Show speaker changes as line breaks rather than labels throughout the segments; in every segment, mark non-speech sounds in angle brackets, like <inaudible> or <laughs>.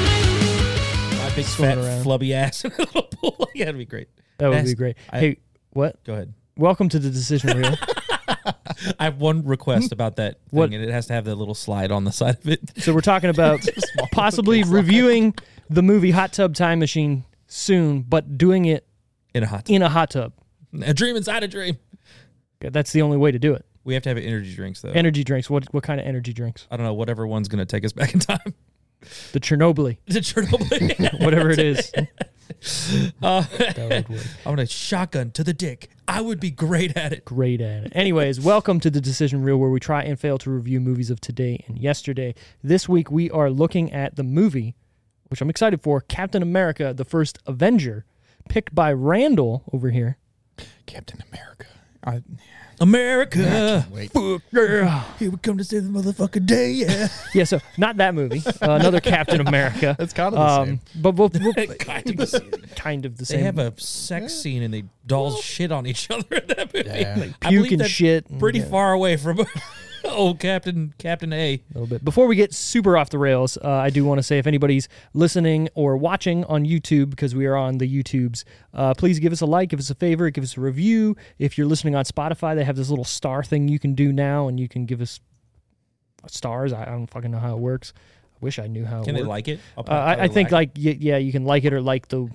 My big
Swimming
fat
around.
flubby ass <laughs> in a little pool. yeah, that'd be great.
That would be
Best-
great.
I-
hey, what?
Go ahead.
Welcome to the decision reel.
I have one request about that thing,
What?
and it has to have that little slide on the <laughs> side of it.
so we're talking about possibly reviewing the movie Hot Tub Time Machine soon, but doing it
In a hot tub.
in a hot tub.
A dream inside a dream.
That's the only way to do it.
We have to have energy drinks, though.
Energy drinks. What what kind of energy drinks?
I don't know, whatever one's going to take us <laughs> back in time
The Chernobyl,
to
<laughs>
Chernobyl.
whatever it is.
I'm going to shotgun to the dick. I would be great at it.
Great at it. Anyways, welcome to the Decision Reel, where we try and fail to review movies of today and yesterday. This week we are looking at the movie, which I'm excited for, Captain America: The First Avenger, picked by Randall over here.
Captain America. I, <laughs>
America.
wait.
Here we come to save the motherfucking day. Yeah.
<laughs> Yeah, so not that movie. Uh, another Captain America. Um,
That's kind of the same.
But we'll,
<laughs>
we'll
kind of the same.
kind of the
They
same.
have a sex scene and they dolls shit on each <laughs> other in that movie.
Yeah.
Like, I
puke
believe
and
that's
shit. and-
Pretty
yeah,
far away from <laughs> old Captain Captain A.
a little bit. Before we get super off the rails, uh, I do want to say if anybody's listening or watching on YouTube, because we are on the YouTubes, uh, please give us a like, give us a favor, give us a review. If you're listening on Spotify, they have this little star thing you can do now, and you can give us stars. I, I don't fucking know how it works. I wish I knew how it
Can they
works.
like it? I'll
Uh, I, I
probably
think like y- yeah, you can like it or like the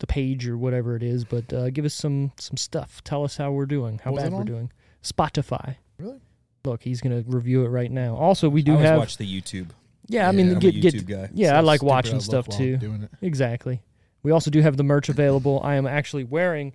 the page or whatever it is, but uh, give us some some stuff. Tell us how we're doing, how
What was
bad
it
we're
on?
doing. Spotify.
Really?
Look, he's gonna review it right now. Also, we
I
do
always
have
watch the YouTube.
yeah. I mean,
I'm a
get get
YouTube guy,
yeah.
so
I like
stupid
watching
look
stuff
while I'm
too.
Doing it.
Exactly. We also do have the merch available. I am actually wearing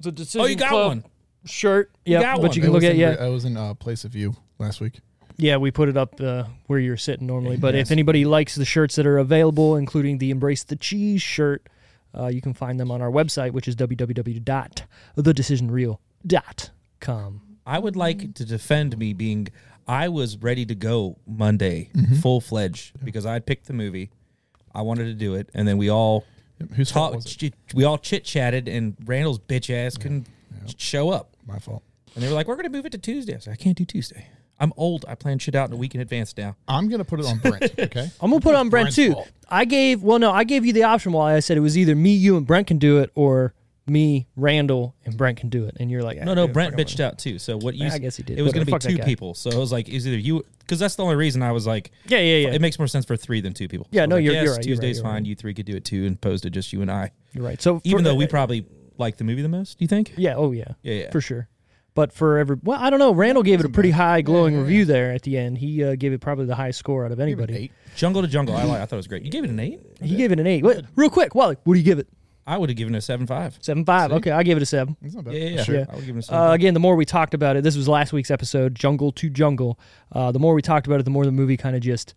the decision
Oh, you got
Club
one.
shirt. Yeah,
got
but
one.
you
I
can
was
look at
in,
yeah.
I was in uh, Place of You last week.
Yeah, we put it up uh, where you're sitting normally. But if
Yes.
anybody likes the shirts that are available, including the Embrace the Cheese shirt, uh, you can find them on our website, which is www.thedecisionreel.com.
I would like to defend me being I was ready to go Monday
Mm-hmm.
full fledged because I picked the movie. I wanted to do it, and then we all
Whose fault
talked.
was it?
we all chit chatted, and Randall's bitch ass couldn't show up,
My fault.
and they were like, "We're going to move it to Tuesday." I said, "I can't do Tuesday. I'm old. I plan shit out in a week in advance now."
I'm gonna put it on Brent. Okay.
I'm gonna put it on Brent
Brent's
too.
fault.
I gave well, no, I gave you the option while I said it was either me, you, and Brent can do it, or me, Randall, and Brent can do it. And you're like,
No, no, Brent bitched out too. So what you?
I guess he did,
It was
but
going to be
fuck that
two
guy.
people, so it was like, "Is either you?" Because that's the only reason I was like,
Yeah, yeah, yeah.
It makes more sense for three than two people.
Yeah,
So,
no,
like,
you're-
yes,
you're right, you're right,
Tuesday's
you're
fine.
right.
You three could do it too, and opposed to just you and I.
you're right. So
Even
for- uh,
though we probably like the movie the most, do you think?
Yeah. Oh yeah.
Yeah, yeah.
For sure. But for every well, I don't know. Randall gave it a pretty high glowing review there at the end. He uh, gave it probably the highest score out of
Give it an
anybody.
eight.
Jungle to Jungle, I like. I thought it was great. You gave it an eight.
He gave it an eight. Wait, real quick, Wally, what do you give it?
I would have given it a seven five.
Seven five. Okay, I give it a seven.
It's not
Yeah,
bad.
yeah, yeah.
Sure.
Yeah.
I would give it a seven.
Uh, again, the more we talked about it, this was last week's episode, Jungle to Jungle. Uh, the more we talked about it, the more the movie kind of just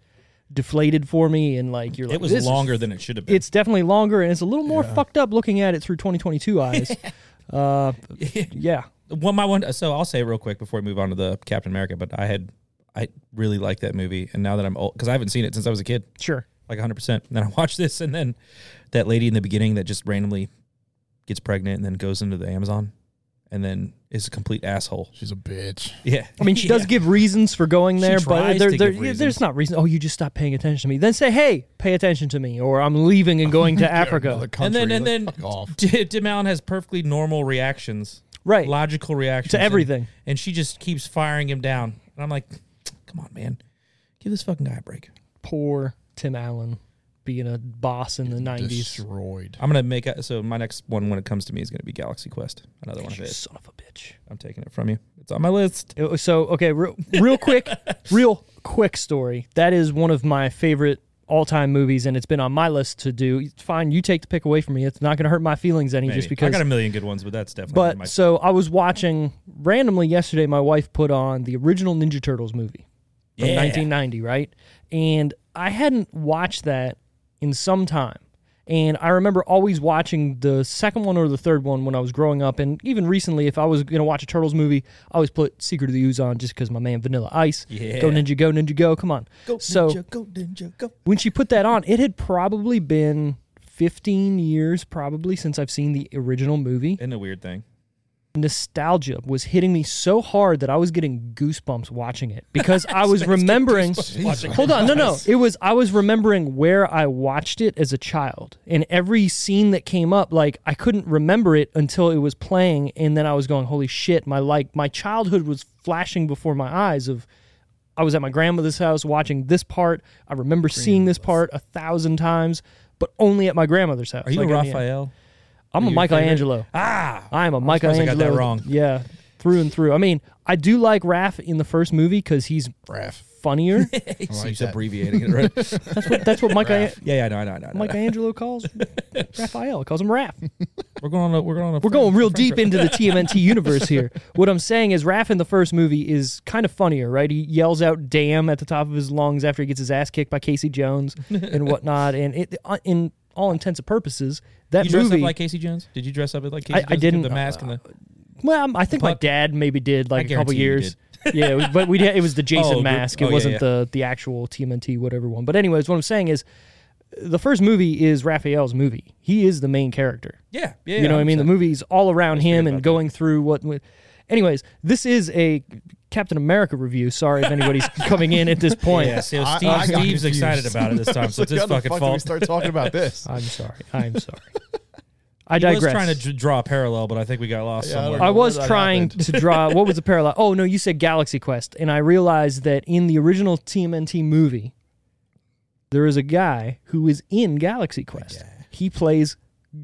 deflated for me, and like you're like,
it was
this is-
longer than it should have been.
it's definitely longer, and it's a little more fucked up looking at it through
<laughs>
2022 eyes. uh, yeah.
one my one. So I'll say it real quick before we move on to the Captain America. But I had I really liked that movie, and now that I'm old, because I haven't seen it since I was a kid,
Sure.
like 100. percent Then I <laughs> watched this, and then that lady in the beginning that just randomly gets pregnant and then goes into the Amazon, and then is a complete asshole. <laughs>
She's a bitch.
Yeah, <laughs>
I mean, she does
Yeah.
give reasons for going
She
there, but
tries
there,
to
there-
give
yeah, there's
reasons.
not reason. Oh, you just stopped paying attention to me. Then say, hey, pay attention to me, or I'm leaving
<laughs>
and going to
Another
Africa.
country.
and then and
like,
then
fuck off.
D- Dim Allen has perfectly normal reactions,
Right.
Logical reactions
To
and-
everything.
and, she just keeps firing him down. And I'm like, come on, man, give this fucking guy a break.
Poor Tim Allen being a boss in the 90s.
Destroyed.
I'm gonna make a, so my next one when it comes to me is gonna be Galaxy Quest, another one of
You
his.
son of a bitch.
I'm taking it from you. It's on my list.
It was- Uh, So, okay, real, real quick,
<laughs>
real quick story. That is one of my favorite all time movies, and it's been on my list to do. Fine, you take the pick away from me. It's not going to hurt my feelings any
Maybe.
just because.
I got a million good ones, but that's definitely one of my
But so I was watching randomly yesterday. My wife put on the original Ninja Turtles movie from
Yeah.
1990, right? And I hadn't watched that in some time. And I remember always watching the second one or the third one when I was growing up. And even recently, if I was going to watch a Turtles movie, I always put Secret of the Ooze on just because my man Vanilla Ice.
Yeah.
Go Ninja Go, Ninja Go. Come on. so
go ninja, go.
when she put that on, it had probably been 15 years, probably, since I've seen the original movie
Isn't it a weird thing?
nostalgia was hitting me so hard that I was getting goosebumps watching it
<laughs>
because I was remembering. Hold on, no, no. It was I was remembering where I watched it as a child, and every scene that came up, like I couldn't remember it until it was playing, and then I was going, "Holy shit!" My like my childhood was flashing before my eyes. Of I was at my grandmother's house watching this part. I remember seeing this part a thousand times, but only at my grandmother's house.
Are you
like,
a
in the end.
Raphael?
I'm a
your favorite?
Michelangelo.
Ah,
I am a
suppose
Michelangelo.
I got that wrong.
Yeah, through and through. I mean, I do like Raph in the first movie because he's
Raph.
<laughs>
funnier.
he's
like that.
abbreviating it, right? <laughs>
That's what that's what Michael,
yeah, yeah, no, no, no. no. <laughs>
Michelangelo calls Raphael. Calls him Raph.
We're going on. A, we're going on. A
We're going real deep into the
<laughs>
TMNT universe here. What I'm saying is, Raph in the first movie is kind of funnier, right? He yells out "damn" at the top of his lungs after he gets his ass kicked by Casey Jones
<laughs>
and whatnot, and it uh, in all intents and purposes that
You dress
movie.
up like Casey Jones? Did you dress up like Casey
I
Jones? Give
didn't,
The mask and the.
Well, um, I think my
But-
dad maybe did like
I
a couple
guarantee you
years. yeah, it was- but we did, it was the
<laughs>
Jason
Oh,
mask.
oh,
It
yeah,
wasn't
yeah.
the the actual TMNT whatever one. But anyways, what I'm saying is, the first movie is Raphael's movie. He is the main character.
Yeah, yeah.
you know what I mean? The
100%.
movie's all around him and
about
going through what. what anyways, this is a Captain America review. Sorry
<laughs>
if anybody's coming in at this point.
Yeah, so
I-
Steve,
I got
Steve's
confused.
excited about it this time,
<laughs>
<laughs>
so it's his
How the
fucking
fuck did We
fault.
start talking about this.
<laughs>
I'm sorry. I'm sorry. I
I
digress.
was trying to dr- draw a parallel, but I think we got lost
Yeah, I
somewhere.
don't
<laughs> I
know
was
where that
trying
happened.
to
<laughs>
draw. What was the parallel? Oh no, you said Galaxy Quest, and I realized that in the original TMNT movie, there is a guy who is in Galaxy
Oh,
Quest. He plays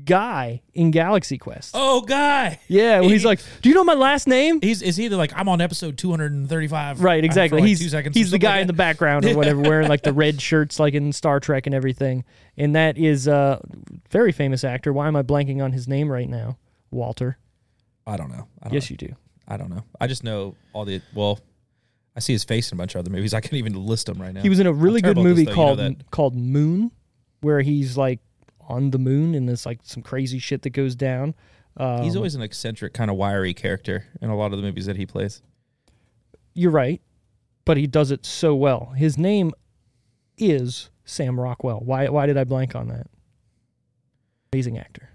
Guy in Galaxy Quest.
Oh, guy.
Yeah, when he's like, "Do you know my last name?"
He's is he the like I'm on episode 235?
Right,
for
exactly.
like
he's
two seconds or
he's the
something
guy
like
in the
that?
background or whatever, wearing like the red shirts, like in Star Trek and everything. And that is uh, very famous actor. Why am I blanking on his name right now? Walter.
I don't know. I don't
Yes,
know.
you do.
I don't know. I just know all the well. I see his face in a bunch of other movies. I can't even list them right now.
He was in a really good
terrible at this,
movie
though, you know
called
that.
called Moon, where he's like on the moon and there's like some crazy shit that goes down. Um,
He's always an eccentric, kind of wiry character in a lot of the movies that he plays.
you're right, but he does it so well. His name is Sam Rockwell. Why why did I blank on that? Amazing actor.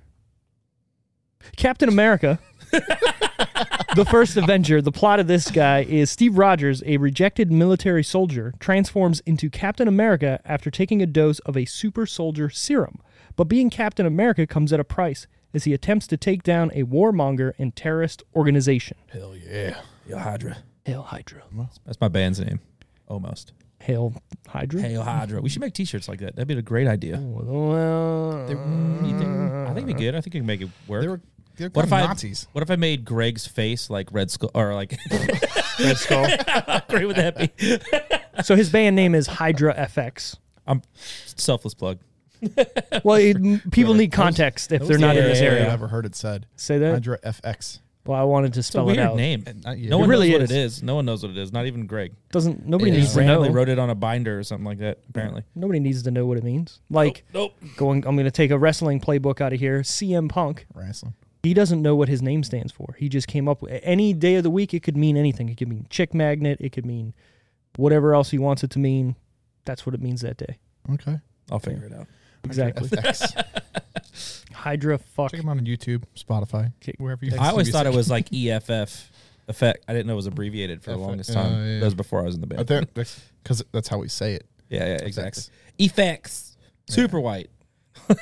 Captain America. <laughs> the first Avenger. The plot of this guy is Steve Rogers, a rejected military soldier, transforms into Captain America after taking a dose of a super soldier serum. But being Captain America comes at a price as he attempts to take down a warmonger and terrorist organization.
Hell yeah.
Hail Hydra.
Hail Hydra.
That's my band's name. Almost.
Hail Hydra?
Hail Hydra. We should make T-shirts like that. That'd be a great idea.
Well,
They- you think- I think it'd be good. I think you can make it work.
They were they're
what
called
if I <laughs>
Nazis.
What if I made Greg's face like Red Skull or like <laughs>
Red <laughs> Skull.
great would that be?
so his band name is Hydra
<laughs>
FX.
I'm selfless plug.
Well, it, m- people need context if they're not in
yeah,
this
yeah,
area.
yeah.
I've never heard it said.
Say that.
Hydra FX.
Well, I wanted to
It's a
spell it
weird
out.
name. uh,
Not yet.
No
It
one
really
knows what
is.
it is. No one knows what it is. Not even Greg.
Doesn't nobody
Yeah.
He
needs
just
to
randomly
know?
wrote it on a binder or something like that. Apparently.
Nobody needs to know what it means. Like
Nope.
going, I'm going to take a wrestling playbook out of here. CM Punk.
Wrestling.
He doesn't know what his name stands for. He just came up with any day of the week. It could mean anything. It could mean chick magnet. It could mean whatever else he wants it to mean. That's what it means that day.
Okay.
I'll figure it out.
Exactly.
FX.
Hydra fuck.
Check them out on YouTube, Spotify,
Okay.
wherever you.
I always thought it <laughs> was like EFF effect. I didn't know it was abbreviated for the
F-
longest
uh,
time.
yeah.
That was before I was in the band.
because that's how we say it.
<laughs> yeah, yeah, exactly. Effects. Super white.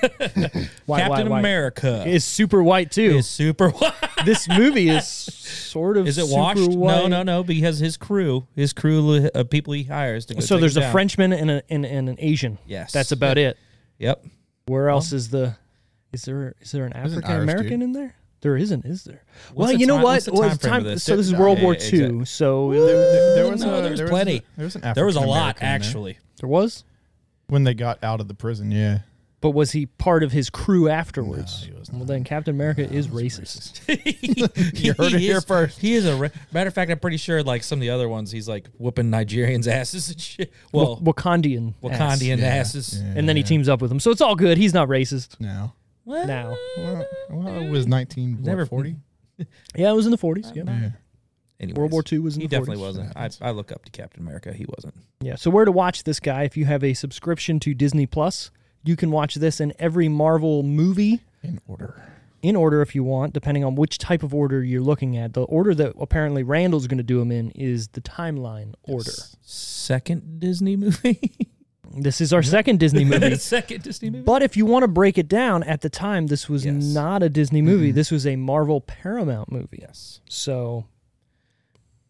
Why- why-
Captain
why?
America
Is super white too.
is super <laughs> white.
this movie is sort of
Is it
super
washed? No,
white.
no, no. Because his crew, his crew, li- uh, people he hires to go.
So
take
there's
him
a
down.
Frenchman and, a, and, and an Asian.
Yes.
that's about it.
Yep.
Where else is the? Is there is there an
There's an
African
Irish
American
dude.
in there? There isn't, is there?
What's
well,
the
you know
time-
what?
what's the
Well, it's
time frame of this?
So this is
Yeah,
World
yeah,
War
yeah,
II.
exactly.
So
There,
there,
was
No,
a,
there's
there
plenty.
Was a, there was an
There was a lot
African-American in there.
actually.
there was.
when they got out of the prison. Yeah,
But was he part of his crew afterwards? well, then Captain America is racist.
<laughs>
you
heard it here first.
He is a ra- matter of fact. I'm pretty sure like some of the other ones, he's like whooping Nigerians' <laughs> asses and shit. Well,
Wa- Wakandian. ass.
Wakandian asses.
Yeah.
And then he teams up with him. So it's all good. He's not racist
Now,
Well,
now.
well, well, it was nineteen
Never-
what, forty.
Yeah, it was in the 40s. Yeah.
anyways,
World War II was
uh,
in
He
the 40s.
definitely wasn't. I, I look up to Captain America. He wasn't.
Yeah. So where to watch this guy? If you have a subscription to Disney Plus, you can watch this in every Marvel movie
In order.
in order if you want, depending on which type of order you're looking at. The order that apparently Randall's going to do them in is the timeline order.
Second Disney movie. <laughs>
This is our second Disney movie.
Second Disney movie.
But if you want to break it down, at the time this was
Yes.
not a Disney movie. This was a Marvel Paramount movie.
Yes.
So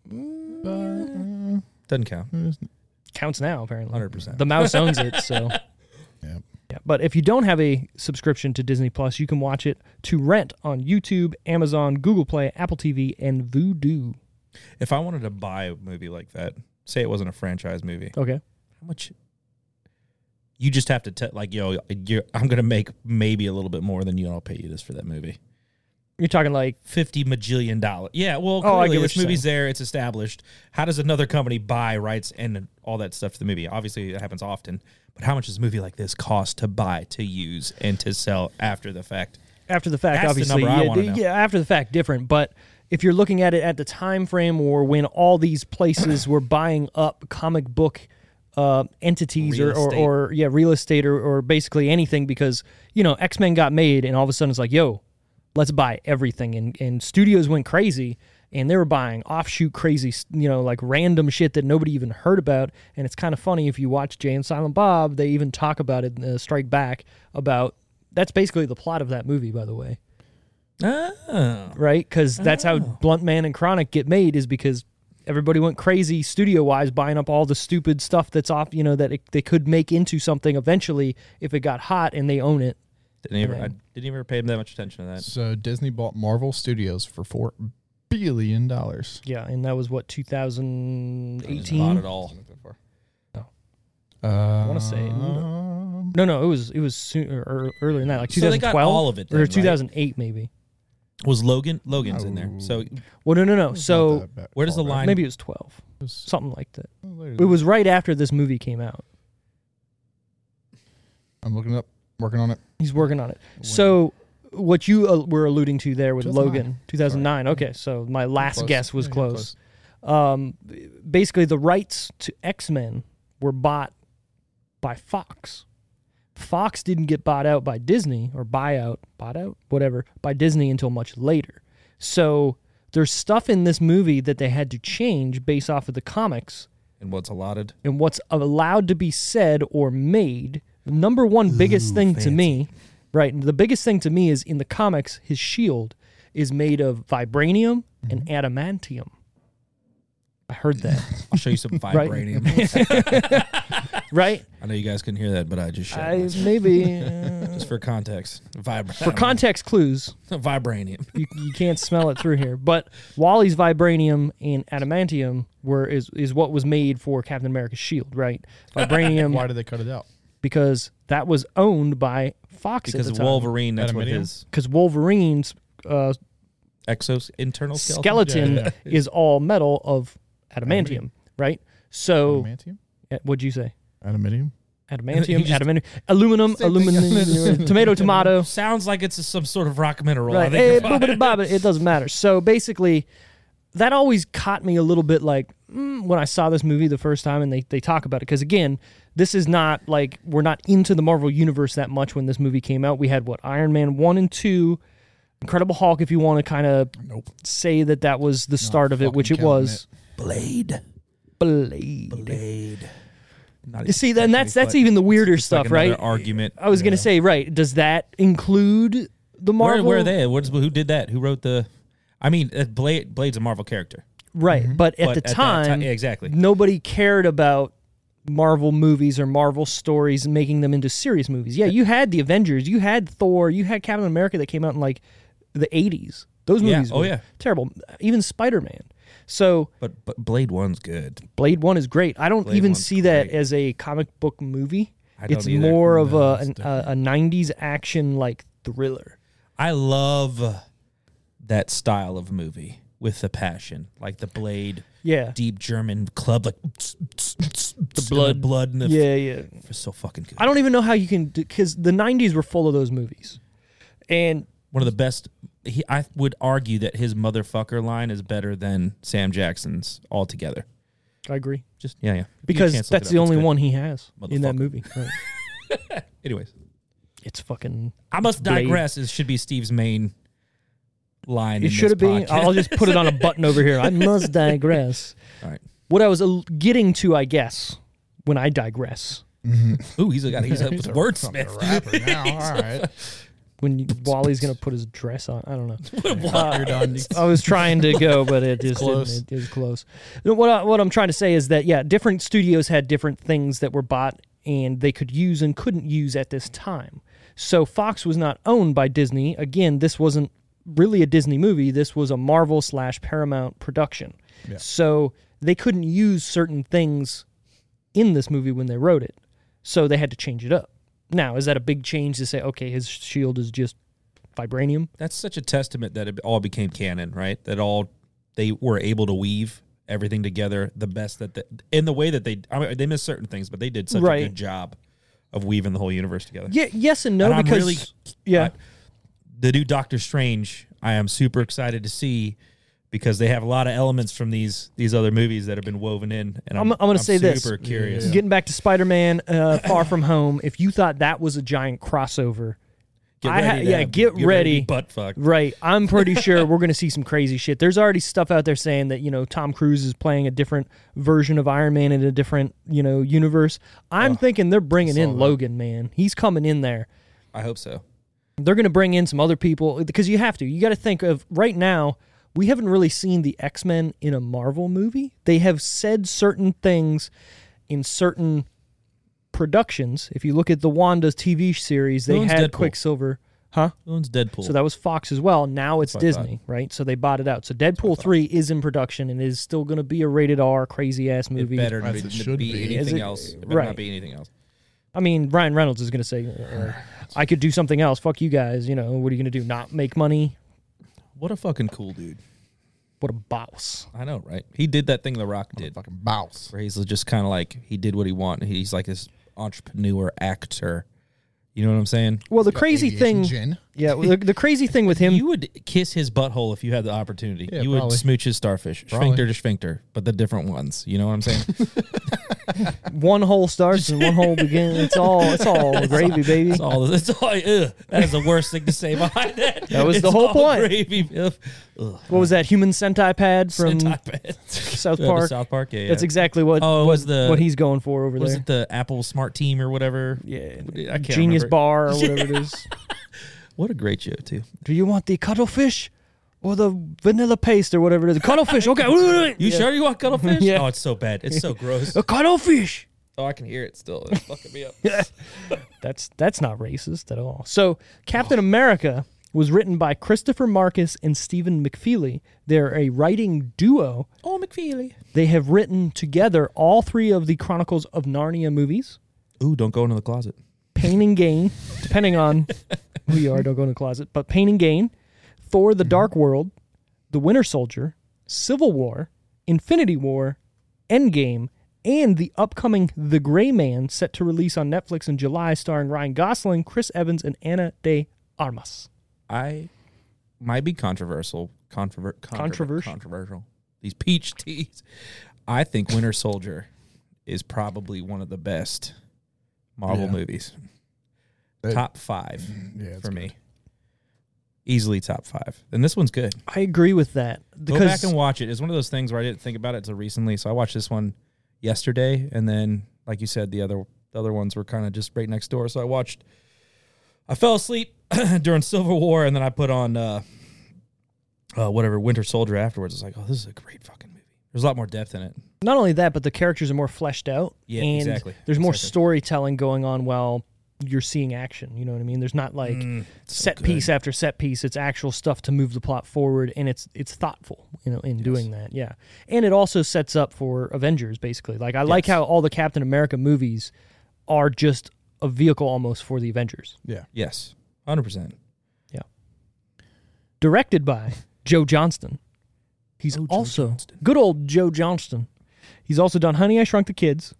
But, uh,
Doesn't count.
there's-
counts now apparently.
100%.
The mouse owns it, so
Yep.
Yeah, but if you don't have a subscription to Disney Plus, you can watch it to rent on YouTube, Amazon, Google Play, Apple TV, and Vudu.
If I wanted to buy a movie like that, say it wasn't a franchise movie,
Okay.
how much? You just have to tell, like, yo, you're, I'm gonna make maybe a little bit more than you, and I'll pay you this for that movie.
You're talking like
Fifty majillion dollar. Yeah, well,
Oh, I
clearly
get what
this
you're
movie's there. It's established. How does another company buy rights and all that stuff to the movie? Obviously, it happens often. But how much does a movie like this cost to buy, to use, and to sell after the fact?
after the fact,
That's the
obviously.
number I
yeah,
wanna
d-
know.
yeah, after the fact, different. But if you're looking at it at the time frame or when all these places were buying up comic book uh, entities or,
Real
or,
estate.
or yeah, real estate or, or basically anything, because you know X Men got made, and all of a sudden it's like, yo, let's buy everything, and and studios went crazy. And they were buying offshoot crazy, s- you know, like random shit that nobody even heard about. And it's kind of funny if you watch Jay and Silent Bob, they even talk about it in uh, Strike Back about that's basically the plot of that movie, by the way,
Oh,
right? Because that's
Oh.
how Blunt Man and Chronic get made is because everybody went crazy studio wise buying up all the stupid stuff that's off, you know, that it, they could make into something eventually if it got hot and they own it.
didn't ever, I didn't ever pay him that much attention to that.
So Disney bought Marvel Studios for four billion dollars.
Yeah, and that was what
Not
2018.
at all.
Uh,
I wanna say-
um,
No, no, it was it was sooner, or earlier than that, like
So they
2012
got all of it then,
or
right?
2008 maybe.
Was Logan? Logan's in there. So
Well, no, no, no. So
Oh, not that
where does
far
the
back.
line-
maybe it was 12,
It was-
something like that.
later
It
Mm.
than-
was right after this movie came out.
I'm looking it up, working on it.
He's working on it. So what you uh, were alluding to there with
2009.
Logan, 2009. Okay, so my last
Close.
guess was
Yeah,
close. Um, basically, the rights to X Men were bought by Fox. Fox didn't get bought out by Disney or buyout, bought out, whatever, by Disney until much later. So there's stuff in this movie that they had to change based off of the comics
and what's allotted?
and what's allowed to be said or made. The number one biggest thing to me, right? The biggest thing to me is in the comics, his shield is made of vibranium and
Mm-hmm.
adamantium. I heard
<laughs>
that,
I'll show you some
<laughs> Right.
vibranium.
right?
I know you guys couldn't hear that, but I just shut
I,
myself.
maybe uh,
just for context. Vibra-
for context clues,
<laughs> vibranium.
you, you can't smell it through here. But Wally's vibranium and adamantium were is is what was made for Captain America's
<laughs>
shield, right? Vibranium
Why did they cut it out?
because that was owned by Fox
Because
at
of
the time.
Wolverine, that's what
Adamantium?
his
because Wolverine's uh,
exos internal skeleton.
skeleton
Yeah,
is all metal of adamantium, right? So,
Adamantium.
eh, what'd you say?
Adamantium.
Adamantium,
just-
adamantium, aluminum, aluminum, tomato, tomato.
Sounds like it's a, some sort of rock mineral. I
Right.
think
Eh,
you're fine.
boobity bobbity, it doesn't matter. So basically, that always caught me a little bit like mm, when I saw this movie the first time and they, they talk about it. Because again, this is not like we're not into the Marvel Universe that much when this movie came out. We had what? Iron Man 1 and 2, Incredible Hulk, if you want to kind of
Nope.
say that that was the start of it,
fucking
which it
counting
was.
Blade.
Blade.
Blade. Not
You
even-
See, then that's
actually,
that's
like-
even the weirder
it's like
stuff,
another
right?
Argument.
I was gonna say, right? Does that include the
Where,
Marvel?
where are they? What's, who did that? Who wrote the? I mean, uh, Blade. Blade's a Marvel character.
Right, but
Mm-hmm. But
at the
at that
time,
ti- yeah, exactly.
nobody cared about Marvel movies or Marvel stories and making them into serious movies. Yeah, you had the Avengers, you had Thor, you had Captain America that came out in like the '80s. Those
Yeah,
movies,
oh
were
yeah.
terrible. Even Spider Man. So
But but Blade One's good.
Blade One is great. I don't even
One's
see that
great.
as a comic book movie.
I don't
it's
either.
more of
No,
a,
it's
an, a a '90s action like thriller.
I love that style of movie with the passion, like the blade,
Yeah,
deep German club, like the
blood.
blood, and the
yeah, yeah.
it's so fucking good.
I don't even know how you can because the '90s were full of those movies, and
One of the best. He, I would argue that his motherfucker line is better than Sam Jackson's altogether.
I agree
Just yeah, yeah. If you get a
because
chance, look it
that's
up.
the
It's
only
good.
one he has in that
Motherfucker.
<laughs> movie. Right.
Anyways,
It's fucking.
I must
Blade.
digress. It should be Steve's main line.
It
in
should
this
have been.
podcast.
I'll just put it on a button over here. I <laughs> must digress.
All right.
What I was al- getting to, I guess, when I digress,
<laughs> Ooh, he's got
<laughs>
he's a
He's a fucking
wordsmith.
rapper now. All right. <laughs>
when you, Wally's gonna put his dress on, I don't know. Uh,
You're done. You-
<laughs> I was trying to go, but it just
close.
Didn't, it is close. No, What I, what I'm trying to say is that yeah, different studios had different things that were bought and they could use and couldn't use at this time. So Fox was not owned by Disney. Again, this wasn't really a Disney movie. This was a Marvel slash Paramount production. So they couldn't use certain things in this movie when they wrote it. So they had to change it up. Now, is that a big change to say, okay, his shield is just vibranium?
That's such a testament that it all became canon, right? That all they were able to weave everything together the best that the, in the way that they I mean, they missed certain things, but they did such
Right.
a good job of weaving the whole universe together.
Yeah, yes and no
And I'm
because
really-
yeah.
I- the new Doctor Strange, I am super excited to see because they have a lot of elements from these these other movies that have been woven in. And I'm,
I'm- I'm gonna say
super
this.
curious.
Getting back to Spider-Man: uh, Far From Home, if you thought that was a giant crossover,
Get
I ha-
ready to
yeah,
have-
get
to be
ready.
Butt fuck.
right? I'm <laughs> pretty sure we're going to see some crazy shit. There's already stuff out there saying that you know Tom Cruise is playing a different version of Iron Man in a different you know universe. I'm thinking they're bringing in Logan, man. He's coming in there.
I hope so.
They're going to bring in some other people because you have to. You got to think of right now. We haven't really seen the X Men in a Marvel movie. They have said certain things in certain productions. If you look at the Wanda TV series, they
Who owns
had
Deadpool?
Quicksilver, huh?
Who owns Deadpool?
So that was Fox as well. Now it's
That's what I
Disney, right? So they bought it out. So Deadpool three is in production and is still going to be a rated R crazy ass
it
movie.
better not
As
be, not
it should
be
be.
anything
it-
else. It better
right.
not be anything else.
I mean, Ryan Reynolds is going
<sighs>
to say, uh, "I could do something else. Fuck you guys. You know what are you going to do? Not make money?
What a fucking cool dude.
What a boss."
I know, right? He did that thing The Rock did,
Fucking bounce.
where he's just kind of like he did what he wanted. He's like this entrepreneur actor. You know what I'm saying?
Well, the crazy
Aviation
thing,
Gin.
yeah, well, the, the crazy thing with him,
<laughs> You would kiss his butthole if you had the opportunity.
Yeah,
you would
probably.
smooch his starfish, sphincter to sphincter, but the different ones. You know what I'm saying?
one hole starts and one hole begins. It's all, it's all gravy,
<laughs>
baby.
It's all. It's all. Ugh, that is the worst thing to say behind that.
<laughs> That was the
It's
whole
all
point.
Gravy. <laughs> Ugh, ugh.
What was that? Human centipede from
Centipede. <laughs>
South
Yeah, the
Park.
South Park. Yeah, yeah.
That's exactly what
Oh, it
what,
was the-
what he's going for over
Was
there.
it the Apple Smart Team or whatever?
yeah,
I can't
genius
remember.
bar
<laughs>
or whatever it is.
What a great show too.
Do you want the cuttlefish or the vanilla paste or whatever it is? Cuttlefish. Okay.
<laughs> You sure you want cuttlefish?
<laughs> Yeah.
Oh, it's so bad. It's so gross.
<laughs> A cuttlefish.
Oh, I can hear it still. It's fucking me up.
That's that's not racist at all. So
Oh.
Captain America was written by Christopher Marcus and Stephen McFeely. They're a writing duo.
oh, McFeely.
They have written together all three of the Chronicles of Narnia movies,
Ooh, don't go into the closet.
Pain and Gain, depending on
<laughs>
who you are, don't go in the closet, but Pain and Gain, Thor the Dark
Mm-hmm.
World, The Winter Soldier, Civil War, Infinity War, Endgame, and the upcoming The Gray Man set to release on Netflix in July, starring Ryan Gosling, Chris Evans, and Anna de Armas.
I might be controversial. Controver- controver-
Controversial.
Controversial. These peach teas. I think Winter Soldier is probably one of the best Marvel
Yeah.
movies.
It-
top five
Mm, Yeah, it's
for me. Easily top five. And this one's good.
I agree with that.
Go back
Because
and watch it. It's one of those things where I didn't think about it until recently. So I watched this one yesterday, and then, like you said, the other the other ones were kind of just right next door. So I watched. I fell asleep <clears throat> during Civil War, and then I put on uh, uh, whatever Winter Soldier afterwards. It's like, oh, this is a great fucking movie. There's a lot more depth in it.
not only that, but the characters are more fleshed out.
Yeah,
and
exactly.
There's more
Exactly.
storytelling going on while you're seeing action. You know what I mean? There's not like
Mm,
set
good.
piece after set piece. It's actual stuff to move the plot forward, and it's it's thoughtful. You know, in doing that, yeah. And it also sets up for Avengers, basically. Like I like
Yes.
how all the Captain America movies are just a vehicle almost for the Avengers.
Yeah.
Yes, hundred percent.
Directed by Joe Johnston. He's
Oh, Joe
also
Johnston.
good old Joe Johnston. He's also done Honey I Shrunk the Kids,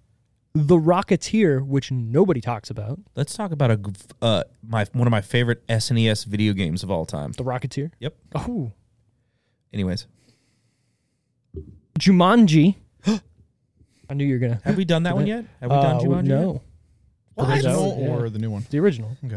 The Rocketeer, which nobody talks about.
Let's talk about a g- uh, my one of my favorite SNES video games of all time.
The Rocketeer.
Yep.
Oh,
Anyways, <gasps>
Jumanji. I knew you were gonna.
have we <laughs> done that one yet? Have we
Uh,
done Jumanji?
No,
Yet?
What?
The original
Yeah.
or the new one?
the original.
Okay.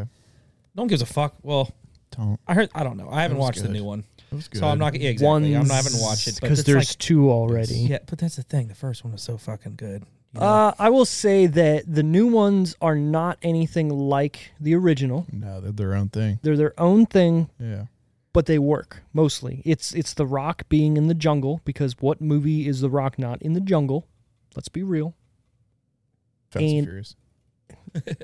No one gives a fuck. Well,
Don't.
I heard. I don't know. I haven't
was
watched the
good.
new one,
That was good.
so I'm not. Yeah, exactly. I'm not, I haven't
One's-
watched it but
because
it's
there's
like-
two already.
yeah, but that's the thing. The first one was so fucking good. you know?
Uh, I will say that the new ones are not anything like the original.
No, they're their own thing.
They're their own thing,
Yeah.
but they work mostly. It's it's The Rock being in the jungle because what movie is The Rock not in the jungle? Let's be real.
Fast and,
And-
Furious.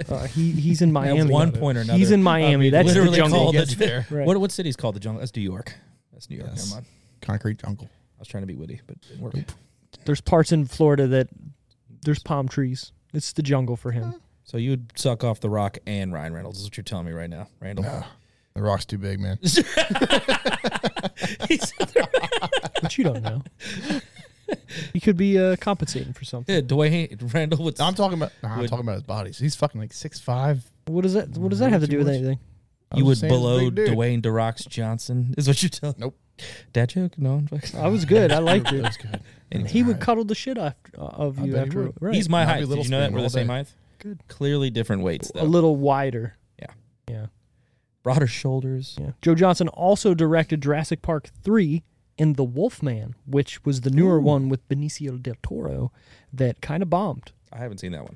Uh, he
<laughs>
he's in
At
Miami.
one point or another.
he's in Miami.
mean,
That's the
literally
jungle.
called the
gets there.
Right.
What what city's called the jungle? That's New York. That's New York.
Yes.
Never mind.
Concrete Jungle.
I was trying to be witty, but it didn't work.
There's parts in Florida that there's palm trees. It's the jungle
<laughs>
for him.
So you'd suck off The Rock and Ryan Reynolds is what you're telling me right now, Randall.
The rock's too
<laughs>
big, man.
He's-
But you don't know. he could be uh, compensating for something.
yeah, Dwayne <laughs> Randall would.
I'm talking about. nah, I'm
Would-
talking about his bodies. He's fucking like six five.
What does that What does that have to do with anything?
you would
just saying he's a
below
big dude.
Dwayne The Rock's Johnson is what you're telling.
Nope.
Dad joke? No. I'm fucking-
I was good.
<laughs>
I liked
That
it.
was good.
He would cuddle the shit off uh, of
I
you
bet he
after.
would.
Right.
He's my
I'll be
height. Did
little
you know that
spin
we're the
all
same
day.
height?
Good.
Clearly different weights though.
a little wider.
Yeah.
Yeah.
Broader shoulders.
Yeah. Joe Johnson also directed Jurassic Park 3 and The Wolfman, which was the newer one with Benicio del Toro that kind of bombed.
I haven't seen that one.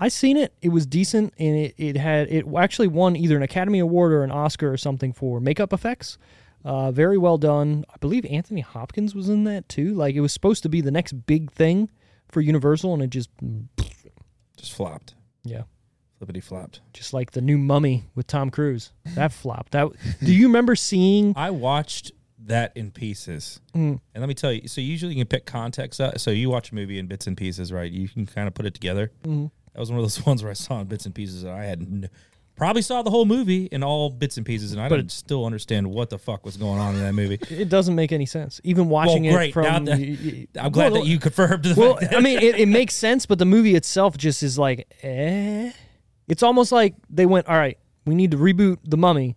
I seen it. It was decent, and it, it had it actually won either an Academy Award or an Oscar or something for makeup effects. Uh, very well done. I believe Anthony Hopkins was in that too. Like it was supposed to be the next big thing for Universal, and it just
Just flopped.
yeah,
Flippity flopped.
just like the new Mummy with Tom Cruise that flopped. That do you remember seeing?
I watched that in pieces.
Mm.
And let me tell you, so usually you can pick context up. So you watch a movie in bits and pieces, right? You can kind of put it together.
Mm-hmm.
That was one of those <laughs> ones where I saw in bits and pieces and I had n- probably saw the whole movie in all bits and pieces and I didn't still understand what the fuck was going on in that
<laughs>
movie.
It doesn't make any sense. Even watching
well,
it
great.
from
Now that- I'm glad
Well,
that you confirmed the <laughs>
Well,
fact that
I mean, it, it makes sense, but the movie itself just is like, eh. It's almost like they went, all right, we need to reboot The Mummy.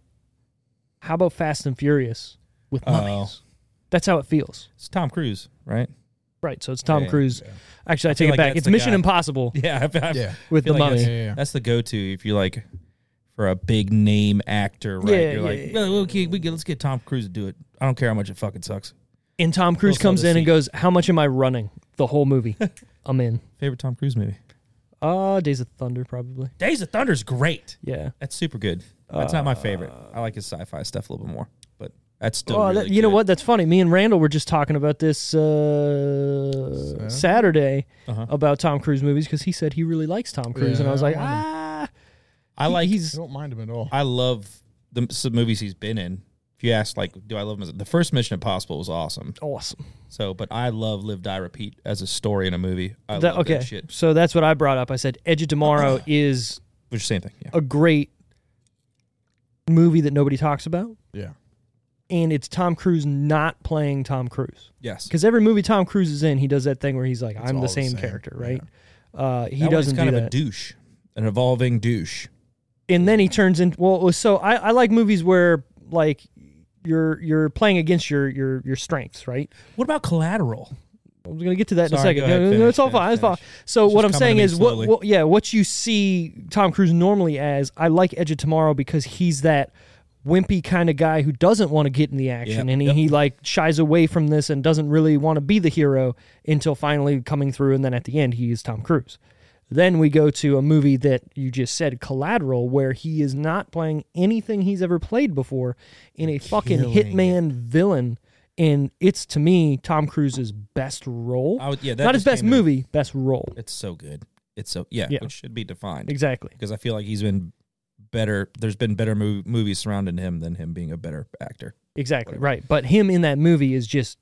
How about Fast and Furious with
Oh.
mummies? That's how it feels.
it's Tom Cruise,
<laughs>
right?
Right. So it's Tom
Yeah,
Cruise. Actually, I, take
feel
it
like
back.
that's
It's
the
Mission
guy.
Impossible
Yeah. I, I,
Yeah.
with The
feel like
Mummy.
Yeah,
that's-
yeah, yeah.
That's the go-to if you like for a big name actor, right?
Yeah,
You're
yeah,
like, well, okay, we get, let's get Tom Cruise to do it. I don't care how much it fucking sucks.
And Tom Cruise
We'll sell
comes
the
in and
seat.
goes, how much am I running the whole movie? <laughs> I'm in.
Favorite Tom Cruise movie?
Uh, Days of Thunder, probably.
Days of Thunder's great.
Yeah.
That's super good. That's
Uh,
not my favorite. I like his sci-fi stuff a little bit more, but that's still.
Oh,
really
that- you know
good.
what? That's funny. Me and Randall were just talking about this uh, Saturday
Uh-huh.
about Tom Cruise movies because he said he really likes Tom Cruise, and I was
Yeah, I
like,
don't
ah,
I like.
I
he's
don't mind him at all.
I love the some movies he's been in. If you ask, like, do I love him? as- The first Mission Impossible was awesome.
awesome.
So, but I love Live Die Repeat as a story in a movie. I
That-
love
okay,
that shit.
so that's what I brought up. I said Edge of Tomorrow
<clears throat>
is
Which is the same thing. Yeah.
a great movie that nobody talks about,
yeah.
and it's Tom Cruise not playing Tom Cruise.
Yes.
Because every movie Tom Cruise is in, he does that thing where he's like, "I'm
all
the
the
same,
same,
character," right? Uh, he
That one is
doesn't
kind
do
of
that.
a douche, an evolving douche.
and then he turns in well it was so I, I like movies where like you're you're playing against your your your strengths right
What about Collateral?
i'm gonna get to that
Sorry,
in a
go
second
ahead,
No, no, no,
finish,
it's all
finish,
fine it's fine
finish.
so
It's
what
just
i'm
coming
saying
to me
is what,
slowly.
what yeah what you see tom cruise normally as i like edge of tomorrow because he's that wimpy kind of guy who doesn't want to get in the action
Yep,
and he,
yep.
he like shies away from this and doesn't really want to be the hero until finally coming through and then at the end he is tom cruise then we go to a movie that you just said, Collateral, where he is not playing anything he's ever played before in a fucking
Killing
hitman villain. And it's to me Tom Cruise's best role.
I would- yeah, that
not his
just
best
came to-
movie, best role.
It's so good. It's so yeah.
Yeah.
It should be defined.
Exactly.
because I feel like he's been better. There's been better mov- movies surrounding him than him being a better actor.
Exactly. Right. But him in that movie is just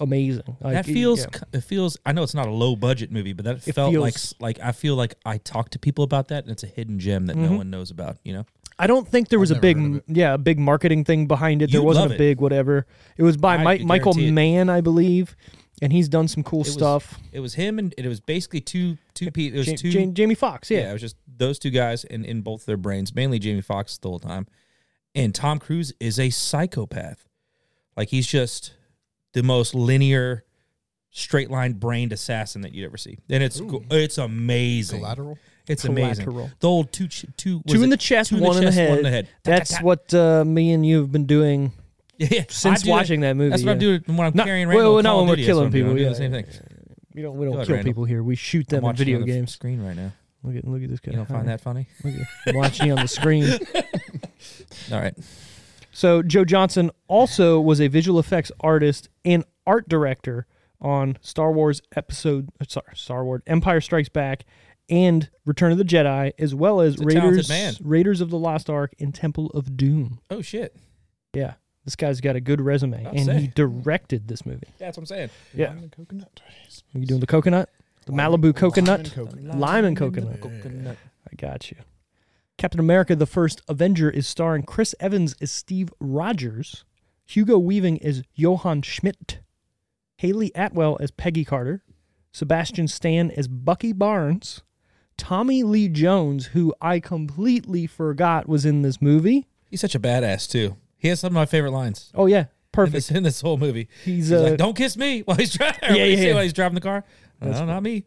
amazing. Like,
that
it-
feels
yeah.
c- it feels I know it's not a low budget movie, but that
It
felt
feels-
like s- like I feel like I talk to people about that and it's a hidden gem that
Mm-hmm.
no one knows about, you know.
I don't think there was a
never
big,
heard of it.
yeah, a big marketing thing behind it. there
You'd
wasn't
love
a
it.
big whatever. It was by
I
Mi- Michael
guarantee it.
Mann, I believe, and he's done some cool
was-
stuff.
It was him and it was basically two two people it was
Ja-
two
Ja- Jamie Foxx, yeah.
yeah. it was just those two guys and in both their brains, mainly Jamie Foxx the whole time. And Tom Cruise is a psychopath. Like he's just the most linear straight line brained assassin that you'd ever see. And it's go- it's amazing.
Collateral.
It's
Collateral.
amazing. The old two ch- two was
Two in
it
the chest,
two
one in the
chest,
head.
One in the head. Ta- ta-
That's
ta.
what uh, me and you have been doing.
<laughs> Yeah,
Since
I do
watching that movie,
That's what I'm
yeah.
doing when I'm
Not-
carrying
well,
Randall.
not
Call
when
of
we're
Duty, that's
killing
what I'm doing.
people,
I'm doing
yeah,
the same thing.
We don't we
Go
don't
ahead,
kill
Randall.
people here. We shoot
I'm
them in
watching
video
on the
games.
Screen right now.
Look at look at this guy.
You don't find that funny?
Look at- I'm watching you on
<laughs>
the screen.
All right.
So Joe Johnson also was a visual effects artist and art director on Star Wars Episode, uh, sorry, Star Wars Empire Strikes Back and Return of the Jedi, as well as
a talented
Raiders
man.
Raiders of the Lost Ark and Temple of Doom.
Oh shit.
Yeah, this guy's got a good resume,
I'll
and
say.
he directed this movie.
That's what I'm saying.
Yeah,
Lime and coconut.
are you doing the coconut, the Malibu
Lime and
coconut,
coconut.
lime and coconut.
Coconut.
I got you. Captain America: The First Avenger is starring Chris Evans as Steve Rogers, Hugo Weaving as Johann Schmidt, Haley Atwell as Peggy Carter, Sebastian Stan as Bucky Barnes, Tommy Lee Jones, who I completely forgot was in this movie.
He's such a badass too. He has some of my favorite lines.
Oh yeah,
In
perfect.
this, in this whole movie,
He's,
He's
uh,
like, "Don't kiss me <laughs> while he's driving."
Yeah,
Yeah,
yeah, yeah.
While he's driving the car, no, not me.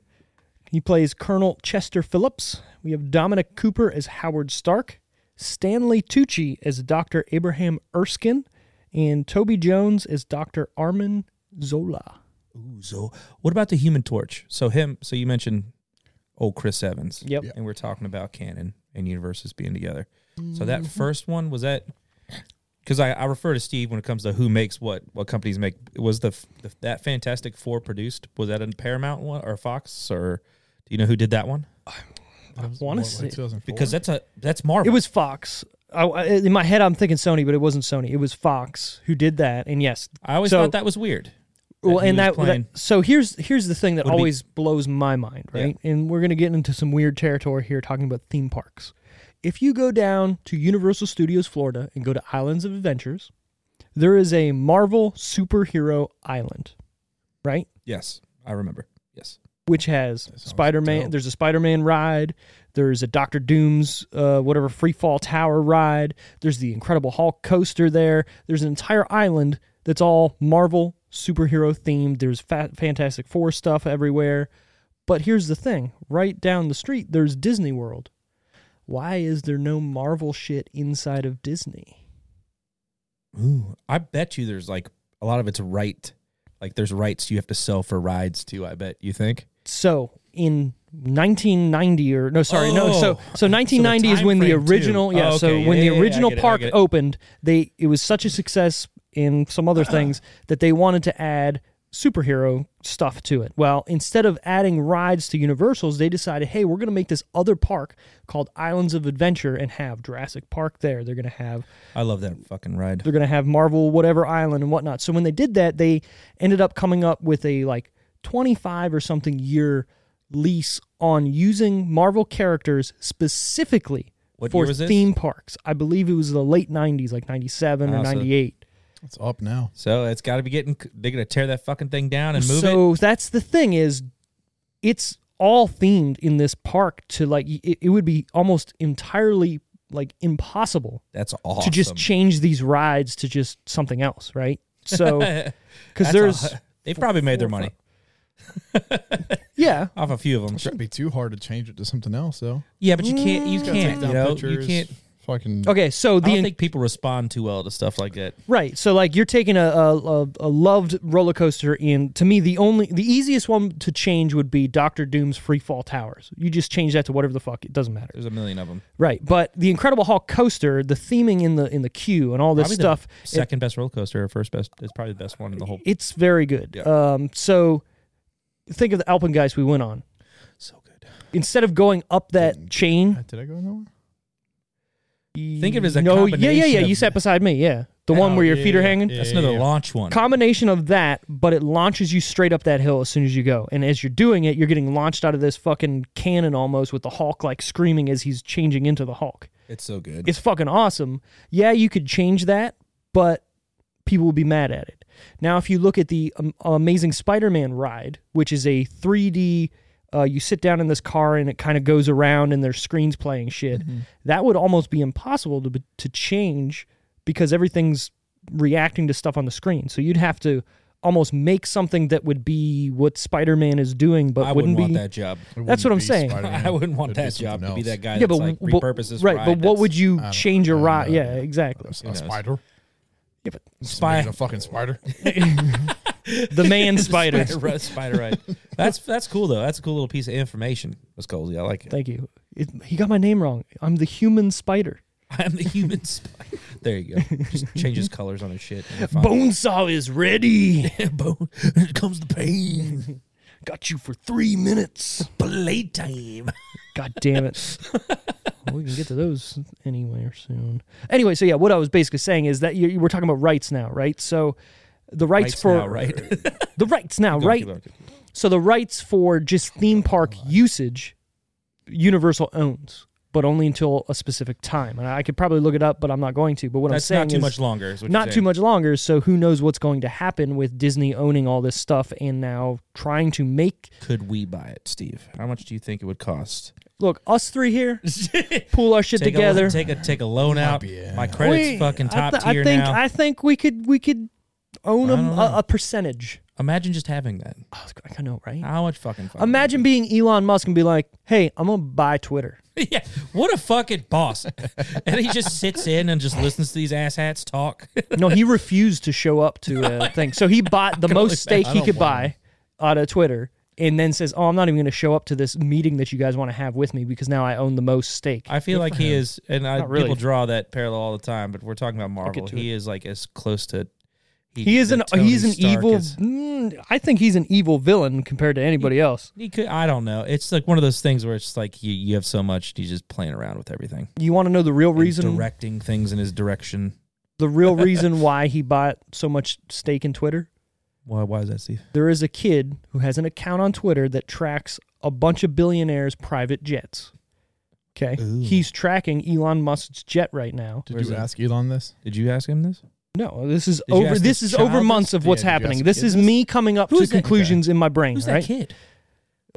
He plays Colonel Chester Phillips. We have Dominic Cooper as Howard Stark, Stanley Tucci as Dr. Abraham Erskine, and Toby Jones as Dr. Armin Zola.
Ooh, so what about the Human Torch? So him. So you mentioned old Chris Evans.
Yep.
And we're talking about canon and universes being together. So
Mm-hmm.
that first one was that because I, I refer to Steve when it comes to who makes what, what companies make. Was the, f- the that Fantastic Four produced? Was that a Paramount one or Fox or do you know who did that one?
I want to say
Because
Because
that's a that's Marvel.
it was Fox. I, I- in my head, I'm thinking Sony, but it wasn't Sony. It was Fox who did that. And yes,
I always
so-
thought that was weird.
well,
he
and
was
that, that-
playing-
so here's here's the thing that
Would be-
always blows my mind, right? And we're gonna get into some weird territory here talking about theme parks. If you go down to Universal Studios Florida and go to Islands of Adventures, there is a Marvel superhero island, right?
yes, I remember. Yes,
Which has Spider Man.
dope.
There's a Spider Man ride. There's a Doctor Doom's uh, whatever free fall tower ride. There's the Incredible Hulk coaster there. There's an entire island that's all Marvel superhero themed. There's fa- Fantastic Four stuff everywhere. But here's the thing: right down the street, there's Disney World. Why is there no Marvel shit inside of Disney?
Ooh, I bet you there's like a lot of it's right. Like there's rights you have to sell for rides too. I bet you think.
So in 1990 or no sorry no so
Oh.
so 1990 is
time
when the
frame, too.
original yeah
Oh,
so
okay.
when
Yeah, yeah,
the
yeah, I
original
get it, I
park
get it.
opened they it was such a success in some
<clears throat>
other things that they wanted to add superhero stuff to it well instead of adding rides to universals they decided hey we're going to make this other park called islands of adventure and have jurassic park there they're going to have
I love that fucking ride.
they're going to have Marvel, whatever island and whatnot. So when they did that, they ended up coming up with a like 25 or something year lease on using Marvel characters specifically
What
for
year was this?
theme parks. I believe it was the late 90s, like 97 or
Ah, so-
98.
it's up now.
So it's got to be getting. They're gonna tear that fucking thing down and move it.
so that's the thing is it's all themed in this park to like it, it would be almost entirely like impossible
That's awesome.
to just change these rides to just something else, right?
<laughs>
So <laughs> cuz there's
they probably made their money
yeah,
off a few of them.
It shouldn't be too hard to change it to something else, though.
Yeah, but you
Mm,
can't. You
Gotta
can't.
take
You
down
know, you
pictures,
can't.
Fucking.
Okay, so
I
the
don't think people respond too well to stuff like that.
right, so like you're taking a, a a- a loved roller coaster in. To me, the only the easiest one to change would be Doctor Doom's Free Fall Towers. You just change that to whatever the fuck. It doesn't matter,
There's a million of them.
right? But the Incredible Hulk coaster, the theming in the in the queue and all this
Probably the
stuff, it-
Second best roller coaster or first best is probably the best one in the whole.
it's very good. Um, so think of the Alpengeist we went on.
So good.
Instead of going up that chain,
Uh, Did I go in that one?
Think of it as a
no, yeah, yeah, yeah.
combination
You
of-
sat beside me, yeah. The one
Oh,
where your
yeah,
feet are
yeah,
hanging.
yeah.
That's another launch one.
Combination of that, but it launches you straight up that hill as soon as you go. And as you're doing it, you're getting launched out of this fucking cannon almost with the Hulk like screaming as he's changing into the Hulk.
It's so good.
It's fucking awesome. Yeah, you could change that, but people will be mad at it. Now, if you look at the um, Amazing Spider Man ride, which is a 3D, uh, you sit down in this car and it kind of goes around and there's screens playing shit,
Mm-hmm.
that would almost be impossible to, to change because everything's reacting to stuff on the screen. So you'd have to almost make something that would be what Spider Man is doing, but
I
wouldn't,
wouldn't
be.
want that job.
That's what I'm
<laughs>
saying.
I wouldn't want that job to be that guy.
Yeah,
that's
but,
like
but-
repurposes
right. But what would you
don't-
change a
I don't
ride?
know.
Yeah, exactly.
A
knows?
spider.
Yeah, but
Spider.
<laughs>
A fucking spider.
the
<laughs>
man spider.
Spider, Ri- Spider Ride. That's that's cool though. That's a cool little piece of information, Miss Colsey. I like it. <laughs>
Thank you. It, he got my name wrong. I'm the human spider.
I'm the human <laughs> spider. There you go. Just changes colors on his shit. and you're fine.
Bonesaw is ready.
<laughs> Bone. Here comes the pain.
<laughs> got you for three minutes.
Playtime. <laughs>
God damn it. Well, we can get to those anywhere soon. Anyway, so yeah, what I was basically saying is that you, you were talking about rights now, right? So the rights,
Right
for
now, right? <laughs>
the rights now, right? So the rights for just theme park usage, Universal owns, but only until a specific time. And I could probably look it up, but I'm not going to. But what
That's
I'm saying
not too
is
much longer. is what you're
not too
saying.
much longer. So who knows what's going to happen with Disney owning all this stuff and now trying to make
Could we buy it, Steve? How much do you think it would
<laughs>
cost?
look us three here pull our shit
Take
together.
A, take a take a loan out.
be, uh,
My credit's
We-
fucking top
I, th-
tier
I think
now.
I think we could we could own
I
a,
don't
a, a percentage.
Imagine just having that.
Oh, I know, right?
How much fucking fun?
Imagine being Elon Musk and be like, "Hey, I'm gonna buy Twitter."
<laughs> yeah, what a fucking boss! <laughs> and he just sits in and just listens to these asshats talk.
No, he refused to show up to
<laughs>
a thing, so he bought the most stake
I
he
don't
could
want
buy out of Twitter, and then says, "Oh, I'm not even gonna show up to this meeting that you guys want to have with me because now I own the most stake."
I feel like he is, and I,
Not really.
people draw that parallel all the time. But we're talking about Marvel.
to
He is like as close to.
He is
the
an
Tony
he's an
Stark
evil.
is-
mm, I think he's an evil villain compared to anybody else.
he could. I don't know. It's like one of those things where it's like you, you have so much. He's just playing around with everything,
You want to know the real reason?
directing things in his direction. <laughs>
The real reason why he bought so much stake in Twitter?
Why? Why is that, Steve?
There is a kid who has an account on Twitter that tracks a bunch of billionaires' private jets. Okay, he's tracking Elon Musk's jet right now.
Did
Where's
you
it?
ask Elon this?
Did you ask him this?
No, this is
Did you
over.
ask
This
this
is over
child
months
this?
of what's
Yeah, did you
happening.
ask
This
the
is
kid
me coming up
Who's
to
that- okay.
conclusions in my brain.
Who's
right?
that kid?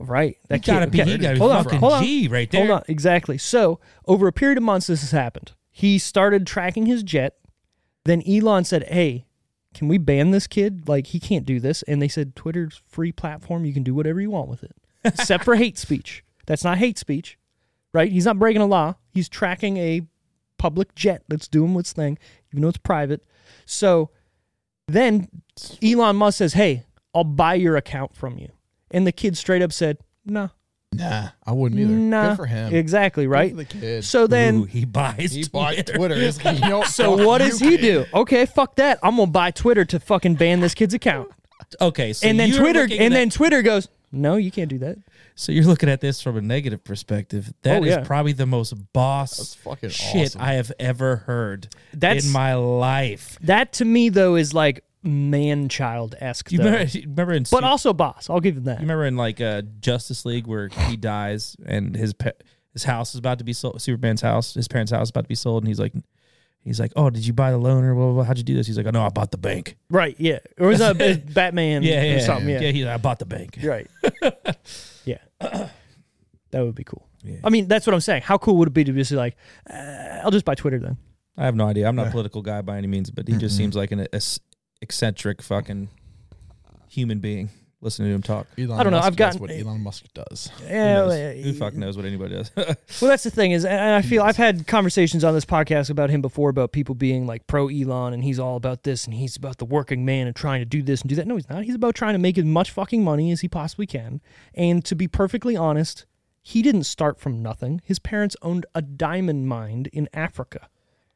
Right. That
He gotta
kid.
be.
okay.
He gotta be
hold on,
fucking
hold on.
G right there.
Hold on, exactly. So over a period of months, this has happened. He started tracking his jet. Then Elon said, "Hey, can we ban this kid? Like he can't do this." And they said, "Twitter's free platform. You can do whatever you want
<laughs>
with it, except for hate speech. That's not hate speech, right? He's not breaking a law. He's tracking a public jet that's doing its thing, even though it's private. So then Elon Musk says, "Hey, I'll buy your account from you." And the kid straight up said, "Nah."
Nah, I wouldn't either.
Nah,
Good for him.
Exactly, right?
for the kid.
So then
Ooh, he buys.
He bought
<laughs>
Twitter. He's like, "Yo,
so
fuck
what
you,
does he
kid."
do? Okay, fuck that. I'm going to buy Twitter to fucking ban this kid's account.
Okay, <laughs> so
and then
you're
Twitter
looking
and
at-
then Twitter goes, "No, you can't do that."
So you're looking at this from a negative perspective. That
Oh,
is
yeah.
probably the most boss
That's fucking
shit
awesome.
I have ever heard
That's-
in my life.
That to me though is like man-child-esque.
You
though.
remember, <laughs> you remember in
<laughs> but
Su-
also boss. I'll give him that.
you remember in like uh, Justice League where he dies and his pe- his house is about to be sold. Superman's house, his parents' house, is about to be sold, and he's like, he's like, oh, did you buy the loan or blah, blah, blah, how'd you do this? He's like, oh no, I bought the bank.
Right, yeah. Or
<laughs>
is that it's Batman
Yeah, yeah,
or something?
yeah.
Yeah.
he's like, I bought the bank.
You're
<laughs>
right. yeah. <clears throat> That would be cool.
Yeah.
I mean, that's what I'm saying. How cool would it be to just be like, uh, I'll just buy Twitter then.
I have no idea. I'm not a political guy by any means, but he just seems like an ec- eccentric fucking human being. Listening to him talk.
Elon
I don't know,
Musk
I've
does
gotten-
what Elon Musk does.
Yeah,
Who,
well,
knows? Who fuck knows what anybody does? <laughs>
Well, that's the thing is, and I
Mm.
feel I've had conversations on this podcast about him before about people being like pro Elon and he's all about this and he's about the working man and trying to do this and do that. No, he's not. He's about trying to make as much fucking money as he possibly can. And to be perfectly honest, he didn't start from nothing. His parents owned a diamond mine in Africa.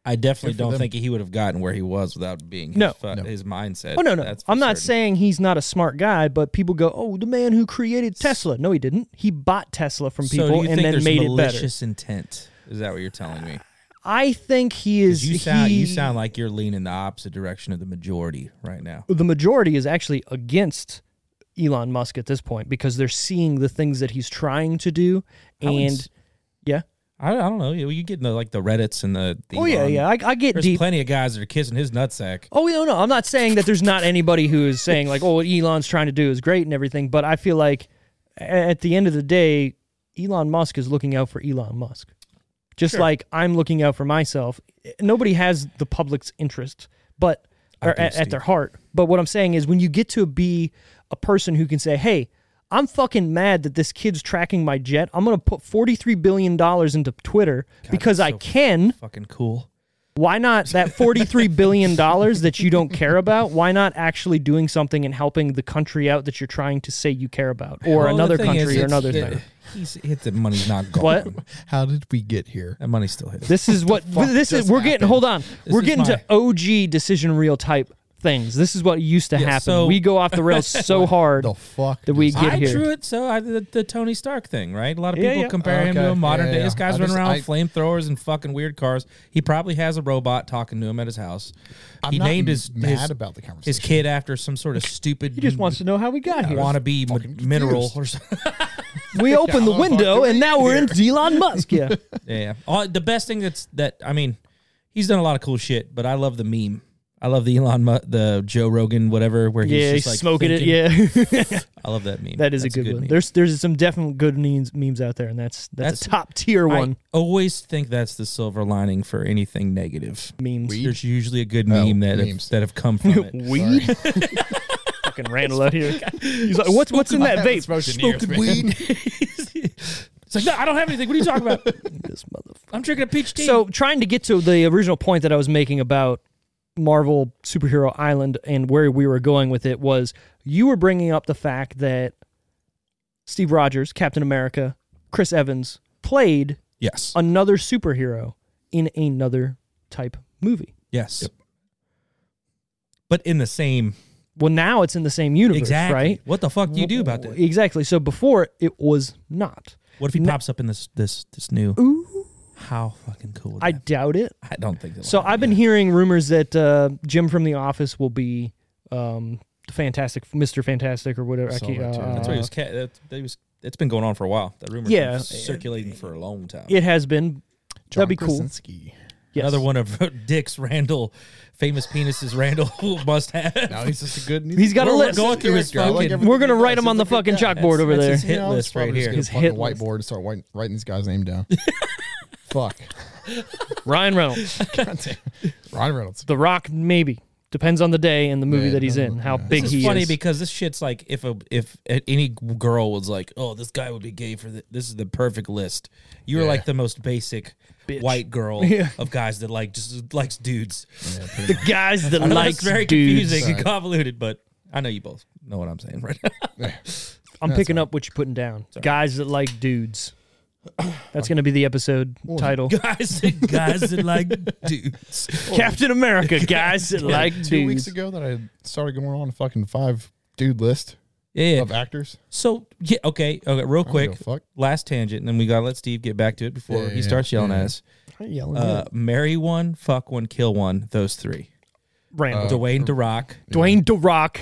I definitely
Good for
don't
them.
think he would have gotten where he was without being his,
No.
fu- his mindset.
Oh no, no.
That's for
I'm not
certain.
saying he's not a smart guy, but people go, "Oh, the man who created Tesla." No, he didn't. He bought Tesla from
so do
people
you
and
think
then
there's
made it better.
malicious intent. Is that what you're telling me?
I think he <sighs> is.
You sound
he,
you sound like you're leaning the opposite direction of the majority right now.
the majority is actually against Elon Musk at this point because they're seeing the things that he's trying to do,
I would
and
s-
yeah,
I, I don't know. You, you get in the like the Reddits and the, the
oh yeah,
Elon-
yeah, I, I get
There's
deep.
plenty of guys that are kissing his nutsack.
Oh no, no, I'm not saying that there's not anybody who is saying like, oh, what Elon's trying to do is great and everything, but I feel like a- at the end of the day, Elon Musk is looking out for Elon Musk, just like I'm looking out for myself. Nobody has the public's interest, but or
do,
at, at
Steve.
their heart. But what I'm saying is, when you get to be a person who can say, hey. I'm fucking mad that this kid's tracking my jet. I'm gonna put forty-three billion dollars into Twitter because I
so
can.
Fucking cool.
Why not that forty-three billion dollars that you don't care about? Why not actually doing something and helping the country out that you're trying to say you care about, or
Well, the
another
thing
country,
is,
or
it's-
another
it- <laughs>
thing?
He's hit the money's not gone.
What?
How did we get here?
That money's still hidden.
This is what
fuck
this is.
just
We're getting.
happened?
Hold on.
This
we're
is
getting
my-
to OG decision reel type things. This is what used to
Yeah,
happen.
so-
we go off
<laughs>
the rails so hard
The fuck?
that we
just-
get
I
here.
drew it, so I the, the Tony Stark thing, right? A lot of
Yeah,
people
yeah.
compare him
Okay.
to a modern
Yeah,
day.
yeah.
This guy's
I
running
just-
around
I-
with flamethrowers and fucking weird cars. He probably has a robot talking to him at his house.
I'm
he
not
named his
mad
his,
about the
his
conversation.
kid after some sort of stupid.
he just wants to know how we got here.
wannabe mi- mineral or something. <laughs>
We opened the
How the fuck
window
did
and
we
now
get
we're in Elon Musk. Yeah.
yeah. All, the best thing that's that I mean, he's done a lot of cool shit, but I love the meme. I love the Elon, Mu- the Joe Rogan, whatever, where he's
yeah,
just
he's
like
smoking
thinking.
it. Yeah, <laughs>
I love that meme.
that is a
That's
good, one.
meme.
There's there's some definite good memes memes out there, and that's that's, a
That's-
top tier
I
one
always think that's the silver lining for anything negative.
memes.
There's usually a good meme that have,
memes.
that have come from
<laughs>
it.
weed. Fucking Randall out here. He's like, what's what's in
<laughs>
that vape?
Smoked
<laughs>
weed.
It's like, no, I don't have anything. What are you talking about?
This motherfucker.
I'm drinking a
<laughs>
peach tea.
So trying to get to the original point that I was making about Marvel Superhero Island and where we were going with it was you were bringing up the fact that Steve Rogers, Captain America, Chris Evans played
yes,
another superhero in another type movie.
yes, but in the same
Well, now it's in the same universe,
exactly.
right?
What the fuck do you do about that?
Exactly. So before it was not.
What if he
No.
pops up in this this this new?
Ooh.
How fucking cool! Would
I
that be?
doubt it.
I don't think it'll
So
happen.
I've been hearing rumors that uh, Jim from The Office will be um, Fantastic, Mr. Fantastic, or whatever. I
Saw
can't-
that too.
uh,
That's why he was. Ca- that, that was. It's been going on for a while. That rumor.
Yeah.
Yeah, circulating for a long time.
It has been.
John
be cool.
Krasinski.
Yes.
Another one of <laughs> Dick's Randall, famous penises Randall <laughs> must have.
Now he's just
<laughs>
a good.
He's got a
We're-
list.
We're going through his
Character, I like
fucking.
everything
We're gonna
he
write
does.
him on the
He's a
fucking
good guy.
chalkboard over
That's
there.
his hit
Yeah, I was
list
probably
right
just
here.
gonna
His
fucking
hit list.
whiteboard and start white, writing this guy's
<laughs>
name down. Fuck.
Ryan Reynolds,
<laughs>
God damn. Ryan Reynolds.
The Rock, maybe depends on the day and the movie
Yeah,
that he's in,
no,
how
yeah.
big
This
he
is funny
is.
because this shit's like if a if a- any girl was like, oh, this guy would be gay for the, this is the perfect list. You were
Yeah.
like the most basic white girl
Yeah.
of guys that like just likes dudes.
Yeah, pretty much.
Guys that
<laughs> I know
likes
it's very
dudes.
confusing and
Sorry.
convoluted, but I know you both know what I'm saying right now.
I'm picking up what you're putting down. Guys that like
<coughs>
dudes. That's gonna be the episode title.
guys, that, guys that like dudes.
Captain America. Guys
<laughs>
that like dudes.
Two weeks ago that I started going on a fucking five dude list
Yeah.
of actors.
So yeah, okay, okay. Real
I don't give
quick,
a fuck.
last tangent, and then we gotta let Steve get back to it before
Yeah,
he
yeah,
starts yelling
yeah.
at us.
I'm yelling at
Uh, marry one, fuck one, kill one. Those three.
Randall.
Dwayne DeRock,
Dwayne The Rock.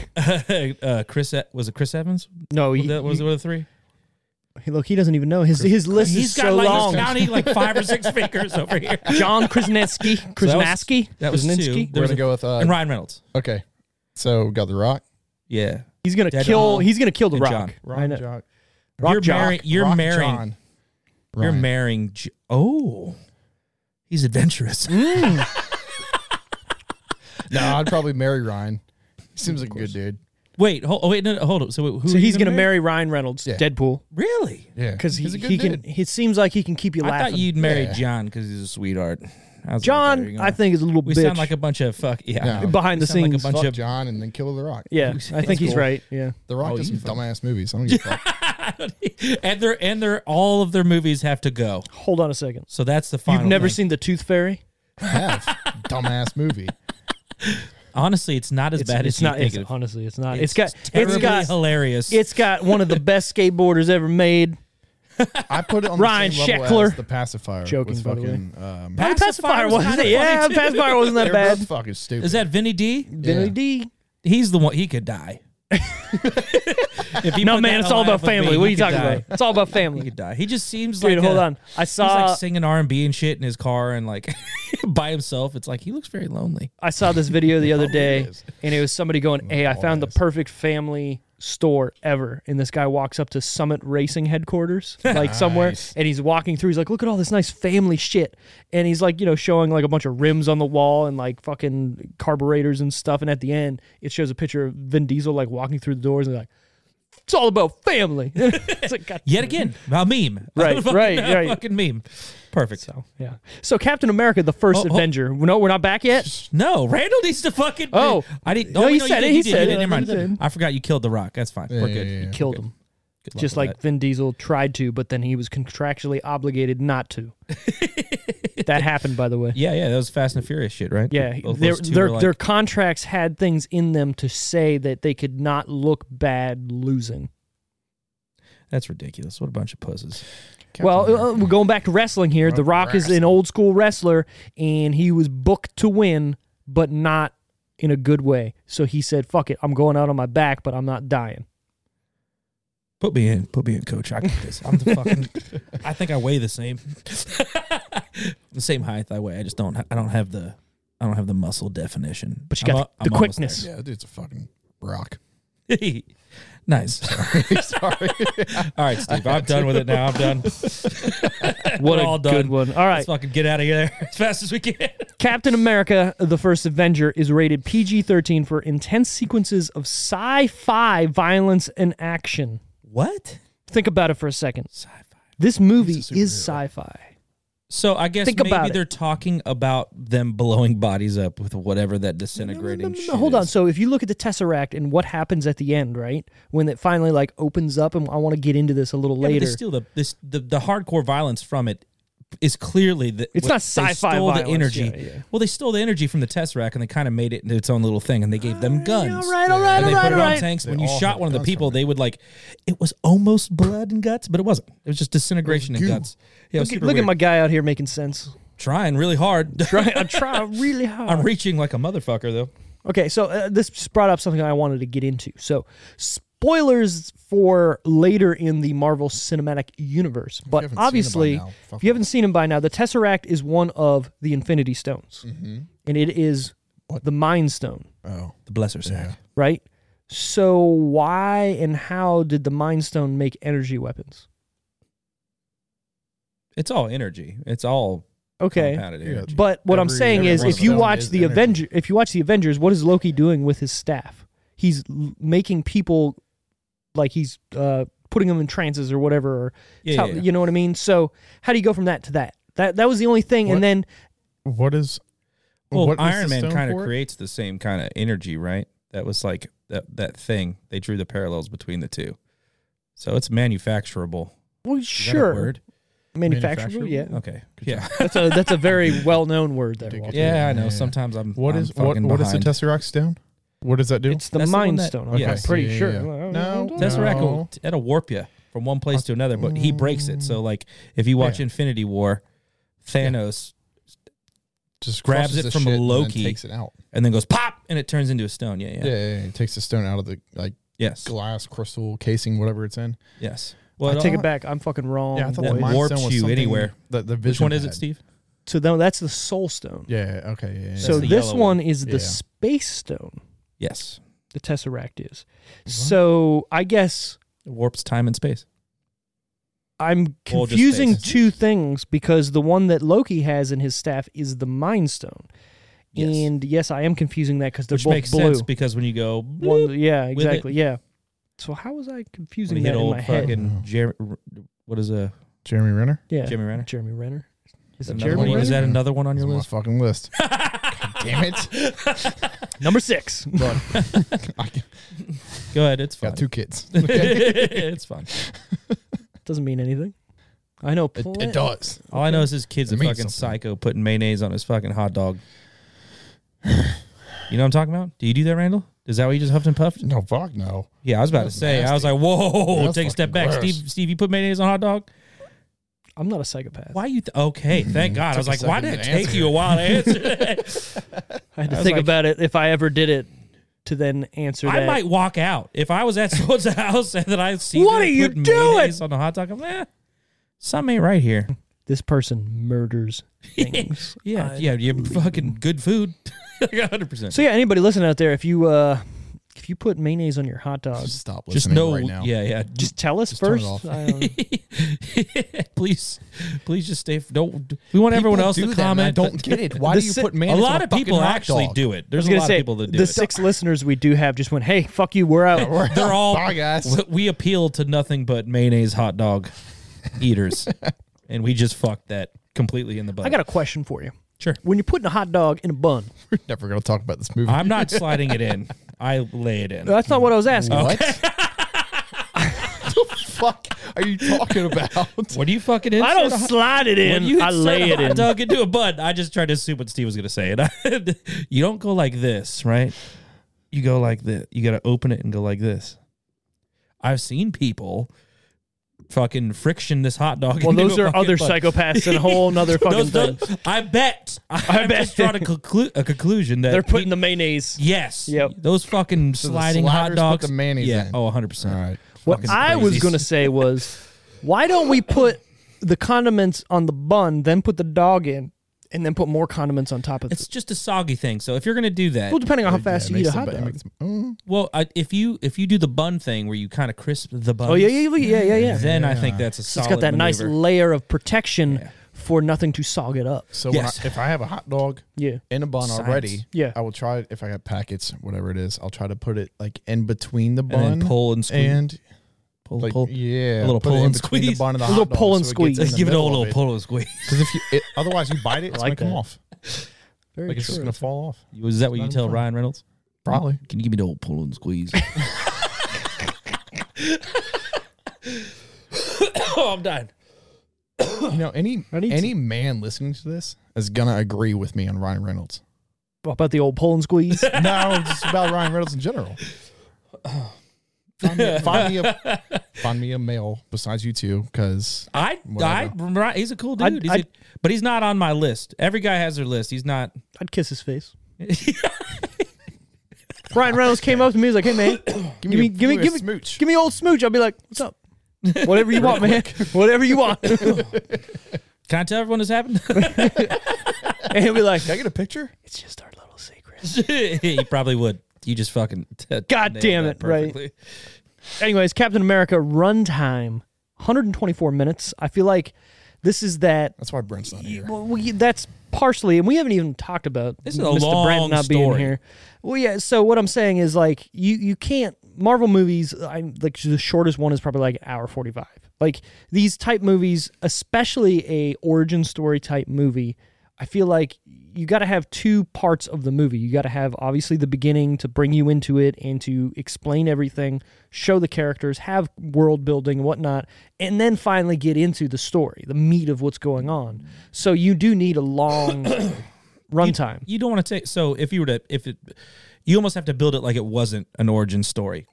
<laughs> uh, Chris E- was it Chris Evans?
No, he,
That was
he-
one of the three.
look, he doesn't even know his his list is so long. Uh,
counting like five or
<laughs>
six fingers over here.
John Krasinski, Krasinski,
That was two.
Krasinski.
We're
There's
gonna
a-
go with uh,
and Ryan Reynolds.
okay. So got the Rock.
Yeah,
He's gonna
Dead
kill.
on.
He's gonna kill the
And
Rock.
John.
I
Rock
know.
Jock.
Rock
you're
Jock.
marrying. You're
Rock
marrying.
John.
You're
Ryan.
marrying. J- oh, he's adventurous.
Hmm?
No, I'd probably marry Ryan. He seems like a good dude.
wait, hold. Oh, wait, no, no, hold up. So who?
So he's gonna marry Ryan Reynolds,
Yeah.
Deadpool,
Really?
Yeah,
because he,
he's a good
he
dude.
can. It seems like he can keep you
I
laughing.
thought you'd marry
Yeah.
John because he's a sweetheart. I was like, there you
John,
go.
I think is a little
we
bitch
sound like a bunch of fuck. Yeah,
No.
behind
we
the
sound like a
scenes.
bunch
Fuck
of-
John and then kill the Rock.
yeah, I think he's
cool.
right. Yeah,
The Rock
Oh,
does
you
some dumbass movies. I don't
<laughs>
give a fuck.
and their and their all of their movies have to go.
hold on a second.
So that's the final.
You've never
thing.
seen the Tooth Fairy?
I have dumbass movie.
Honestly, it's not as
It's,
bad
it's
as you
not.
think
It's,
it.
honestly, it's not.
It's
it's got. It's
terribly
got.
hilarious.
It's got one of the best skateboarders ever made.
I put it on
Ryan
the same level
Sheckler.
as the pacifier.
Joking,
was
by the way.
fucking, um,
Oh, the pacifier
was
wasn't
kinda
it? Yeah,
funny, too.
pacifier wasn't that
they're both
bad.
fucking stupid.
Is that Vinny D?
Billy
Yeah.
D.
He's the one. He could
<laughs>
die. if he
No
put
man,
that
it's all
line
about
up with me,
family. What are
he
you
could
talking
die.
about? It's all about
He
family.
could die. He just seems
Dude,
like
hold
a-
on. I
He's
saw
like singing R and B and shit in his car and like <laughs> by himself. It's like he looks very lonely.
I saw this video
Oh,
the other day,
is.
and it was somebody going, "Hey, I found the perfect family store ever." And this guy walks up to Summit Racing headquarters,
<laughs>
like somewhere,
Nice.
and he's walking through. He's like, "Look at all this nice family shit," and he's like, you know, showing like a bunch of rims on the wall and like fucking carburetors and stuff. And at the end, it shows a picture of Vin Diesel like walking through the doors and like. It's all about family. <laughs> it's like, God
Yet again, a meme. <laughs>
Mm-hmm. Right,
Fucking-
right, right.
Fucking meme. Perfect.
So yeah. So Captain America, the first
Oh, oh.
Avenger. No, we're not back yet.
No, Randall needs to fucking.
Oh.
I didn't.
No,
oh,
he
no, you
said it,
did,
he
you did,
said
you
it,
did,
he
Never
said it.
mind. I forgot you killed the Rock. That's fine.
Yeah,
We're
yeah,
good.
yeah, yeah.
Killed him.
Good luck
just
with
like
that.
Vin Diesel tried to, but then he was contractually obligated
<laughs>
not to. that happened, by the way.
yeah, yeah. That was Fast and Furious shit, right?
Yeah,
Both
their
those two
their,
were like-
their contracts had things in them to say that they could not look bad losing.
that's ridiculous. What a bunch of pusses.
Captain America.
well, uh, we're going back to wrestling here. The
Well,
Rock is an
wrestling.
old school wrestler, and he was booked to win, but not in a good way. So he said, "Fuck it, I'm going out on my back, but I'm not dying."
Put me in. Put me in, coach. I can do this. I'm the
<laughs>
fucking. I think I weigh the same. <laughs> the same height I weigh. I just don't. ha- I don't have the. I don't have the muscle definition.
But you
I'm
got
al-
the
I'm almost
quickness.
yeah, that dude's a fucking rock. <laughs>
there. <laughs> nice. <laughs>
Sorry.
All right, Steve. I'm done with it now. I'm
<laughs>
done. <laughs>
What
We're
a
all
good
done.
one! All right,
Let's fucking get out of here <laughs> as fast as we can.
Captain America: The First Avenger is rated PG-13 for intense sequences of sci-fi violence and action.
What?
Think about it for a second. This movie is sci-fi.
So I guess
Think
maybe
about it.
they're talking about them blowing bodies up with whatever that disintegrating. shit
Hold on.
is.
So if you look at the Tesseract and what happens at the end, right? When it finally like opens up and I want to get into this a little
Yeah, but
later.
They steal the this the, the hardcore violence from it is clearly the
It's
what-
not
they
sci-fi
stole
violence.
the energy.
Yeah, yeah.
Well, they stole the energy from the Tesseract and they kind of made it into its own little thing and they gave them guns.
All right, all right,
And
all
they
right,
put
all
it on
right.
tanks. when
They
you
all
shot
had
one of the
guns
people,
from it.
they would like, it was almost blood and guts, but it wasn't. It was just disintegration and
goo.
guts. Yeah, it was
Look, at-
super
look at
weird.
my guy out here making
<laughs>
sense.
trying really hard.
Try, <laughs> I try really
<laughs>
hard.
I'm reaching like a motherfucker though.
Okay, so uh, this just brought up something I wanted to get into. So, spoilers for later in the Marvel Cinematic Universe, but
haven't seen 'em by
obviously,
now, fuck
if you haven't seen them by now, the Tesseract is one of the Infinity Stones,
Hmm.
and it is the Mind Stone,
Mm-hmm. Oh,
The blesser sack.
right? So, why and how did the Mind Stone make energy weapons?
It's all energy. It's all
Okay,
compounded
Yeah.
energy.
but what I'm
Every-
saying
every
is,
one
if
of
you
them
watch
is
the
energy.
Avenger, if you watch the Avengers, what is Loki doing with his staff? He's l- making people like he's uh, putting them in trances or whatever. Or
Yeah,
tell-
yeah, yeah.
you know what I mean. So how do you go from that to that? That that was the only thing,
What?
and then
what is?
Well,
what is
oh, Iron
the
Man
stone
kind
for
of
it?
creates the same kind of energy, right? That was like that that thing. They drew the parallels between the two, so it's manufacturable.
well,
Is that a
sure,
word?
manufacturable.
Manufacturable? <laughs>
Yeah,
Okay. Yeah.
that's a that's a very well known word there.
Dig
Walt.
it.
yeah. I
Yeah.
know. Sometimes I'm.
What
I'm
is what?
fucking
What is the
behind.
Tesseract stone? What does that do?
It's the
That's the one
Mind
that-
Stone.
Okay.
I'm pretty
Yeah,
sure.
yeah, yeah. No,
Tesseract
No. Mm.
will, it'll warp you from one place to another, but he breaks it. So like, if you watch
Yeah.
Infinity War, Thanos
Just
grabs
crushes
it
the
from
shit and then
Loki.
takes it out.
and then goes pop, and it turns into a stone. Yeah. Yeah.
Yeah, yeah, yeah. It takes the stone out of the like
Yes.
glass crystal casing, whatever it's in.
Yes.
I
Well, uh,
take it back. I'm fucking wrong.
Yeah, I thought
that
the
boys.
Mind
warps
Stone was
you
something
anywhere.
That the
Which
vision
one is it,
had.
Steve?
so then that's the Soul Stone.
Yeah. yeah, Okay. Yeah. yeah,
so
the
this
yellow
one
one.
is the
Yeah.
Space Stone.
Yes.
the tesseract is.
Mm-hmm.
So I guess
It warps time and space.
I'm
Or just
confusing
spaces.
two things because the one that Loki has in his staff is the Mind Stone,
Yes.
and yes, I am confusing that because they're
Which
both
makes
blue.
sense because when you go bloop,
one, yeah,
with
exactly, yeah. So how was I
when
confusing
you
that
hit
in
old
my head?
fucking Jer- what is a
Jeremy Renner.
Yeah,
Jeremy Renner?
Jeremy Renner. Is it
Another
Jeremy
one?
Renner?
Is that another one on your
It's on my <laughs>
list?
fucking
<laughs>
list. God damn it!
Number
<laughs>
six.
I
Go ahead, it's fine. <laughs>
got two <laughs> kids.
it's fine.
Doesn't mean anything. I know.
It,
plenty-
it does.
All I know is his kid's
It
a
means
fucking
something.
psycho putting mayonnaise on his fucking hot
<sighs>
dog. You know what I'm talking about? Do you do that, Randall? Is that what you just huffed and puffed?
No, fuck no.
Yeah, I was about to
That's
say. I was
nasty.
like, "Whoa!" <laughs>
That's
take a step
fucking
back,
gross.
Steve. Steve, you put mayonnaise on a hot dog?
I'm not a psychopath.
Why you? Th- okay, thank God. I was
Mm-hmm.
like,
Took a
why
second
did it
to
take
answer.
you a while to
<laughs>
answer that?
I had to
was
think
like-
about it if I ever did it to then answer
I
that.
might walk out if I was at <laughs> someone's house and then I see.
What
them
are you
putting
doing?
mayonnaise on the hot dog? I'm eh, something ain't right
<laughs>
here.
This person
<laughs>
murders things.
Yeah,
I-
yeah, you fucking good food. <laughs> hundred percent.
So yeah, anybody listening out there, if you uh if you put mayonnaise on your hot dog,
Just stop
Just
listening
know,
right now.
yeah, yeah. <laughs>
just tell us
Just turn it
first.
off.
I don't-
please, please just stay. Don't. We want everyone
People
else to
do that, and
comment.
I don't
but- <laughs>
get it. Why
the
do you
si-
put
A
mayonnaise? on
lot of
fucking
people
hot
actually
dog?
do it.
I
There's
was
a
gonna
lot
say
of people that do
the
it.
six listeners we do have just went, "Hey, fuck you, we're
<laughs>
out."
They're all
Bye, guys.
we- We appeal to nothing but mayonnaise hot
<laughs>
dog eaters, and we just fucked that completely in the butt.
I got a question for you.
sure.
When you're putting a hot dog in a bun,
We're never gonna talk about this movie.
I'm not sliding it in. I lay
<laughs>
it in.
that's not what I was asking.
Oh.
what? <laughs> the fuck are you talking about?
What do you fucking insert?
I don't
a hot-
slide it
when
in.
you
I
insert
lay
a hot
it in.
Dog into a bun. I just tried to assume what Steve was gonna say, and I, <laughs> you don't go like this, right? You go like this. You gotta open it and go like this. I've seen people fucking friction this hot dog.
Well,
into
those
a
are
fucking
other
bun.
psychopaths
<laughs>
and a whole nother fucking
Those-
thing.
those- I bet. I,
bet.
just drawn a, conclu- a conclusion that
They're putting
pe-
the mayonnaise.
yes,
Yep.
those fucking
the
sliding hot
sliders put
dogs.
the mayonnaise
yeah,
in.
oh, 100 percent.
All right.
What
Fucking
I was
crazies.
gonna say was, why don't we put the condiments on the bun, then put the dog in, and then put more condiments on top of
It's
it?
just a soggy thing. So if you're gonna do that,
Well, depending on how
Yeah,
fast
it
you eat a
makes
hot
the- it
dog.
makes the- mm.
well, I, if you if you do the bun thing where you kind of crisp the bun,
Oh yeah, yeah, yeah, yeah, yeah.
then I think that's a solid.
it's got that nice
maneuver.
layer of protection for nothing to sog it up.
So when I-
Yes.
if I have a hot dog
Yeah.
in a bun
Science.
already,
Yeah.
I will try if I got packets, whatever it is, I'll try to put it like in between the bun
and then pull and squeeze,
and,
pull,
like
pull,
yeah,
a little
put it
pull
in
and
between
squeeze,
the bun and the
A
hot
little
dog
pull and
so it gets
squeeze.
in
Just <laughs>
the
give it a
middle of
little pull and squeeze.
<laughs> Because if you, it, otherwise you bite it, it's
like
gonna come
that.
off.
Very
Like it's just
true.
gonna fall off.
Is that what you
Not
tell
fun.
Ryan Reynolds?
Probably.
Can you give me the old pull and
<laughs>
squeeze? <laughs> oh, I'm dying.
You know, any
I need
any man listening to this is gonna agree with me on Ryan Reynolds.
What about the old pull and squeeze?
no, just about Ryan Reynolds in general. Find me, find me a find me a male besides you two, because
I, I,
Whatever.
right, he's a cool
I'd-
dude. He's
I'd-
a, but he's not on my list. Every guy has their list. He's not.
I'd kiss his face. Ryan Reynolds came up to me. He's like, "Hey man, give me,
a-
give me,
a
give me,
smooch.
give me old smooch." I'll be like, "What's up? Whatever you want, man. Whatever you want." and
Can I tell everyone this happened? <laughs>
he'll be like,
Can I get a picture?
"It's just our little secret."
you probably would. You just fucking.
God
nailed
damn
that
it,
<laughs>
right.
perfectly.
Anyways, Captain America runtime, 124 minutes. I feel like this is that.
That's why Brent's not here.
Well, we, that's partially, and we haven't even talked about
This is a
Mr.
long
Brent not being
story.
here. Well, yeah. So what I'm saying is, like, you you can't Marvel movies. I'm like the shortest one is probably like an hour 45. Like these type movies, especially a origin story type movie. I feel like you got to have two parts of the movie. You got to have obviously the beginning to bring you into it and to explain everything, show the characters, have world building and whatnot, and then finally get into the story, the meat of what's going on. So you do need a long runtime.
you don't want to take so if you were to if it you almost have to build it like it wasn't an origin story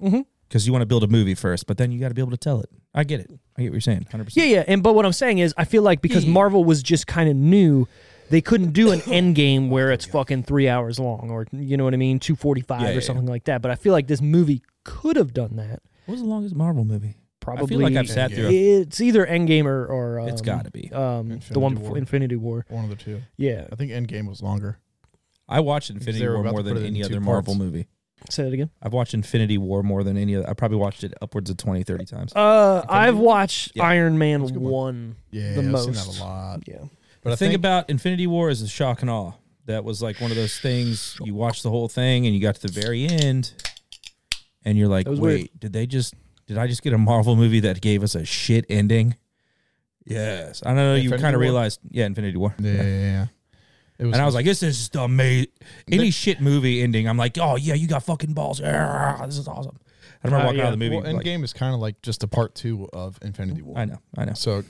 because you want to build a movie first but then you got to be able to tell it i get it i get what you're saying 100%
Yeah, yeah. And but what I'm saying is, I feel like because
Yeah.
Marvel was just kind of new, they couldn't
<coughs>
do an end game where it's fucking three hours long, or you know what I mean, two forty five
Yeah,
or
yeah,
something like that. But I feel like this movie could have done that.
what was the longest marvel movie
Probably.
i feel like i've sat through a,
It's either Endgame or, or um,
it's gotta be
um, the
Infinity
one before
War.
Infinity War.
One of the two.
Yeah,
I think Endgame was longer.
i watched infinity
they were
war
about
more
to
than
put it
any
in two
other
parts.
marvel movie
say that again.
i've watched infinity war more than any other i probably watched it upwards of 20 30 times
Uh, I've watched
Yeah.
Iron Man
a
one.
good one. Yeah,
The
I've
most.
seen that a lot.
Yeah,
But
the
I
thing
think
about infinity war is the shock and awe that was like one of those things you watch the whole thing and you got to the very end and you're like
That was
wait
weird.
did they just did i just get a marvel movie that gave us a shit ending yes i don't know you
Infinity
kind of
War?
realized yeah infinity war
yeah, yeah, yeah. It was
and I was like, this is amazing. Any shit movie ending, I'm like, oh, yeah, you got fucking balls. Ah, This is awesome. I remember
Uh,
walking out of the
yeah.
movie.
well,
like,
Endgame is kind of like just a part two of Infinity War.
I know, I know.
So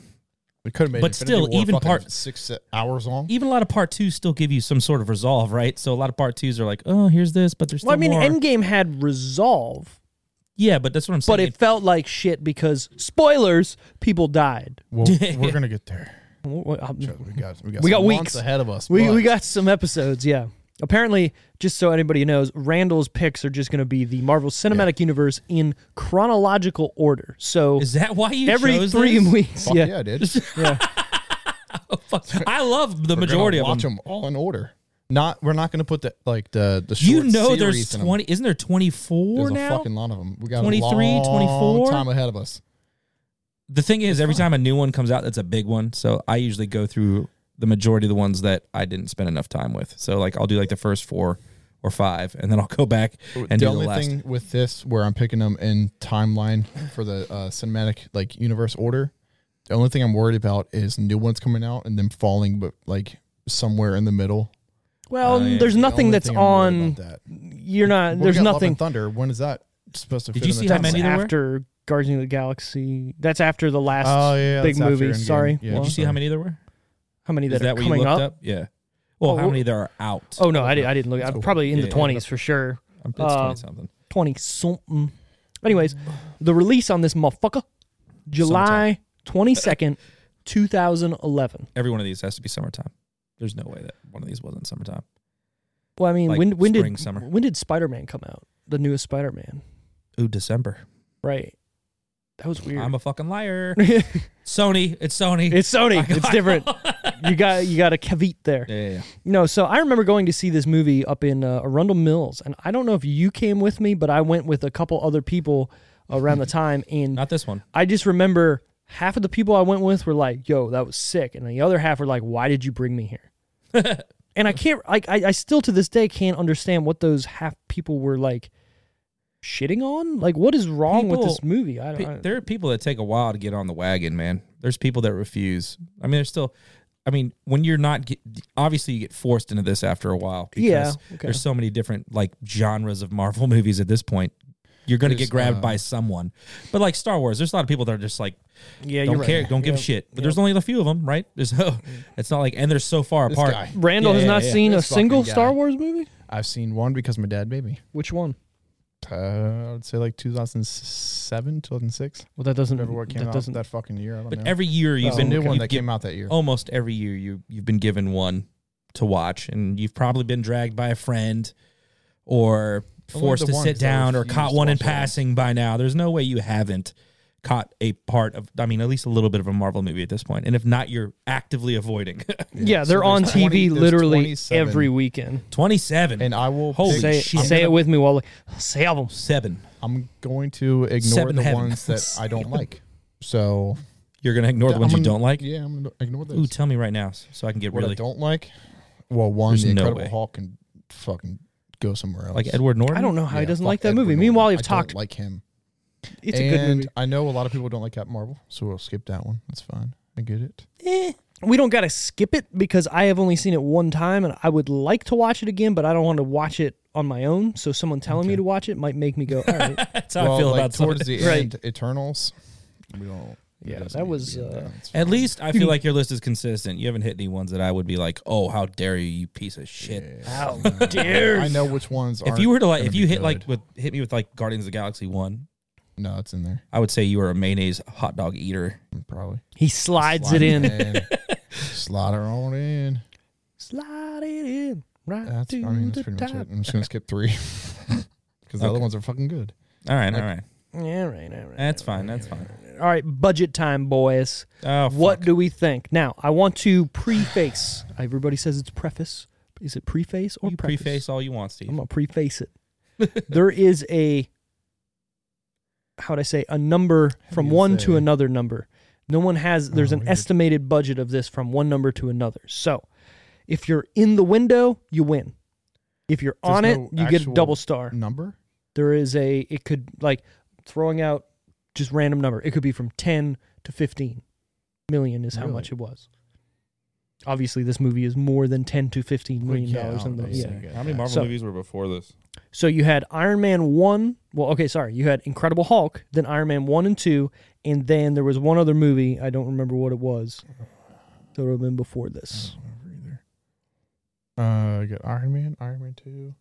it could have made
But
Infinity
still,
War
even
fucking
part-
six uh,
<laughs>
hours long.
Even a lot of part twos still give you some sort of resolve, right? So a lot of part twos are like, oh, here's this, but there's still
well, I mean,
more.
Endgame had resolve,
Yeah, but that's what I'm saying.
But it felt like shit because spoilers, people died.
Well, we're gonna get there. We got we got,
We
some
got
months
weeks.
ahead of us.
We,
but
we got some episodes, yeah. Apparently, just so anybody knows, Randall's picks are just going to be the Marvel Cinematic Universe in chronological order. So
is that why you
every
chose
three
this?
weeks,
fuck
yeah.
<laughs>
yeah, dude. We're
I love the
gonna
majority of
watch
them.
them all in order. Not we're not gonna put the like the the short
You know,
series
there's
in 'em.
twenty. Isn't there twenty four
There's
now?
a fucking lot of them. We got 23,
23,
23,
24?
24 time ahead of us.
the thing is, every time a new one comes out, that's a big one. So I usually go through the majority of the ones that I didn't spend enough time with. So like, I'll do like the first four or five, and then I'll go back and
the
do the
only
last.
thing with this where I'm picking them in timeline for the uh, cinematic like universe order, the only thing I'm worried about is new ones coming out and them falling, but like somewhere in the middle.
Well,
Oh, yeah.
there's
The
nothing
only
that's
thing I'm worried
on.
about that.
You're not.
Well, we
there's
got Love and
nothing
Thunder. When is that supposed to?
Did
fit
you
in the
see how many
timeline?
there were?
after Guardians of the Galaxy. That's after the last
Oh yeah,
big
that's after
movie.
Endgame.
Sorry.
Yeah,
Did
Well,
you see how many there were?
how many
Is
that,
that
are
what you
coming
looked
up?
up? Yeah. Well,
Oh,
how many there are out?
Oh no, I, did, I didn't look. I'm probably in
Yeah,
the
yeah.
20s for sure.
I'm- it's
Uh,
20 something.
20 something. Anyways, the release on this motherfucker, July 22nd, 2011.
Every one of these has to be summertime. There's no way that one of these wasn't summertime.
Well, I mean,
Like
when when
spring,
did
summer.
when did Spider-Man come out? The newest Spider-Man,
Ooh, December.
right? That was weird.
I'm
<laughs>
a fucking liar. Sony. It's Sony.
it's
<laughs>
Sony.
I-
It's different. you got you got a caveat there.
yeah, yeah, yeah.
No, so I remember going to see this movie up in uh, Arundel Mills, and I don't know if you came with me, but I went with a couple other people around the time, and
Not this one.
I just remember half of the people I went with were like, "Yo, that was sick," and the other half were like, "Why did you bring me here?" and I can't, like, I, I still to this day can't understand what those half people were like shitting on. Like, what is wrong with this
People-
movie? I
Pe-
don't. know.
there are people that take a while to get on the wagon, man. There's people that refuse. I mean, there's still. I mean, when you're not get, obviously you get forced into this after a while.
Yeah, okay.
There's so many different like genres of Marvel <laughs> movies at this point. You're going to
There's,
get grabbed
uh,
by someone. But like Star Wars, there's a lot of people that are just like
Yeah,
don't
you're
care,
right.
don't give a
Yeah,
shit. But
yeah.
there's only a few of them, right? <laughs> There's no, it's not like and they're so far
This
apart.
guy.
Randall
Yeah,
has
yeah,
not
yeah.
seen a
This fucking
single
guy.
Star Wars movie.
I've seen one because my dad made me.
Which one?
Uh, I would say like 2007, 2006.
Well, that doesn't.
Whatever what came
Mm, that
out
doesn't.
that fucking year. I don't
But
know.
every year you've
There's a
been
new one
you've
that
given-
came out that year.
almost every year you you've been given one to watch and you've probably been dragged by a friend or
Only
forced
the
to
one,
sit
'cause I
down or
refuse
caught
to
one in
watch that one.
passing by now there's no way you haven't caught a part of i mean at least a little bit of a marvel movie at this point and if not you're actively avoiding <laughs>
yeah,
So
they're on
there's
TV
20 there's
literally
27.
every weekend.
27
And I will
Holy
pick-
say
shit.
say it with me, Wally. Say album.
7
I'm going to ignore
Seven
the
heaven.
ones that
<laughs>
I don't like. So
you're going to ignore the
I'm
ones you
gonna-
don't like
Yeah, I'm gonna ignore those.
ooh tell me right now so i can get
what I
really
don't like. Well, one,
There's
the
no
Incredible
way.
Hulk can fucking go somewhere else.
like edward norton
I don't know how he
Yeah,
doesn't
fuck
like that
Edward
movie.
Norton.
Meanwhile,
I
I've
don't
talked.
like him.
It's
and
a good movie.
I know a lot of people don't like Captain Marvel, so we'll skip that one. That's fine. I get it.
We don't gotta skip it because I have only seen it one time, and I would like to watch it again, but I don't want to watch it on my own. So someone telling me to watch it might make me go, all
<laughs>
right.
that's how i
well,
feel
like
about towards <laughs>
towards the
Right.
end, Eternals. We don't. it
Yeah,
doesn't
that
need to
was,
be in there.
uh,
It's
at least I
<laughs>
feel like your list is consistent. You haven't hit any ones that I would be like, "Oh, how dare you, you piece of shit!"
How
fine. <laughs>
dare
I know which ones.
if
aren't
you were to like
gonna
if
be
you hit
good.
like with hit me with like Guardians of the Galaxy one,
no, it's in there
I would say you were a mayonnaise hot dog eater.
probably.
He slides it in.
<laughs>
Slide her on in.
Slide it in. Right
That's, I
to the
mean, that's pretty much
top.
it. I'm just gonna skip three <laughs> because the other
Okay.
ones are fucking good.
All right, all right,
Yeah, right, all right.
that's fine, that's fine.
All right, budget time, boys.
Oh,
What
fuck.
do we think? Now, I want to preface. Everybody says it's preface. Is it preface or
you
preface?
preface all you want, Steve?
I'm gonna preface it. there is a how would I say a number from
you
one to
say?
another number. No one has. There's
Oh,
an
weird.
estimated budget of this from one number to another. So, if you're in the window, you win. If you're
There's
on it,
no
you get a
actual
double star.
Number?
There is a. It could like throwing out just random number. It could be from ten to fifteen million is how
Really?
much it was. Obviously, this movie is more than ten to fifteen million
Yeah, I
dollars.
don't
in the
know.
yeah.
Yeah.
How many Marvel
So-
movies were before this?
So you had Iron Man 1. Well, okay, sorry. You had Incredible Hulk, then Iron Man 1 and 2, and then there was one other movie. I don't remember what it was. So it would have been before this.
either. Uh, I got Iron Man, Iron Man Two.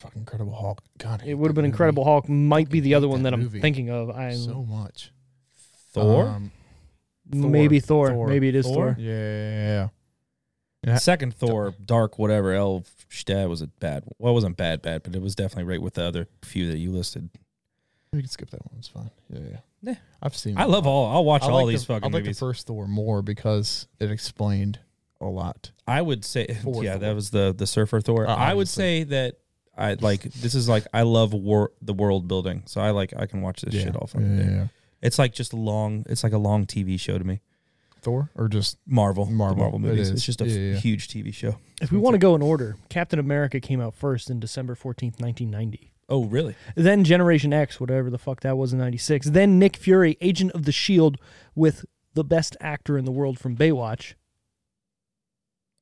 fucking Incredible Hulk. God, I hate
It would have been
that movie
Incredible Hulk. Might be the other
hate
one
that
that I'm
movie
thinking of. I
so much.
Thor.
Um,
maybe Thor.
Thor.
Maybe it is
Thor?
Thor.
yeah, yeah, yeah. Yeah.
Second Thor, Dark, whatever. Elf Shtad was a bad. Well, it wasn't bad, bad, but it was definitely right with the other few that you listed.
We can skip that one. It's fine. Yeah, yeah.
Yeah.
I've seen.
I
it.
love all. I'll watch
I
all
like
these
the,
fucking
I like
movies.
the first Thor more because it explained a lot.
I would say, <laughs>
Thor,
yeah,
Thor.
that was the the Surfer Thor.
Uh,
I would
obviously.
say that I like this is like I love war the world building, so I like I can watch this shit all fucking
yeah,
day.
yeah, yeah.
It's like just a long. It's like a long TV show to me.
Thor or <laughs> just
Marvel, the
Marvel.
Marvel
It
movies.
is.
it's just a
Yeah,
f-
yeah.
huge TV show.
If we want to go in order, Captain America came out first in December 14th, 1990.
Oh, really?
Then Generation X, whatever the fuck that was in 96. Then Nick Fury, Agent of the Shield with the best actor in the world from Baywatch.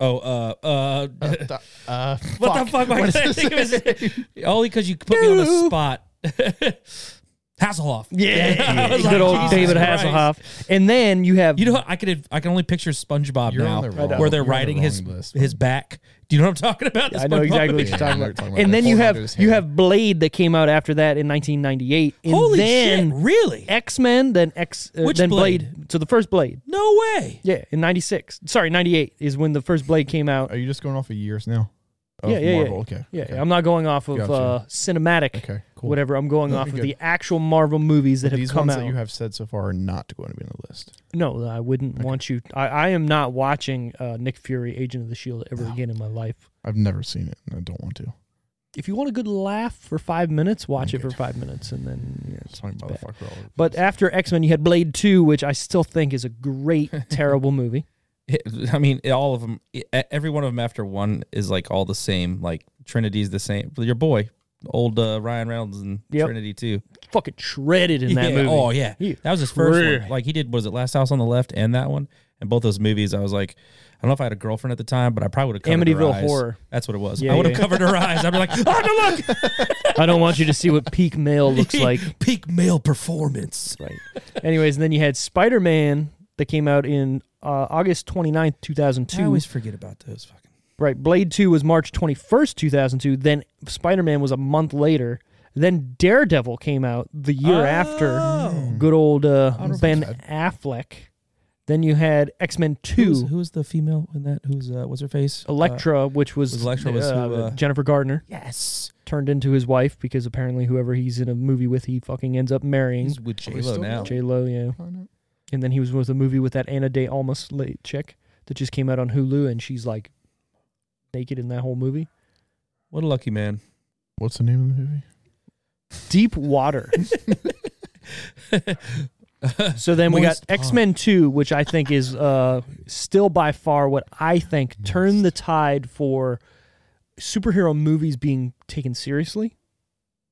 Oh, uh, uh,
uh, uh,
<laughs> what the fuck? am I
What is
gonna
this?
think of
<laughs>
his- Only because you put me on the
Boo.
spot. <laughs> Hasselhoff. <laughs>
<laughs>
I was like,
Good old
Jesus
David
Christ.
Hasselhoff. And then you have
You know, what? I could I can only picture SpongeBob
You're
now,
on the wrong-
where they're
you're on the
riding his
wrong list,
his back. Do you know what I'm talking about? The
I know
SpongeBob
exactly what
movie.
you're
Yeah,
talking
I know
about.
what you're talking about.
And then
That
you
Thor
have
under his
you
hand.
have Blade that came out after that in 1998. And
Holy
then,
shit! Really?
X Men, then X, uh,
Which
then
Blade?
So the first Blade,
No way.
yeah, in '96. Sorry, '98 is when the first Blade came out.
Are you just going off of years now? Of
Yeah, yeah, yeah.
Marvel. Okay.
Yeah,
okay.
I'm not going off of
Gotcha.
uh, cinematic,
Okay, cool.
whatever. I'm going
That'd
off
be
of
good.
the actual Marvel movies that have
These
come
ones
out.
that you have said so far are not going to be on the list.
no, I wouldn't want you. I, I am not watching uh, Nick Fury, Agent of the Shield, E ever again in my life.
I've never seen it, and I don't want to.
If you want a good laugh for five minutes, watch it for
Okay.
five minutes, and then. Yeah.
It's my
bad.
motherfucker. all over.
But after X Men, you had Blade Two, which I still think is
<laughs>
a great, terrible movie.
It- <laughs> I mean, it- all of them, e- every one of them after one is like all the same. Like Trinity's the same. Your boy, old uh, Ryan Reynolds and
Yep.
Trinity too.
Fucking shredded in that
Yeah,
movie.
Oh yeah,
He-
that was his first
Really?
one. Like he did, was it Last House on the Left and that one? And both those movies, I was like, I don't know if I had a girlfriend at the time, but I probably would have covered her
Amityville
eyes.
Horror.
That's what it was.
Yeah,
I would have
yeah.
covered
<laughs>
her eyes. I'd be like, oh no, look,
I don't want you to see what
<laughs>
peak male looks like.
peak male performance.
Right. Anyways, and then you had Spider Man that came out in uh, August 29th,
I
2002.
always forget about those fucking.
right. Blade 2 was March 21st, 2002. Then Spider Man was a month later. Then Daredevil came out the
Oh,
year
Mm.
after. Good old uh, Ben Affleck. Then you had X Men 2.
Who's, who was the female in that? Who's uh, what's her face? Uh,
Electra, which was,
was Elektra was
uh,
who, uh,
Jennifer Gardner,
yes,
turned into his wife because apparently whoever he's in a movie with, he fucking ends up marrying.
he's with J
we
Lo
still
now.
J Lo, yeah.
I know.
And then he was with a movie with that Anna De Almas late chick that just came out on Hulu, and she's like naked in that whole movie.
What a lucky <laughs> man.
What's the name of the movie?
Deep Water. so then we got
Moist
X Men Two, which I think is uh, still by far what I think turned the tide for superhero movies being taken seriously.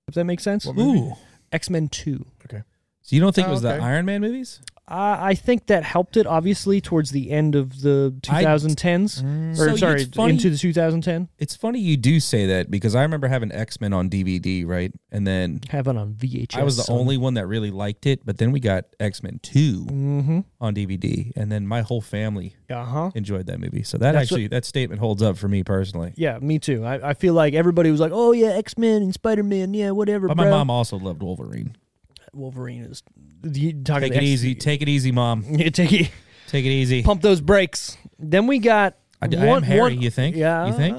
If that makes sense,
What movie?
Ooh.
X Men Two.
So you don't think it
Oh,
was
okay.
the Iron Man movies?
I I think that helped it obviously towards the end of the
I- Mm.
2010s,
Mm.
or
So
sorry,
it's funny-
into the 2010.
It's funny you do say that because I remember having X Men on DVD, right? And then
Have it on VHS.
I was the only one that really liked it, but then we got X Men 2
Mm-hmm.
on DVD, and then my whole family
Uh huh.
enjoyed that movie. So that
That's
actually, that statement holds up for me personally.
Yeah, me too. I, I feel like everybody was like, "Oh yeah, X Men and Spider Man, yeah, whatever."
But my
bro."
mom also loved Wolverine.
Wolverine is you talking.
Take it
X-
easy. Take it easy, mom.
Yeah, take it.
Take it easy.
Pump those brakes. Then we got.
I, d- I
one,
am Harry,
one-
you think?
Yeah.
You <sighs> think?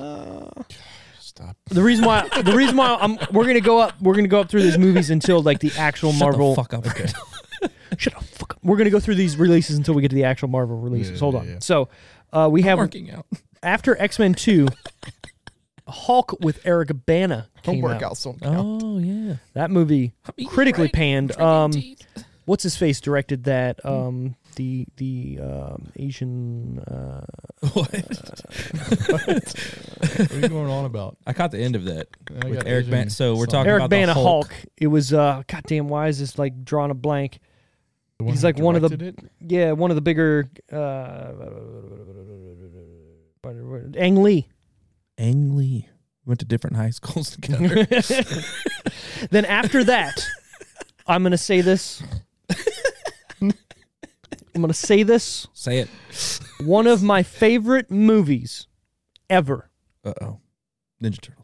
Stop.
The reason why the reason why I'm we're gonna go up we're gonna go up through these movies until like the actual
Shut
Marvel
the fuck up. Okay.
Shut up, fuck up. We're gonna go through these releases until we get to the actual Marvel releases.
Yeah,
Hold
yeah,
on.
yeah.
So uh, we have
Working out. <laughs>
after X Men Two, Hulk with Eric Bana
Don't
came
work
out.
out so
<laughs> Oh yeah.
That movie
eating
critically
right. Hmm.
panned. Um, what's his face directed that? Um, the the um, Asian. Uh,
<laughs> What?
What are you going on about?
I caught the end of that
I
with
got
Eric
Asian
Ban. So we're
son.
talking
Eric
about the
Bana
Hulk.
Hulk. It was uh goddamn why is this like drawn a blank?
The one
He's
who
like one of the-
directed it?
Yeah, one of the bigger uh Ang Lee.
Ang Lee. We went to different high schools <laughs> together.
Then
<laughs>
after that, I'm gonna say this. I'm gonna say this.
Say it.
One of my favorite movies ever,
Uh oh. Ninja Turtles.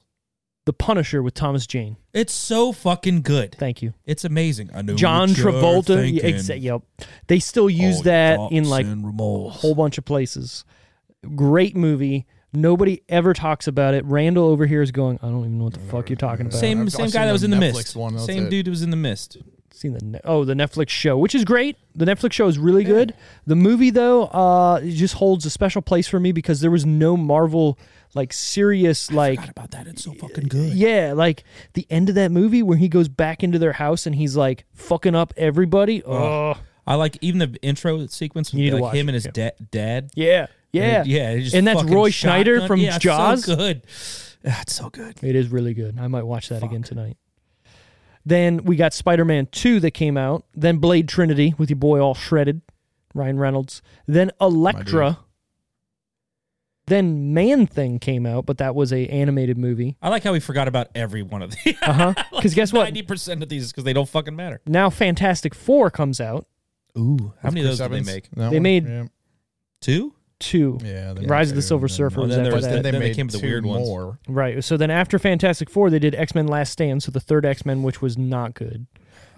The Punisher with Thomas Jane.
It's so fucking good.
Thank you.
It's amazing. I know
John
what you're
Travolta. Yeah,
thinking.
exa- yep. They still
All
use
your
that
thoughts
in like
and
a
remorse.
whole bunch of places. Great movie. Nobody ever talks about it. Randall over here is going, I don't even know what the fuck you're talking about.
same
I've-
same
I've
guy
seen
that was
the
in the
Netflix
mist.
one, that's
same
it.
dude that was in the mist.
Seen the ne- oh the Netflix show, which is great. The Netflix show is really good. The movie though, uh, it just holds a special place for me because there was no Marvel like serious like
Forgot about that. It's so fucking good.
yeah like the end of that movie where he goes back into their house and he's like fucking up everybody. Oh
I like even the intro sequence
You need
with
to
like
watch
him
it,
and his da- dad.
yeah yeah
And, yeah. they just
And that's
fucking
Roy
shotgun-
Schneider from
yeah, it's
Jaws.
So good. That's so good.
It is really good. I might watch that again tonight. Then we got Spider Man 2 that came out. Then Blade Trinity with your boy all shredded, Ryan Reynolds. Then Elektra. Then Man Thing came out, but that was a animated movie.
I like how we forgot about every one of these. <laughs>
<laughs> Uh huh. Because guess what?
Ninety percent of these because they don't fucking matter.
Now Fantastic Four comes out.
Ooh, how many of those
Chris
did
Evans,
they make?
that
They
one,
made-
yeah,
Two.
Two.
yeah they
Rise
made
of the
two,
Silver
and then-
Surfer
Oh,
was
then
after
there was
that.
Then they
Then they
made
came with the
two
weird ones.
more.
Right. So then after Fantastic Four, they did X Men Last Stand. So the third X Men, which was not good.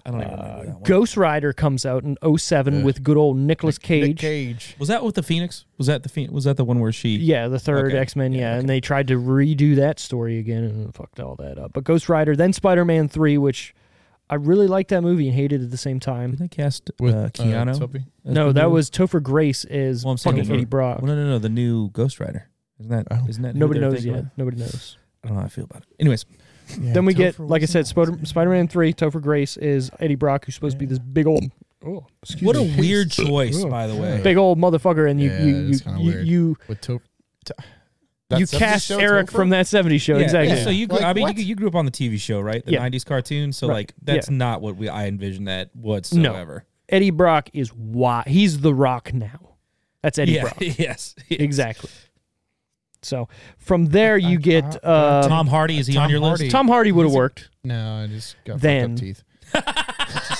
I don't even remember that one.
Uh, Ghost Rider comes out in 07 with good old Nicolas
Nick
Cage.
Cage.
Was that with the Phoenix? Was that the Phoenix? Was that the one where she?
Yeah, the third
Okay.
X Men. Yeah, and they tried to redo that story again and fucked all that up. But Ghost Rider, then Spider Man Three, which I really liked that movie and hated at the same
<laughs>
time.
Did they cast
With
uh, Keanu?
Tuppy.
as
no,
the
that
new-
was Topher Grace is
Well, I'm saying
fucking
for-
Eddie Brock.
Well, no, no, no. The new Ghost Rider. Isn't that?
Oh.
Isn't that? who
Nobody
they're
knows
thinking
yet.
of?
Nobody knows.
I don't know how I feel about it. Anyways,
then we get, like I said, Spider Man Three. Topher Grace is Eddie Brock, who's supposed to be this big old, oh, excuse
what a
me,
weird choice,
Oh.
by the way.
big old motherfucker, and you
Yeah,
you you
it's kinda
you,
weird.
you,
with Topher. T-
you
that 70s
cast
show,
Eric
Topher?
from that '70s show.
Yeah,
exactly.
yeah, So you, grew,
Like,
I mean,
what?
you, you grew up on the TV show, right? The
Yeah.
'90s cartoon. So
Right.
like, that's not what we I envisioned that whatsoever.
Eddie Brock is why he's the Rock now. That's Eddie
yeah. <laughs>
Brock.
<laughs>
yes.
Exactly. So from there you get uh, Tom,
Tom Hardy is he
Tom
on your
<laughs>
Hardy.
Hardy would have worked.
No, I just got
Then-
fucked up teeth.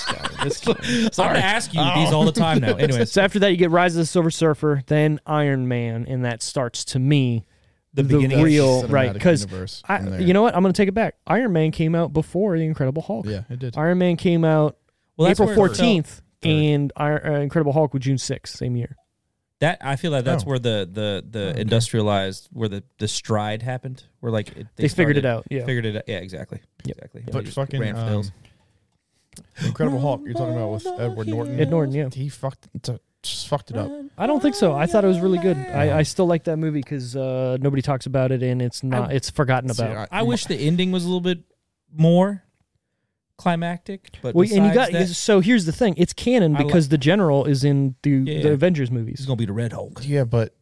list? So I'm gonna ask you
Oh.
these all the time
<laughs>
now. Anyways,
So after that you get Rise of the Silver Surfer, then Iron Man, and that starts to me the,
beginning of
real
the
right
cinematic
because
universe from there.
you know what I'm going to take it back. Iron Man came out before the Incredible Hulk.
Yeah, it did.
Iron Man came out
well, that's
April
where- uh,
14th, and Iron, uh, Incredible Hulk was June 6th, same year.
That I feel like that's
Oh.
where the the the industrialized where the the stride happened. Where like it,
They figured it out, yeah.
figured it out. Yeah, exactly.
Yep.
Exactly. They
But
just
fucking
ran for the
um,
hills.
Incredible Hulk. You're talking about with Edward Norton.
Ed Norton, yeah.
He fucked t- just fucked it up.
I don't think so. I thought it was really good. I, I still like that movie because uh, nobody talks about it and it's not it's forgotten
See,
about.
I wish the ending was a little bit more climactic. But
Well, and you got
that,
so here's the thing: it's canon
I like-
because the general is in the,
Yeah,
the
yeah.
Avengers
he's
movies.
gonna be the Red Hulk.
Yeah, but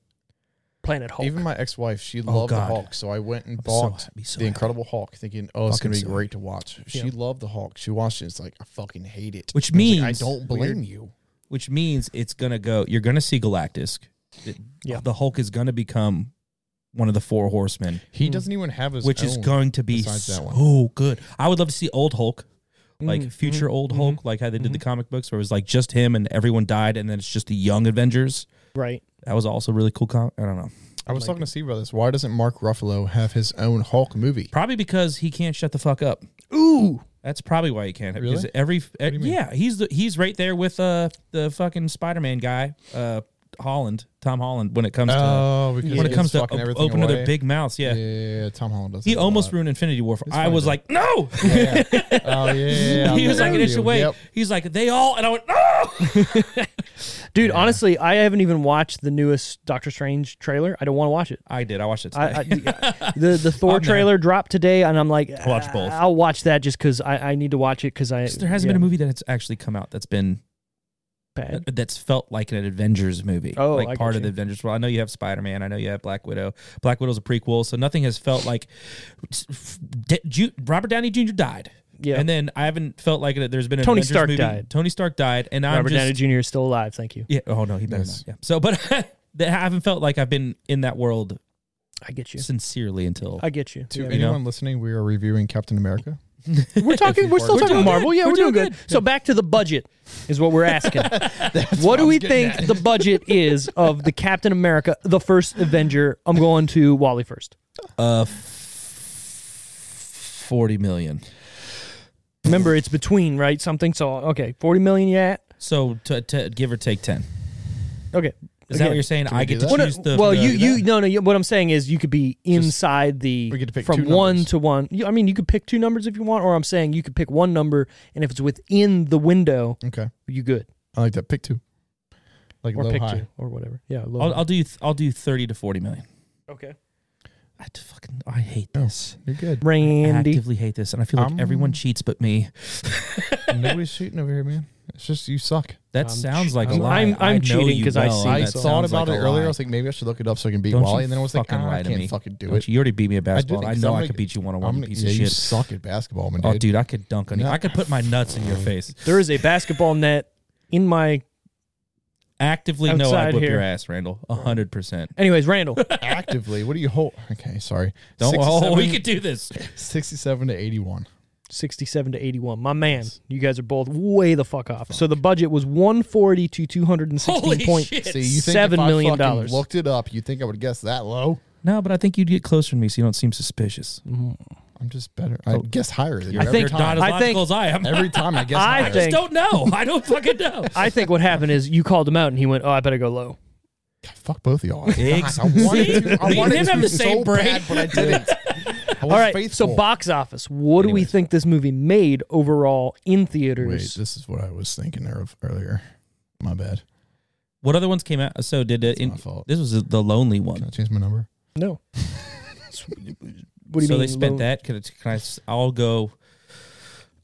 Planet Hulk.
even my ex-wife, she loved the
Oh, God.
Hulk, so I went and
I'm so
bought
happy, so
the
happy.
Incredible Hulk, thinking, "Oh, it's
Fucking
gonna be
so
great to watch." She loved the Hulk. She watched it. It's like I fucking hate it.
Which
And I was like,
means-
I don't blame you.
Which means it's gonna go. You're gonna see Galactus. It-
Yeah.
The Hulk is gonna become one of the four horsemen,
He doesn't even have his,
Hmm. which is
own.
going to be
besides that
so
one.
good. I would love to see old Hulk.
Mm-hmm.
Like future old Hulk, like how they did the comic books, where it was like just him and everyone died, and then it's just the young Avengers.
right.
That was also really cool. Com- I don't know.
I was talking to Steve about this. Why doesn't Mark Ruffalo have his own Hulk movie?
Probably because he can't shut the fuck up.
Ooh.
That's probably why he can't.
Really?
Because every
do you mean?
yeah, he's the, he's right there with uh the fucking Spider Man guy, uh Holland, Tom Holland. When it comes to
Oh, because
when it
he's
comes to
fucking
op-
everything
open
away.
other big mouths, yeah.
Yeah, yeah, yeah, Tom Holland does.
He
that a
almost
lot.
ruined Infinity War. I
fine,
was
though.
like,
<laughs>
no. <laughs>
Yeah. oh yeah, yeah,
he
I'm
was like
with
an
you.
inch away.
Yep.
He's like, they all, and I went, no.
Dude, honestly, I haven't even watched the newest Doctor Strange trailer. I don't want to watch it.
I did. I watched it. Today.
I, I, the
<laughs>
the Thor
I'm there.
trailer dropped today, and I'm like,
Watch both.
I'll watch that just because I, I need to watch it because I
there hasn't been a movie that has actually come out that's been
bad.
that- that's felt like an Avengers movie.
Oh,
like
I get
part of
you.
the Avengers. Well, I know you have Spider Man. I know you have Black Widow. Black Widow's a prequel, so nothing has felt like D- Ju- Robert Downey Jr. died.
Yeah.
and then I haven't felt like it. There's been an
Tony
Avengers
Stark
movie.
died.
Tony Stark died, and I'm
Robert
just
Downey Jr. is still alive. Thank you.
yeah. Oh no, he better
Yes.
not. Yeah. So, but <laughs> that- I haven't felt like I've been in that world
I get you.
sincerely until
I get you.
To
Yeah.
anyone listening, we are reviewing Captain America.
We're talking. We're still
We're
talking
doing
Marvel.
good.
Yeah, we're,
We're
doing,
doing
good. So back to the budget is what we're asking. what do we think the budget is of the Captain America, the first Avenger? I'm going to Wally first.
uh 40 million.
Remember, it's between right something. So okay, forty million yet.
So to, to give or take 10.
Okay,
Is that
Again,
what you're saying?
Can we
I get
do
to
that?
Well,
choose
no,
the.
well,
the-
you you no no. You, what I'm saying is, you could be inside the
we get to pick
from
two
one
numbers.
to one. You, I mean, you could pick two numbers if you want, or I'm saying you could pick one number, and if it's within the window,
Okay.
you good
I like that. Pick two. Like
or
low
pick
high.
two or whatever. Yeah, low
I'll,
high.
I'll do th- I'll do 30 to 40 million.
okay.
I d- fucking I hate
Oh.
this. <laughs>
You're good.
I
Randy,
actively hate this, and I feel like
Um,
everyone cheats but <laughs> me.
Nobody's shooting over here, man. It's just you suck.
That
I'm
sounds like a
I'm-
lie.
I'm-
I
I'm
know
cheating
you
'cause I
well,
see
and
I
that
thought
sounds
about
like
it
a
earlier.
lie.
I was like, maybe I should look it up so I can beat
Don't you
Wally, and then I was like,
fucking
ah,
lie
I
to
can't
me.
fucking do
Don't
it.
you, you already beat me at
I did
basketball. I,
it 'cause
know
I'm
I
like-
could beat you one on
I'm
one, you
gonna-
piece
yeah,
of
You
shit.
suck at
<laughs>
basketball, man.
oh,
dude.
dude, I could dunk on you. I could put my nuts in your face.
there is a basketball net in my.
Actively, no,
Outside
I'd whip
here.
your ass, Randall. hundred percent.
Anyways, Randall, <laughs>
Actively, what do you hold? Okay, sorry.
Don't. Oh, we
67
could do <laughs> this.
67 to 81.
sixty-seven to eighty-one. My man, you guys are both way the fuck off. So the budget was one forty to two hundred and
Holy
sixteen point.
shit!
See, you think
Seven
if I
million
fucking
dollars.
Looked it up. You think I would guess that low?
No, but I think you'd get closer to me, so you don't seem suspicious.
I'm just better. I guess higher than you.
I
Every
think-
You're Oh. not
time.
as
I think-
logical as <laughs> I am.
Every time I
<laughs>
guess
I
higher.
think-
don't know. <laughs> I don't fucking know.
I think what happened is you called him out, and he went, "Oh, I better go low."
Fuck both
<laughs>
of y'all.
Eggs.
I wanted to.
Me
I
and
wanted
him
to
have the
so
same brain.
bad, but
<laughs>
I didn't. I was
All right.
faithful.
So box office. What do we think this movie made overall in
Wait,
theaters?
this is what I was thinking of earlier. My bad.
What other ones came out? So did it?
It's
In,
my fault.
this was the lonely
Can I
one.
change my number?
no. what do you
so
mean?
they spent that. Can, it, can I? s- I'll go.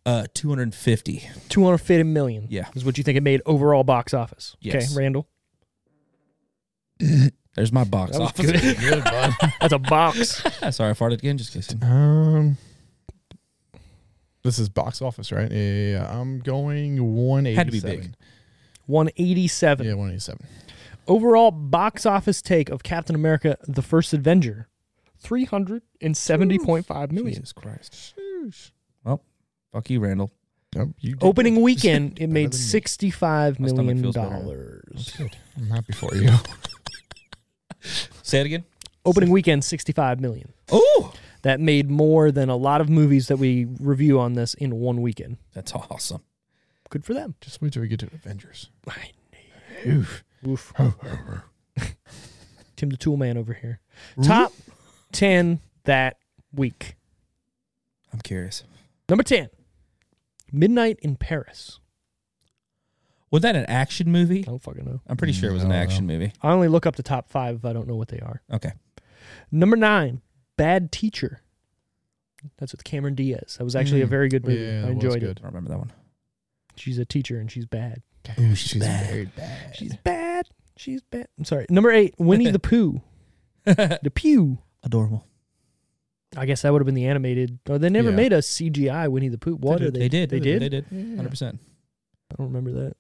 Uh, two hundred and fifty.
two hundred fifty million.
Yeah.
is what you think it made overall box office?
Yes.
Okay, Randall.
There's my box
That was
office.
Good, bud.
<laughs> That's a box.
<laughs> Sorry, I farted again. Just kissing.
<laughs> Um, this is box office, right? Yeah, yeah, yeah. I'm going one eighty.
Had to be big.
One eighty-seven.
Yeah, one eighty-seven.
Overall box office take of Captain America: The First Avenger, three hundred and seventy point five million.
Jesus Christ. Well, fuck you, Randall.
Nope, you did
Opening
good.
weekend, it
Better
made
than me.
sixty-five
My stomach
million
feels better.
dollars.
I'm happy for you.
Say it again.
Opening weekend, sixty-five million.
Oh,
that made more than a lot of movies that we review on this in one weekend.
that's awesome.
Good for them.
Just wait till we get to Avengers.
Oof. Tim the Tool Man over here. Top 10 that week.
I'm curious.
Number 10, Midnight in Paris.
Was that an action movie?
I don't fucking know.
I'm pretty sure it was an
No,
action movie.
I only look up the top five if I don't know what they are.
Okay.
Number 9, Bad Teacher. That's with Cameron Diaz. That was actually a
Mm.
very good movie.
Yeah,
I
that was
enjoyed
good.
I don't remember that one.
it. She's a teacher and she's bad.
Ooh,
she's, very bad.
She's bad. She's bad. I'm sorry. Number 8, Winnie the Pooh. The Pew.
Adorable.
I guess that would have been the animated. Oh, they never
Yeah.
made a CGI Winnie the Pooh. What are they?
They did.
They did.
They did.
Yeah.
100%.
I don't remember that.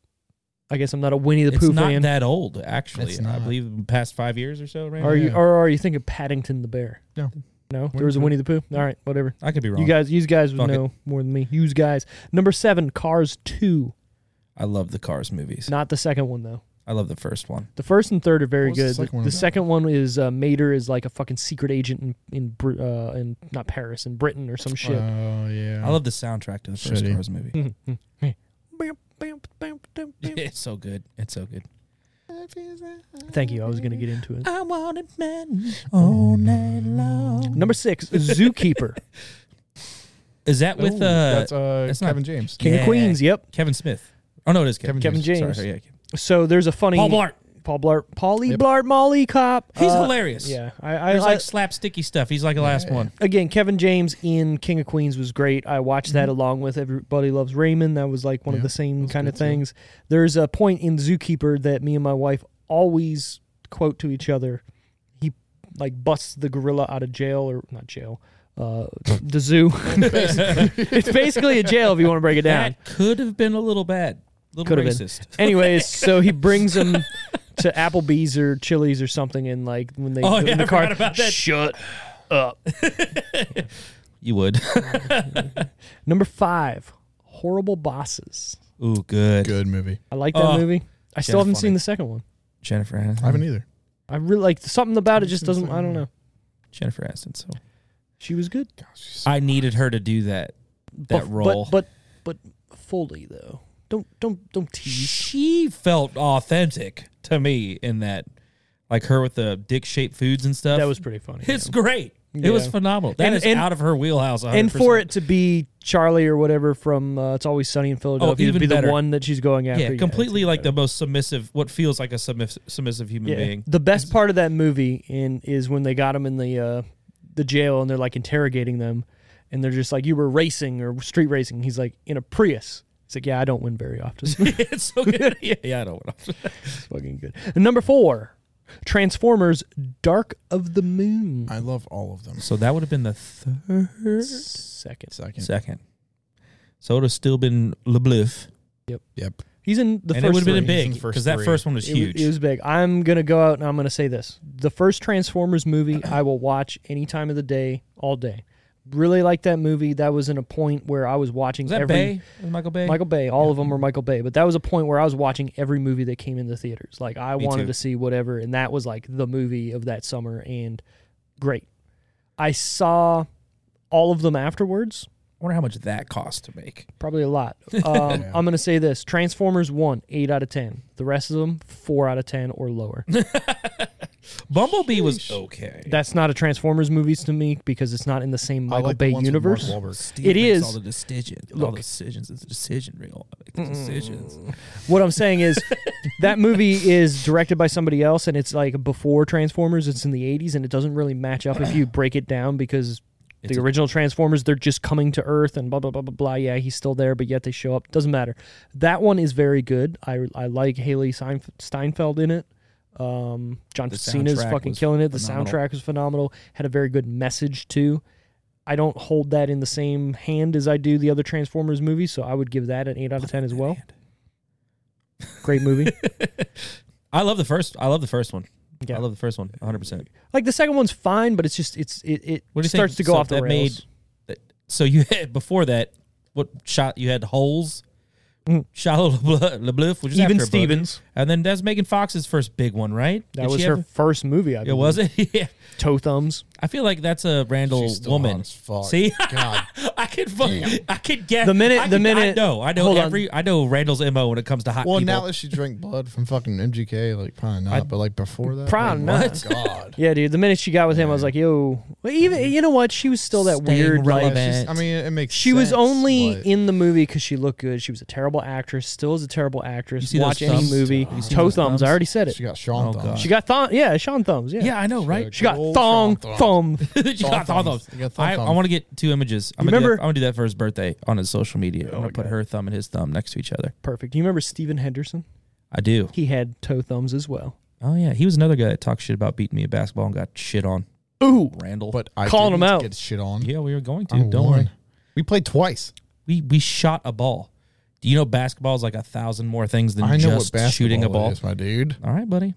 I guess I'm not a Winnie the
It's
Pooh
not
fan.
that old, actually.
It's
I
not.
believe in the past five years or so, right?
are you?
Yeah.
Or are you thinking Paddington the Bear?
No.
No.
Winnie
there was a
the Pooh.
Winnie the Pooh. All right. Whatever.
I could be wrong.
You guys. You guys would
Fuck it.
know more than me. You guys. Number seven. Cars two.
I love the Cars movies.
Not the second one though.
I love the first one.
The first and third are very
What was
good. The,
the second one
the
about?
second one is uh, Mater is like a fucking secret agent in in Br- uh, in not Paris in Britain or some
Oh
shit.
yeah.
I love the soundtrack to the first
Shitty.
Cars
<laughs>
movie. <laughs>
Bam, bam, bam, bam, bam.
it's so good. It's so good.
Thank you. I was gonna get
<laughs>
into it.
I want it, man, all night long.
Number six, Zookeeper.
<laughs> Is that with
Ooh,
uh,
that's uh,
that's not-
Kevin James.
King
Yeah.
of Queens. Yep.
Kevin Smith? Oh, no, it is Kevin,
Kevin
James.
Sorry, yeah, Kevin-
So there's a funny
Paul Blart.
Paul Blart, Paulie
Yep.
Blart, Molly Cop.
He's
Uh,
hilarious.
Yeah, I, I,
There's
I-
like slapsticky stuff. He's like the last one.
again Kevin James in King of Queens was great. I watched that along with Everybody Loves Raymond. That was like one of
Yeah,
the same
was
kind of
good too.
things. There's a point in Zookeeper that me and my wife always quote to each other. He like busts the gorilla out of jail or not jail. Uh, the zoo. it's basically a jail if you want to break it
<laughs>
down.
That could have been a little bad. A little
Could have been.
racist.
Anyways, so he brings them to Applebee's or Chili's or something, and like when they
Oh,
in
yeah,
the
I
car,
forgot about that.
shut up.
You would. <laughs>
Number five, horrible bosses.
Ooh, good.
Good movie.
I like that
Oh,
movie. I still
yeah,
haven't
funny.
seen the second one.
Jennifer Aniston.
I haven't either.
I really like something about it. Just
Haven't seen
doesn't.
the
I don't know.
Jennifer Aniston. So
She was good.
I needed her to do that that
but,
role.
But, but but Foley though. Don't don't don't tease.
she felt authentic to me in that, like her with the dick shaped foods and stuff.
That was pretty funny.
It's great. It was
Yeah.
phenomenal. That
And-
is
and-
out of her wheelhouse. 100%.
and for it to be Charlie or whatever from uh, It's Always Sunny in Philadelphia
Oh, even
to be
better.
the one that she's going after.
yeah, completely like the most submissive, what feels like a submissive, submissive human
<laughs>
being. <laughs>
The best part of that movie in is when they got him in the uh, the jail and they're like interrogating them, and they're just like, "You were racing or street racing." He's like, "In a Prius." It's like, "Yeah, I don't win very often."
it's so good. <laughs> Yeah, yeah, I don't want to.
it's fucking good. And number four, Transformers: Dark of the Moon.
I love all of them.
So that would have been the third
Second,
Second.
second. So it would have still been LeBleuf.
Yep.
he's in the
and it
first.
would have been
three.
He's
big
in the first
because that
three.
first one was
It w-
huge.
It, was big. I'm gonna go out and I'm gonna say this: the first Transformers movie I will watch any time of the day, all day. Really like that movie. That was in a point where I was watching
Was that
every
Bay? Was Michael Bay?
Michael Bay. All of them were Michael Bay, but that was a point where I was watching every movie that came in the theaters. Like I
Me
wanted
too.
to see whatever, and that was like the movie of that summer, and great. I saw all of them afterwards.
I wonder how much that cost to make.
Probably a lot. Um, I'm going to say this Transformers 1, 8 out of 10. The rest of them, 4 out of 10 or lower.
Bumblebee was okay.
That's not a Transformers movies to me because it's not in the same Michael
I like
Bay
the ones with
universe.
Mark Wahlberg.
Steve
It
makes
is-
all the decisions. all
Look.
the decisions. It's a decision reel. I make the decisions.
What I'm
<laughs>
saying is that movie is directed by somebody else and it's like before Transformers, it's in the 80s and it doesn't really match up
<clears throat>
if you break it down because
It's
the
a-
original Transformers they're just coming to Earth and blah blah blah blah blah. Yeah, he's still there, but yet they show up. Doesn't matter. That one is very good. I I like Haley Seinf- Steinfeld in it. Um, John
The
Cena is
soundtrack
fucking
was
killing it. The
phenomenal.
soundtrack was phenomenal. Had a very good message too. I don't hold that in the same hand as I do the other Transformers movies, so I would give that an eight out of ten as well. Great movie.
I love the first. I love the first one.
Yeah.
I love the first one. 100. percent
like the second one's fine, but it's just it's it, it
What do you
starts
think?
to go
So
off the
that made-
rails.
So you <laughs> had before that. What shot you had holes?
Mhm.
Shallow <laughs> LeBleuf, LeBleuf which is
Even
after a budget.
Stevens.
and then that's Megan Fox's first big one, right?
That
Did
was
she
her
have-
first movie. I
It was it. <laughs> yeah,
Toe Thumbs.
I feel like that's a Randall
She's still hot
woman.
as fuck.
See, <laughs>
God.
I can fuck, I can guess
The minute-
I
the
can- I
minute-
know I know
hold on.
every I know Randall's mo when it comes to hot
Well,
people.
now that she drank blood from fucking MGK, like probably not, but like before that,
Probably
like,
not.
my
<laughs>
God.
Yeah, dude. The minute she got with him, I was like, yo. Well, even you know what? She was still that
Staying
weird.
Yeah,
Like,
relevant.
she's- I mean, it makes.
she was
sense,
only
but-
in the movie because she looked good. She was a terrible actress. Still is a terrible
You
actress.
see those
Watch any
thumbs?
movie.
You see
Toe
those
thumbs. I
thumbs?
already said it.
She got Sean.
Oh,
thumbs.
God.
She got thong. Yeah, Sean thumbs. Yeah.
yeah, Oh, I know, right? <laughs>
She got
Good old
thong
she got
thumb.
Sean
thumb
Thumb thumbs.
thumbs.
You got thumb
I, I
thumbs.
want to get two images. I'm
Remember-
gonna do
Oh
that, I'm gonna do that for his birthday on his social media. I'm gonna put her thumb and his thumb next to each other.
Perfect. You remember Steven Henderson?
I do.
He had toe thumbs as well.
Oh yeah, he was another guy that talked shit about beating me at basketball and got shit on.
Ooh.
Randall,
But Oh, I
Calling
didn't
him out.
Get shit on.
yeah, we were going
I
to. Don't
won.
worry.
We played twice.
We we shot a ball. Do you know basketball is like a thousand more things than
I know
just
what basketball
shooting a ball?
is, my dude.
All right, buddy.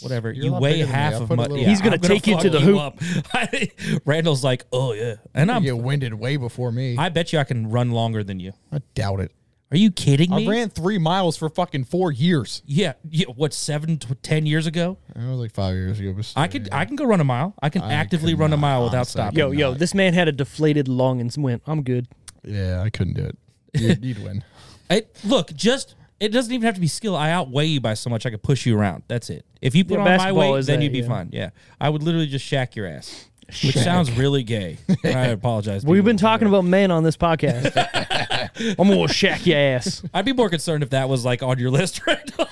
Whatever.
You're a
you
lot
weigh
bigger than me.
half
I'll
of
put a
my.
little-
Yeah,
He's gonna
I'm gonna
take you to
fuck
the hoop.
up. <laughs> I- Randall's like, oh yeah, and
I
I'm.
get winded way before me. I,
I bet you I can run longer than you.
doubt it.
Are you kidding me?
I ran three miles for fucking four years.
Yeah, yeah. What seven, tw- ten years ago?
It was like five years ago. But
I could, I can go run a mile. I can
I
actively
could
run a
not,
mile without
honestly.
stopping.
Yo, yo. This man had a deflated lung and went, I'm good.
yeah, I couldn't
<laughs>
do it. You'd, you'd win.
It, look, just it doesn't even have to be skill. I outweigh you by so much. I could push you around. That's it. If you put
Yeah,
on my
basketball
weight,
is
then
that,
you'd be
yeah.
fine. Yeah, I would literally just shack your ass, which sounds really
<laughs>
gay. And I apologize. to
We've
people
been
for that.
talking about men on this podcast. I'm gonna shack your ass.
I'd be more concerned if that was like on your list <laughs> right now.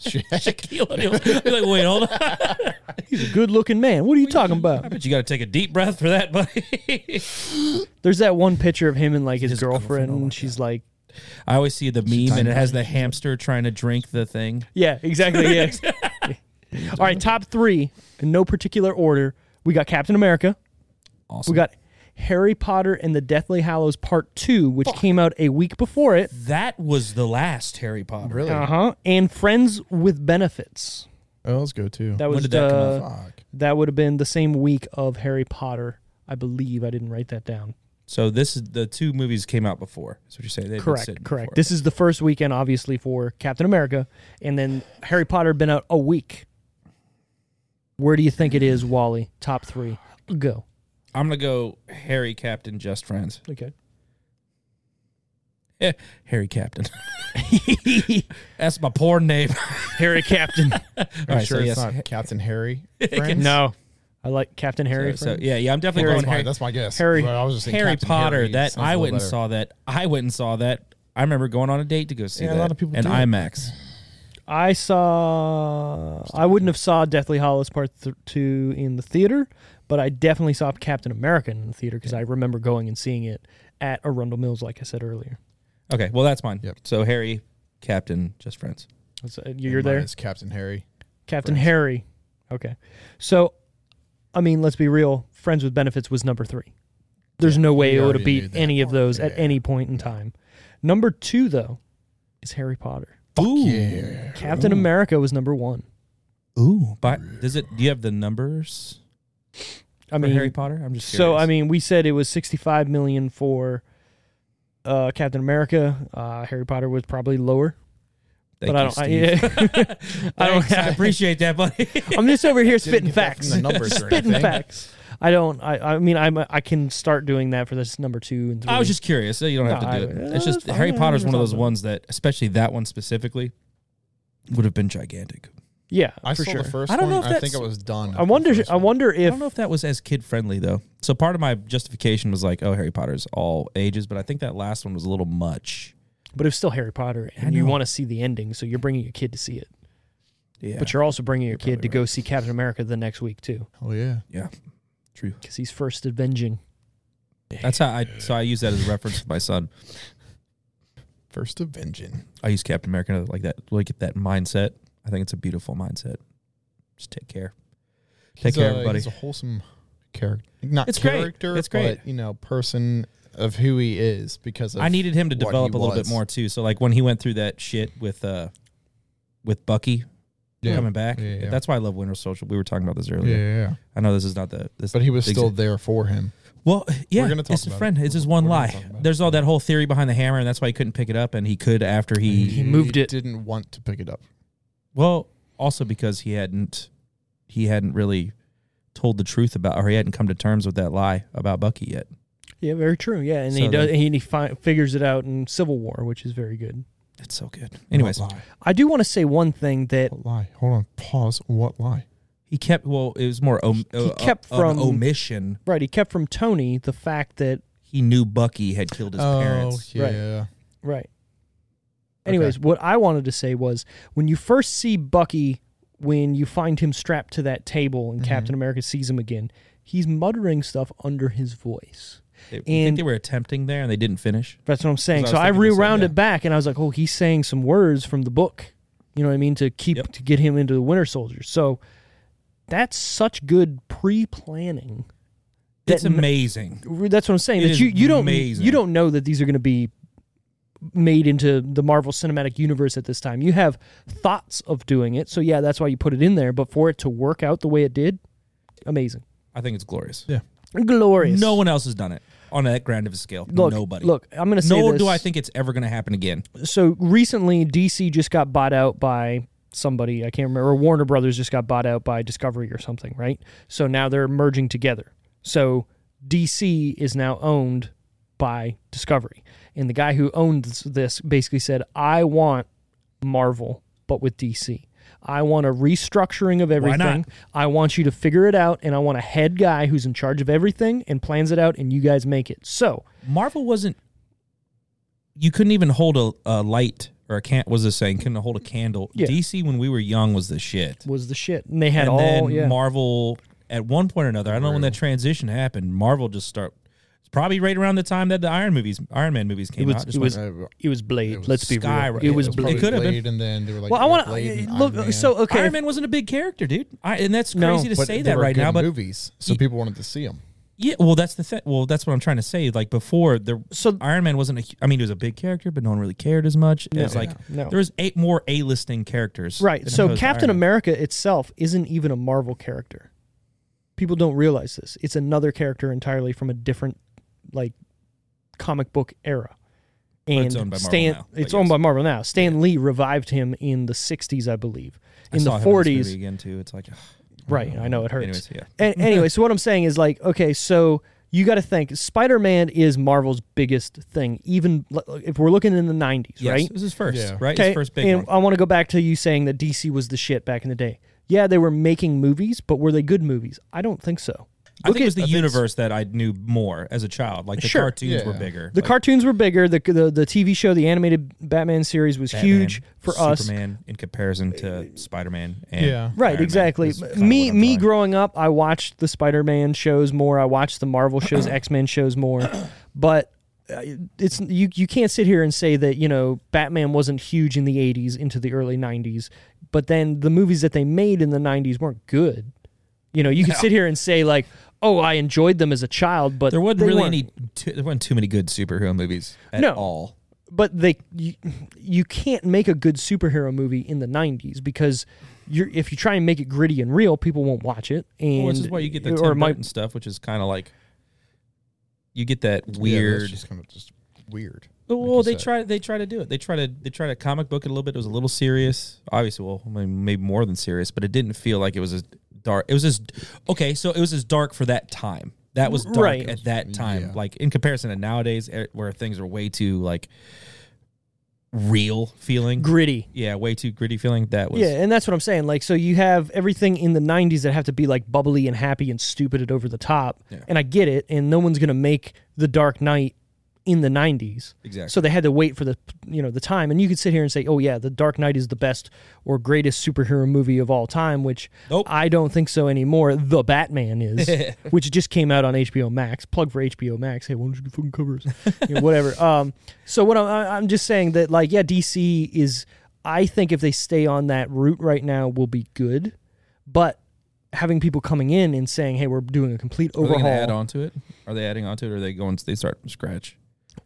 Shaq.
Shaquille O'Neal. Be like, wait, hold on. <laughs>
He's a good looking man. What are you talking
I
about?
bet you got to take a deep breath for that, buddy. <laughs>
There's that one picture of him and like his,
His
girlfriend,
girlfriend, oh my
and she's like,
I always see the meme and
timed
it has
out.
the hamster trying to drink the thing.
Yeah, exactly. Yeah. All right, top three in no particular order. We got Captain America.
Awesome.
We got Harry Potter and the Deathly Hallows Part Two, which came out a week before it.
that was the last Harry Potter.
Really?
Uh huh. And Friends with Benefits.
oh, let's go too.
That
When
was
did that come
the-
Fuck.
that would have been the same week of Harry Potter, I believe. I didn't write that down.
So this is the two movies came out before. That's what you're saying. They've been sitting
correct correct
before.
this is the first weekend obviously for captain america and then harry potter been out a week where do you think it is wally top three go
I'm gonna go Harry Captain Just Friends.
Okay.
Eh, Harry Captain. <laughs> That's my porn name.
Harry
<laughs>
Captain.
All
I'm
right,
sure
so
it's
yes.
not Captain
<laughs>
Harry. Friends?
no. I like Captain Harry.
So,
Friends.
yeah, yeah, I'm definitely
That's
going
my,
Harry.
that's my guess.
Harry-
But I was just thinking
Harry
Captain
Potter.
Harry
that
sounds a
I
little
went and
better.
saw that. I went and saw that. I remember going on a date to go see
Yeah, a
that.
lot of people
and
do.
IMAX.
I saw. I wouldn't have saw Deathly Hollows Part th- Two in the theater, but I definitely saw Captain America in the theater because I remember going and seeing it at Arundel Mills, like I said earlier.
Okay, well that's mine.
Yep.
So Harry Captain Just Friends.
So, uh, You're
Mine
there,
is Captain Harry.
Captain Harry. Okay, so I mean, let's be real. Friends with Benefits was number three. There's no way
we
it would have
already knew
beat
that.
any of those at
Yeah.
any point in time. Number two, though, is Harry Potter.
Ooh.
Yeah.
Captain America was number one.
Ooh. But does it do you have the numbers
I
for
mean,
Harry Potter? I'm just
So
curious.
I mean, we said it was 65 million for uh, Captain America. Uh, Harry Potter was probably lower,
Thank
but I
you,
don't. I,
Steve.
<laughs> I don't.
Thanks,
<laughs>
I
Have,
appreciate that, buddy.
I'm just over here spitting
get that from
facts.
the numbers
<laughs>
or
spitting
anything.
facts. I don't. I. I mean, I'm. I can start doing that for this number two and three.
I was just curious. so You don't have
No,
to do
I-
it.
yeah,
It's just
that's fine.
Harry
I
Potter's one of
understand
those
that.
ones that, especially that one specifically, would have been gigantic.
Yeah,
I
for
saw
sure.
the first
I don't
one.
know if
I think
that's-
it was done.
I wonder.
The first
I
one.
wonder
I
if
don't know if that was as kid friendly though. So part of my justification was like, oh, Harry Potter's all ages, but I think that last one was a little much.
but it's still Harry Potter,
I
and you
know.
want to see the ending, so you're bringing your kid to see it.
Yeah,
But you're also bringing your kid
probably
to go see Captain America the next week too,
Oh yeah.
yeah, true.
because he's first avenging.
That's how I. So I use that as a reference to my son.
First of Vengeance.
I use Captain America like that. Look at that mindset. I think it's a beautiful mindset. Just take care. Take
He's
care,
a-
everybody.
He's a wholesome character. Not
It's great.
character,
It's great.
but you know, person of who he is because of
I needed him to
what he
develop a little bit
was.
more too. So like when he went through that shit with uh with Bucky
Yeah.
coming back,
Yeah, yeah.
that's why I love Winter Social. We were talking about this
Yeah,
earlier.
yeah, yeah.
I know this is not the this,
But he was
Exa-
still there for him.
well, yeah.
gonna talk
it's a
about
friend.
it.
It's his
We're-
one
we're gonna
lie.
talk about it.
There's all that whole theory behind the hammer, and that's why he couldn't pick it up, and he could after he
Mm-hmm.
He moved it.
Didn't want to pick it up.
well also because he hadn't he hadn't really told the truth about or he hadn't come to terms with that lie about Bucky yet.
Yeah, very true. Yeah, and he
So
does.
then-
He, he fi- figures it out in Civil War, which is very good.
It's so good. Anyways,
what lie?
I do want to say one thing that
What lie? Hold on. Pause. What lie?
he kept well. It was more om-
He
uh,
kept
of an
from-
omission.
right he kept from Tony the fact that
He knew Bucky had killed his
Oh,
parents.
Oh, yeah.
Right. right. Anyways, what I wanted to say was when you first see Bucky, when you find him strapped to that table
Mm-hmm.
and Captain America sees him again, he's muttering stuff under his voice.
They, you think
And-
they were attempting there and they didn't finish.
That's what I'm saying.
That's
so
what
I
I was thinking the same,
rewound
yeah.
it back and I was like, oh, he's saying some words from the book. You know what I mean? To keep
Yep.
to get him into the Winter Soldier. So that's such good pre-planning. That
It's
n-
amazing.
That's what I'm saying.
It
that
is
you you don't
amazing.
you don't know that these are going to be made into the Marvel Cinematic Universe at this time. You have thoughts of doing it, so yeah, that's why you put it in there. But for it to work out the way it did, amazing,
I think it's glorious.
glorious.
No one else has done it on that grand of a scale.
look,
Nobody.
Look, I'm going to say
Nor
this.
do I think it's ever going to happen again.
so recently DC just got bought out by somebody I can't remember. Or Warner Brothers just got bought out by Discovery or something, right? So now they're merging together. So DC is now owned by Discovery, and the guy who owns this basically said, "I want Marvel, but with DC." I want a restructuring of
Why not?
everything. I want you to figure it out, and I want a head guy who's in charge of everything and plans it out, and you guys make it. So,
Marvel wasn't. You couldn't even hold a, a light or a can. Was this saying couldn't hold a candle?
Yeah.
DC when we were young was the shit,
was the shit, and they had
and
all
then
yeah.
Marvel at one point or another. I don't know when that transition happened. Marvel just start. It's probably right around the time that the Iron movies, Iron Man movies came
was-
out.
it
Just
was-
went,
Uh,
It was Blade.
It was
Let's be real.
Skyro-
It
yeah,
was
it was
Blade.
probably- could have been.
Blade, and then they were like,
well, I want
to
to look. so okay,
Iron Man wasn't a big character, dude. I, and that's
No.
crazy to
But
say
they
that
were
right
good
now. But
movies, so people wanted to see them.
yeah, well, that's the thing. Well, that's what I'm trying to say. Like before, there,
So-
Iron Man wasn't a. hu- I mean, he was a big character, but no one really cared as much. It was like
no.
there was eight more A-listing characters.
right.
than
So
opposed to
Captain
Iron Man.
America itself isn't even a Marvel character. People don't realize this. It's another character entirely from a different, like, comic book era. And
it's owned by Marvel
Stan,
now, but
it's owned
yes.
by Marvel now. Stan Lee revived him in the '60s, I believe.
I
In the
saw him in this movie
'40s,
again too. It's like ugh,
Right. I know it hurts.
Anyways, yeah. <laughs>
A- anyway, so what I'm saying is like, okay, so you got to think Spider Man is Marvel's biggest thing, even l- if we're looking in the 90s,
Yes,
right?
This is first,
Yeah.
right?
Okay,
His first big
and
one.
I want to go back to you saying that DC was the shit back in the day. Yeah, they were making movies, but were they good movies? I don't think so.
I think
at-
it was the
I think it's-
universe that I knew more as a child. Like the
Sure.
cartoons
Yeah.
were bigger.
The
Like,
cartoons were bigger. The, the the TV show, the animated Batman series, was
Batman,
huge for us.
Superman in comparison to Spider Man. and
Yeah.
Iron
Right,
Man
exactly.
is kinda
Me,
what I'm
me
drawing.
growing up, I watched the Spider-Man shows more. I watched the
<clears throat>
Marvel shows, X-Men shows more. But uh, it's you, you can't sit here and say that you know Batman wasn't huge in the '80s into the early '90s. But then the movies that they made in the '90s weren't good. You
<laughs>
know, you can sit here and say like, "Oh, I enjoyed them as a child," but
There wasn't
they
really
weren't.
any. Too, there weren't too many good superhero movies at
No.
all.
but they you, you can't make a good superhero movie in the 90s because you're if you try and make it gritty and real people won't watch it and
Well, which is why you get the
or
Tim
it
Burton
might-
stuff, which is kind of like you get that
Yeah,
weird.
that's just kind of just weird.
well,
you
they
said.
try. They try to do it. They try to. They try to comic book it a little bit. It was a little serious, obviously. Well, I mean, maybe more than serious, but it didn't feel like it was as dark. It was as okay. So it was as dark for that time. That was dark
Right.
at that time.
Yeah.
Like in comparison to nowadays, eh, where things are way too like real feeling.
gritty
yeah, way too gritty feeling. That was
yeah and that's what i'm saying like so you have everything in the 90s that have to be like bubbly and happy and stupid and over the top
Yeah.
and i get it and no one's going to make the dark knight in the 90s
exactly.
So they had to wait for the you know the time, and you could sit here and say, "Oh yeah, the Dark Knight is the best or greatest superhero movie of all time," which
Nope.
I don't think so anymore. The
<laughs>
Batman is, which just came out on HBO Max. Plug for HBO Max. Hey, why don't you fucking cover us? You know,
<laughs>
whatever. Um, so what I'm, I- I'm just saying that like yeah, DC is. I think if they stay on that route right now, will be good, but having people coming in and saying, "Hey, we're doing a complete
Are they
overhaul."
gonna add on to it? Are they adding on to it? Or are they going? They start from scratch.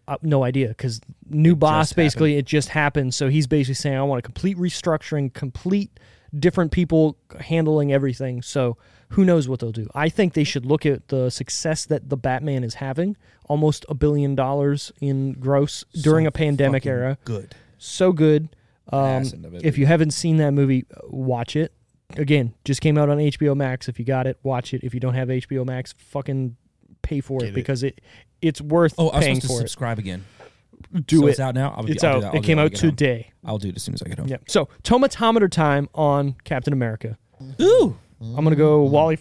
uh, no idea because new boss
happened.
basically it just happened so he's basically saying i want a complete restructuring complete different people handling everything so who knows what they'll do i think they should look at the success that the batman is having almost a billion dollars in gross during
So
a pandemic
fucking
era
Good.
so good um,
Ass end of it.
if you haven't seen that movie watch it again just came out on hbo max if you got it watch it if you don't have hbo max fucking pay for it,
it.
because it it's worth
Oh, I was
paying
supposed to
for it
subscribe again.
do
so
it
It's out now. I'll, be-
it's
I'll do
out.
that. I'll
it
do
came
that when I
out
get home.
today.
I'll do it as soon as I get home.
Yeah. So tomatometer time on Captain America.
Ooh.
I'm gonna go
Mm.
Wally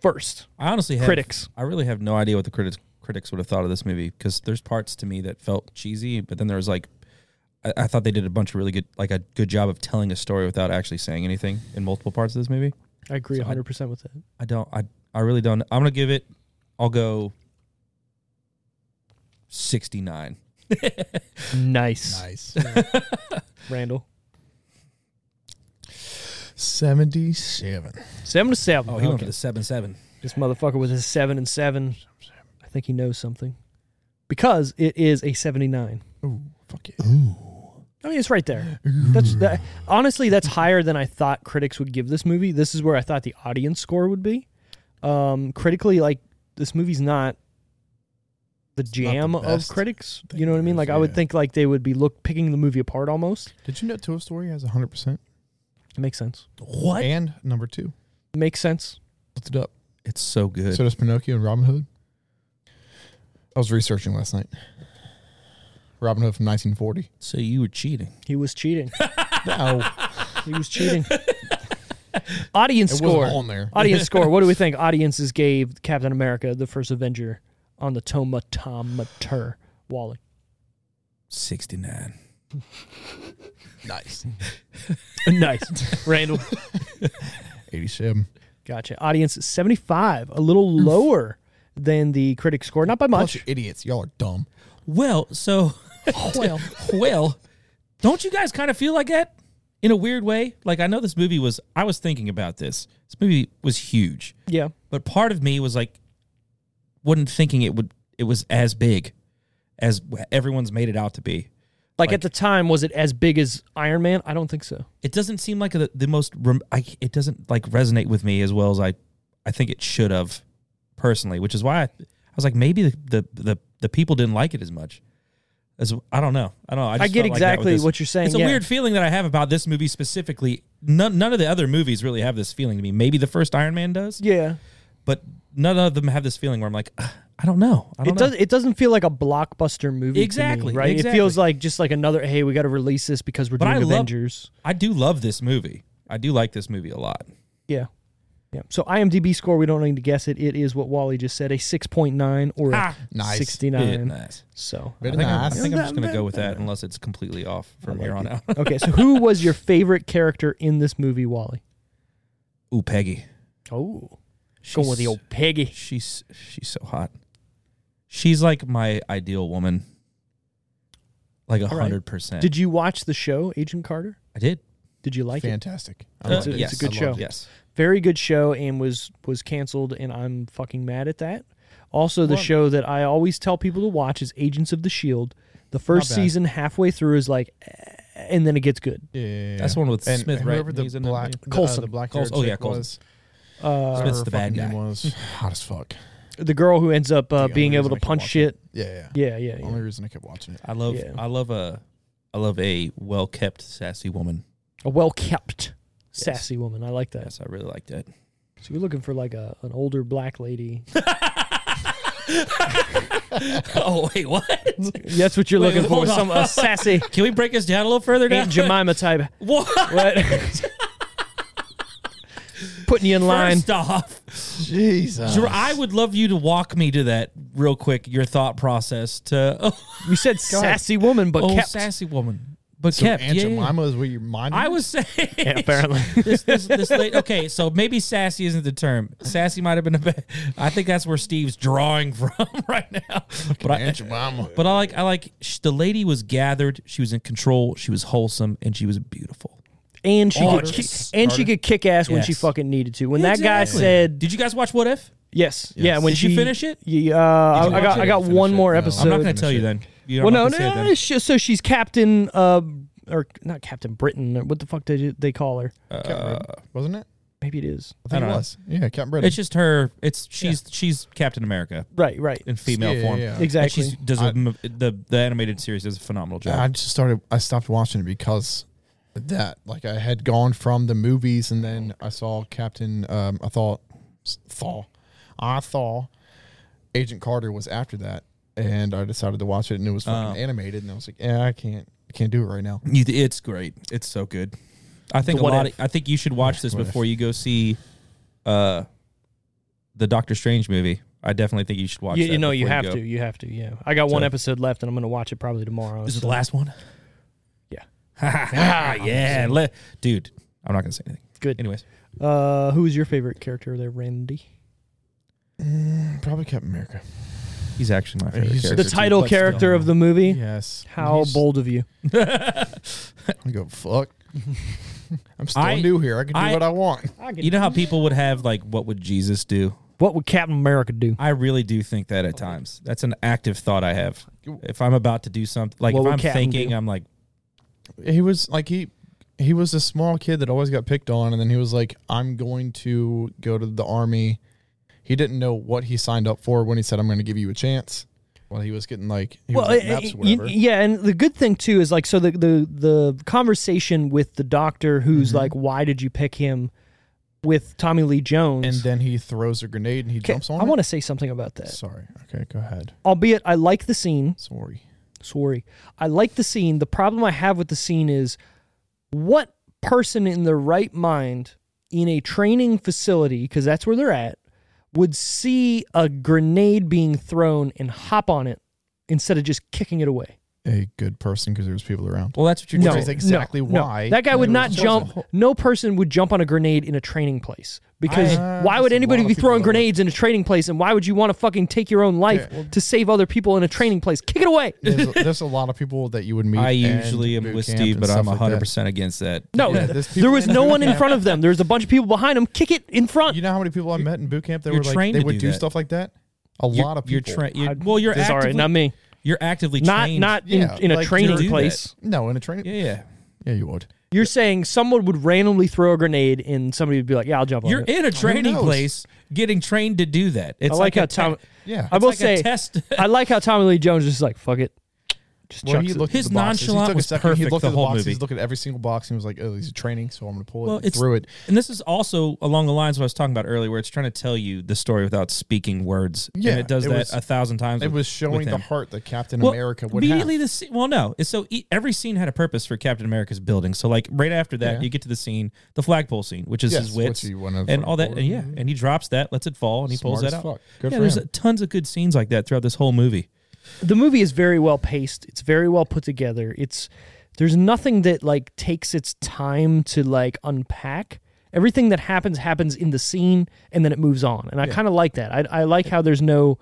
first.
I honestly have
Critics.
I really have no idea what the critics critics would have thought of this movie because there's parts to me that felt cheesy, but then there was like, I, I thought they did a bunch of really good, like a good job of telling a story without actually saying anything in multiple parts of this movie.
I agree
So I-
100 percent with that.
I don't. I I really don't. I'm gonna give it. I'll go. Sixty <laughs> nine.
Nice,
Nice.
Randall.
77.
Seven to seven.
Oh, he went
Okay.
for the seven seven.
this motherfucker with his seven and seven. I think he knows something because it is a 79.
Ooh, fuck yeah.
I
Oh,
mean, it's right there. That's that, honestly, that's higher than I thought critics would give this movie. This is where I thought the audience score would be. Um, critically, like this movie's not the
not the
jam of
best
critics.
thing
You know what I
it
mean?
is,
Like I would
yeah.
think like they would be look picking the movie apart almost.
Did you know Toy Story has 100%?
It makes sense.
What?
And number two.
makes sense.
Looked it up.
It's so good.
So does Pinocchio and Robin Hood. I was researching last night. Robin Hood from 1940.
So you were cheating.
He was cheating.
No,
he
<laughs>
was cheating. audience
it
score.
wasn't on there.
audience score. What do we think audiences gave Captain America: The First Avenger on the tomatometer? Wally.
<laughs>
Sixty nine.
<laughs> Nice.
nice, Randall.
87.
Gotcha. Audience 75, a little lower than the critic score. Not by
Bunch
much.
of idiots. Y'all are dumb.
Well, so
<laughs> Well,
well, don't you guys kind of feel like that in a weird way? Like I know this movie was I was thinking about this. This movie was huge,
yeah.
but part of me was like wasn't thinking it would it was as big as everyone's made it out to be.
Like,
Like-
at the time, was it as big as Iron Man? I don't think so.
It doesn't seem like the, the most rem- I, it doesn't like resonate with me as well as I I think it should have personally, which is why I, I was like maybe the, the the the people didn't like it as much. As I don't know, I don't know. I,
I
just
get
felt like that with
exactly
this.
what you're saying,
It's a
yeah.
weird feeling that I have about this movie specifically. None, none of the other movies really have this feeling to me. Maybe the first Iron Man does,
Yeah.
but none of them have this feeling where I'm like, "Ugh, I don't know. I don't
It
know.
does. It doesn't feel like a blockbuster movie. to me,
Exactly,
right. It
exactly.
feels like just like another. Hey, we got to release this because we're
But
doing
I love-
Avengers.
I do love this movie. I do like this movie a lot.
yeah. Yeah. So IMDb score. We don't need to guess it. It is what Wally just said. A six point nine or a
Ah,
nice.
sixty
Yeah,
nine.
nice.
So. uh,
I
Very
think, I'm, I
nice.
think I'm just gonna go with that unless it's completely off from here on out.
Okay. So who was your favorite character in this movie, Wally?
Ooh, Peggy.
Oh.
She's,
Going with the old Peggy.
She's she's so hot. She's like my ideal woman. Like a
right.
hundred percent.
Did you watch the show Agent Carter?
I did?
Did you like it?
Fantastic. I
Uh,
loved
a-
it.
yes.
it's a good
I
show.
loved it. Yes.
Very good show and was was canceled and I'm fucking mad at that. Also the
Well-
show that I always tell people to watch is Agents of the Shield. E The first
bad.
season halfway through is like eh, and then it gets good.
Yeah, yeah, yeah.
That's the one with
and
Smith, right?
whoever
He's
the
in that
black,
movie.
the, uh,
Coulson.
the black
Coulson. Oh,
oh
yeah,
yeah,
Coulson.
was,
Uh,
Smith's
her
the bad
fucking name
guy. <laughs>
was hot as fuck.
the girl who ends up uh,
The
being
only
able
reason
to
I keep
punch
watching
shit.
Yeah, yeah.
Yeah, yeah, yeah.
Only reason I kept watching it.
I love
Yeah.
I love a I love a well kept sassy woman.
A well kept sassy woman. I like that.
Yes, I really liked
<laughs>
it. <laughs>
So you're looking for like a an older black lady.
oh wait, what?
That's what you're
Wait,
looking for.
hold on.
Some a sassy
Can we break this down a little further now?
Aunt Jemima type.
what?
<laughs> What? Putting you in line.
First off,
Jesus.
Jer- I would love you to walk me to that real quick. Your thought process to <laughs> oh,
You said sassy woman, but
oh,
kept.
sassy woman, but
so
kept.
Aunt
yeah.
Jemima is what your mind.
I was
<laughs>
saying
Yeah, apparently.
<laughs> this, this, this late, okay, so maybe sassy isn't the term. Sassy might have been a bad. I think that's where Steve's drawing <laughs> from right now. But I,
Aunt Jemima.
but I like I like sh- the lady was gathered. She was in control. She was wholesome and she was beautiful.
<laughs> and she
Oh,
could, ki-
Jesus.
and she could kick ass when she
Yes.
fucking needed to. When that guy
Exactly.
said
"Did you guys watch What If?"
yes, yeah. When
Did
she
you finish it?
Yeah, uh,
you
I, I
watch
got
it?
I got
Finish
one
it?
more
No. I'm
episode.
I'm not going
Finish
to tell you
it.
then. You
well, no,
I'm not gonna say
no,
it
it's just- so she's Captain, uh, or not Captain Britain. Or what the fuck did you- they call her?
Captain Britain, wasn't it?
Maybe it is.
I think
Uh, don't
it
know.
was. Yeah, Captain
then.
Britain.
It's just her. It's she's she's Captain America
Right, right.
in female
Yeah,
form.
yeah, yeah.
And
Exactly.
she's does a m the the animated series does a phenomenal job.
I just started. I stopped watching it because of that. Like I had gone from the movies, and then I saw Captain. Um, I thought, thaw, I thought Agent Carter was after that, and I decided to watch it, and it was fucking
Oh.
animated, and I was like, yeah, I can't, I can't do it right now. <clears throat>
You- It's great. It's so good. I think
The
a
what
lot.
if.
Of, I think you should watch this
What if.
before you go see, uh, the Doctor Strange movie. I definitely think you should watch.
You,
that
you know,
before
you have
go.
to. You have to. Yeah, I got one
So-
episode left, and I'm gonna watch it probably tomorrow.
This is
so-
the last one.
Yeah.
ah, <laughs>
<laughs>
yeah, Le- dude. I'm not gonna say anything.
Good.
Anyways,
Uh, who is your favorite character there, Randy?
Probably Captain America.
he's actually my favorite
He's
character.
The
There's a
title
dude, but still,
character of the movie.
Yes.
How
He's-
bold of you!
I don't give a fuck. <laughs> I'm still
I-
new here. I can do
I-
what I want.
<laughs> You know how people would have like, what would Jesus do?
what would Captain America do?
I really do think that at times. That's an active thought I have. If I'm about to do something, like
What
if
would
I'm
Captain
thinking,
do?
I'm like,
he was like he he was a small kid that always got picked on and then he was like i'm going to go to the army he didn't know what he signed up for when he said i'm going to give you a chance well he was getting like he was
eh,
uh,
at naps or
y-
whatever
y- yeah, and the good thing too is like so the the the conversation with the doctor who's
Mm-hmm.
like, "Why did you pick him?" with Tommy Lee Jones.
and then he throws a grenade and he
Okay,
jumps on
I
it
want to say something about that.
sorry okay go ahead
Albeit, I like the scene.
sorry
Sorry, I like the scene. The problem I have with the scene is, what person in their right mind in a training facility, because that's where they're at, would see a grenade being thrown and hop on it instead of just kicking it away?
a good person because there's people <laughs> around
well, that's what you're
no,
doing.
is exactly
no, no.
why
that guy would
there
not
was a-
jump. No person would jump on a grenade in a training place because
I-
why would
there's a
anybody
lot of
be
people
throwing
that would.
grenades in a training place? And why would you want to fucking take your own life
Yeah, well-
to save other people in a training place? Kick it away.
there's, a, there's a lot of people that you would meet
I
and
usually am
boot
with
camp
Steve,
and
but I'm
stuff like that.
100% against that.
No,
Yeah, there's
there
people
was
in
no
boot
one in
camp.
front of them. There's a bunch of people behind them. Kick it in front.
you know how many people i met in boot camp that
You're
were like
trained
they
to
would
do
do
that.
stuff like that a lot of people
You're tra- you're, well, you're
Sorry,
actively,
not me.
You're actively
Not
trained.
not
Yeah,
in, in a
like,
do
training
that.
place.
no in a training
Yeah, yeah.
Yeah, you would.
You're saying someone would randomly throw a grenade and somebody would be like, "Yeah, I'll jump on
You're
it."
in a training
knows?
place getting trained to do that. It's
I like,
a
how
te-
Tom.
Yeah.
I will
like a
say,
test.
I like how Tommy Lee Jones is like, "Fuck it, Just
Well,
chucks
he
it.
looked
His
at the boxes.
nonchalant
he took
was
a second. He
perfect
looked
the
at the
whole
boxes. He
movie.
was looking at every single box. and He was like, "Oh, these are training, so I'm going to pull it."
Well,
and
it's-
threw it.
And this is also along the lines of what I was talking about earlier, where it's trying to tell you the story without speaking words.
Yeah,
and it does
it
that
was-
a thousand times.
It
with-
was
with
showing the
him.
heart that Captain
Well,
America would
immediately
have.
the scene. Well, no, it's so e- every scene had a purpose for Captain America's building. So like right after that,
Yeah.
you get to the scene, the flagpole scene, which is
Yes,
his wits
which he went over
and all that,
for.
and yeah, and he drops that, lets it fall, and he
Smart
pulls
as
that out.
fuck. Good
yeah,
for
there's
him.
tons of good scenes like that throughout this whole movie.
the movie is very well paced. It's very well put together. It's there's nothing that like takes its time to like unpack. Everything that happens happens in the scene and then it moves on. And I kind of like that. I, I like how there's no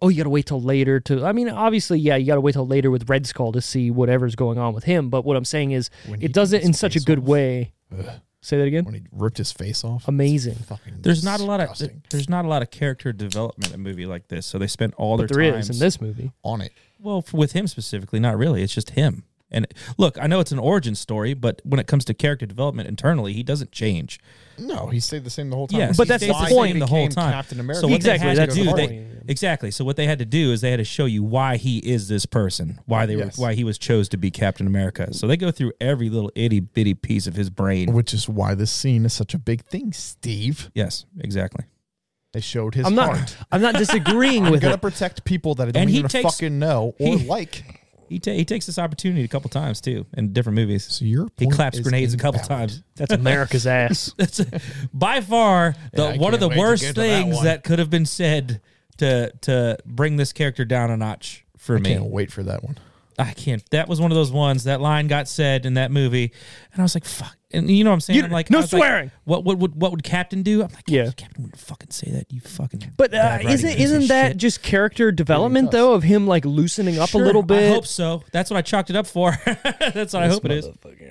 oh you got to wait till later to I mean obviously yeah, you got to wait till later with Red Skull to see whatever's going on with him, but what I'm saying is
When he
it does
took
it in
his
such a
face
good
off.
way. Say that again.
when he ripped his face off.
Amazing.
It's fucking
There's not a lot of
disgusting.
there's not a lot of character development in a movie like this, so they spent all
But
their
there
time
is in this movie.
uh,
on it.
Well, f with him specifically, not really. It's just him. And look, I know it's an origin story, but when it comes to character development internally, he doesn't change.
No, he stayed the same the whole time.
Yes,
He
But
he
that's
stays
the
same
point.
the whole
became
time.
Captain America.
So what
Exactly,
they had
that's
to
the
do, they,
point.
exactly. So what they had to do is they had to show you why he is this person, why they
Yes.
were, why he was chose to be Captain America. So they go through every little itty bitty piece of his brain.
which is why this scene is such a big thing, Steve.
Yes, exactly.
They showed his
I'm not
heart.
I'm not
<laughs>
disagreeing
I'm
with
gonna
it.
protect people that I don't
And he
even
takes-
fucking know or
he-
like.
He ta- he takes this opportunity a couple times too in different movies.
So your
he
point
claps
is
grenades a couple
invalid. <laughs>
times.
That's America's ass.
<laughs> That's by far the
Yeah, I
one of
can't
the
wait to
worst
get to that
things that,
one.
could have been said to to bring this character down a notch for me.
Can't wait for that one.
I can't. That was one of those ones. That line got said in that movie, and I was like, "Fuck!" And you know what I'm saying?
You-
I'm like,
no
I was like,
swearing.
what would what, what would Captain do? I'm like,
Yeah.
Captain wouldn't fucking say that. You fucking.
But uh,
bad writing
isn't
piece of
isn't that
shit."
just character development though of him like loosening up
Sure,
a little bit?
I hope so. That's what I chalked it up for. <laughs> That's what I hope it is.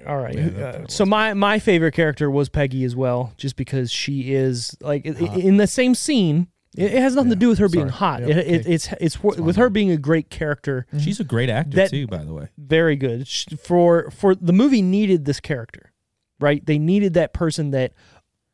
All right. Uh, so my my favorite character was Peggy as well, just because she is like i- i- in the same scene. It, it has nothing to do with her being hot.
Yep,
It, it,
okay.
it's it's wh- with her being a great character,
She's a great actor
That-
too, by the way.
very good Sh- for for the movie. Needed this character, right? They needed that person that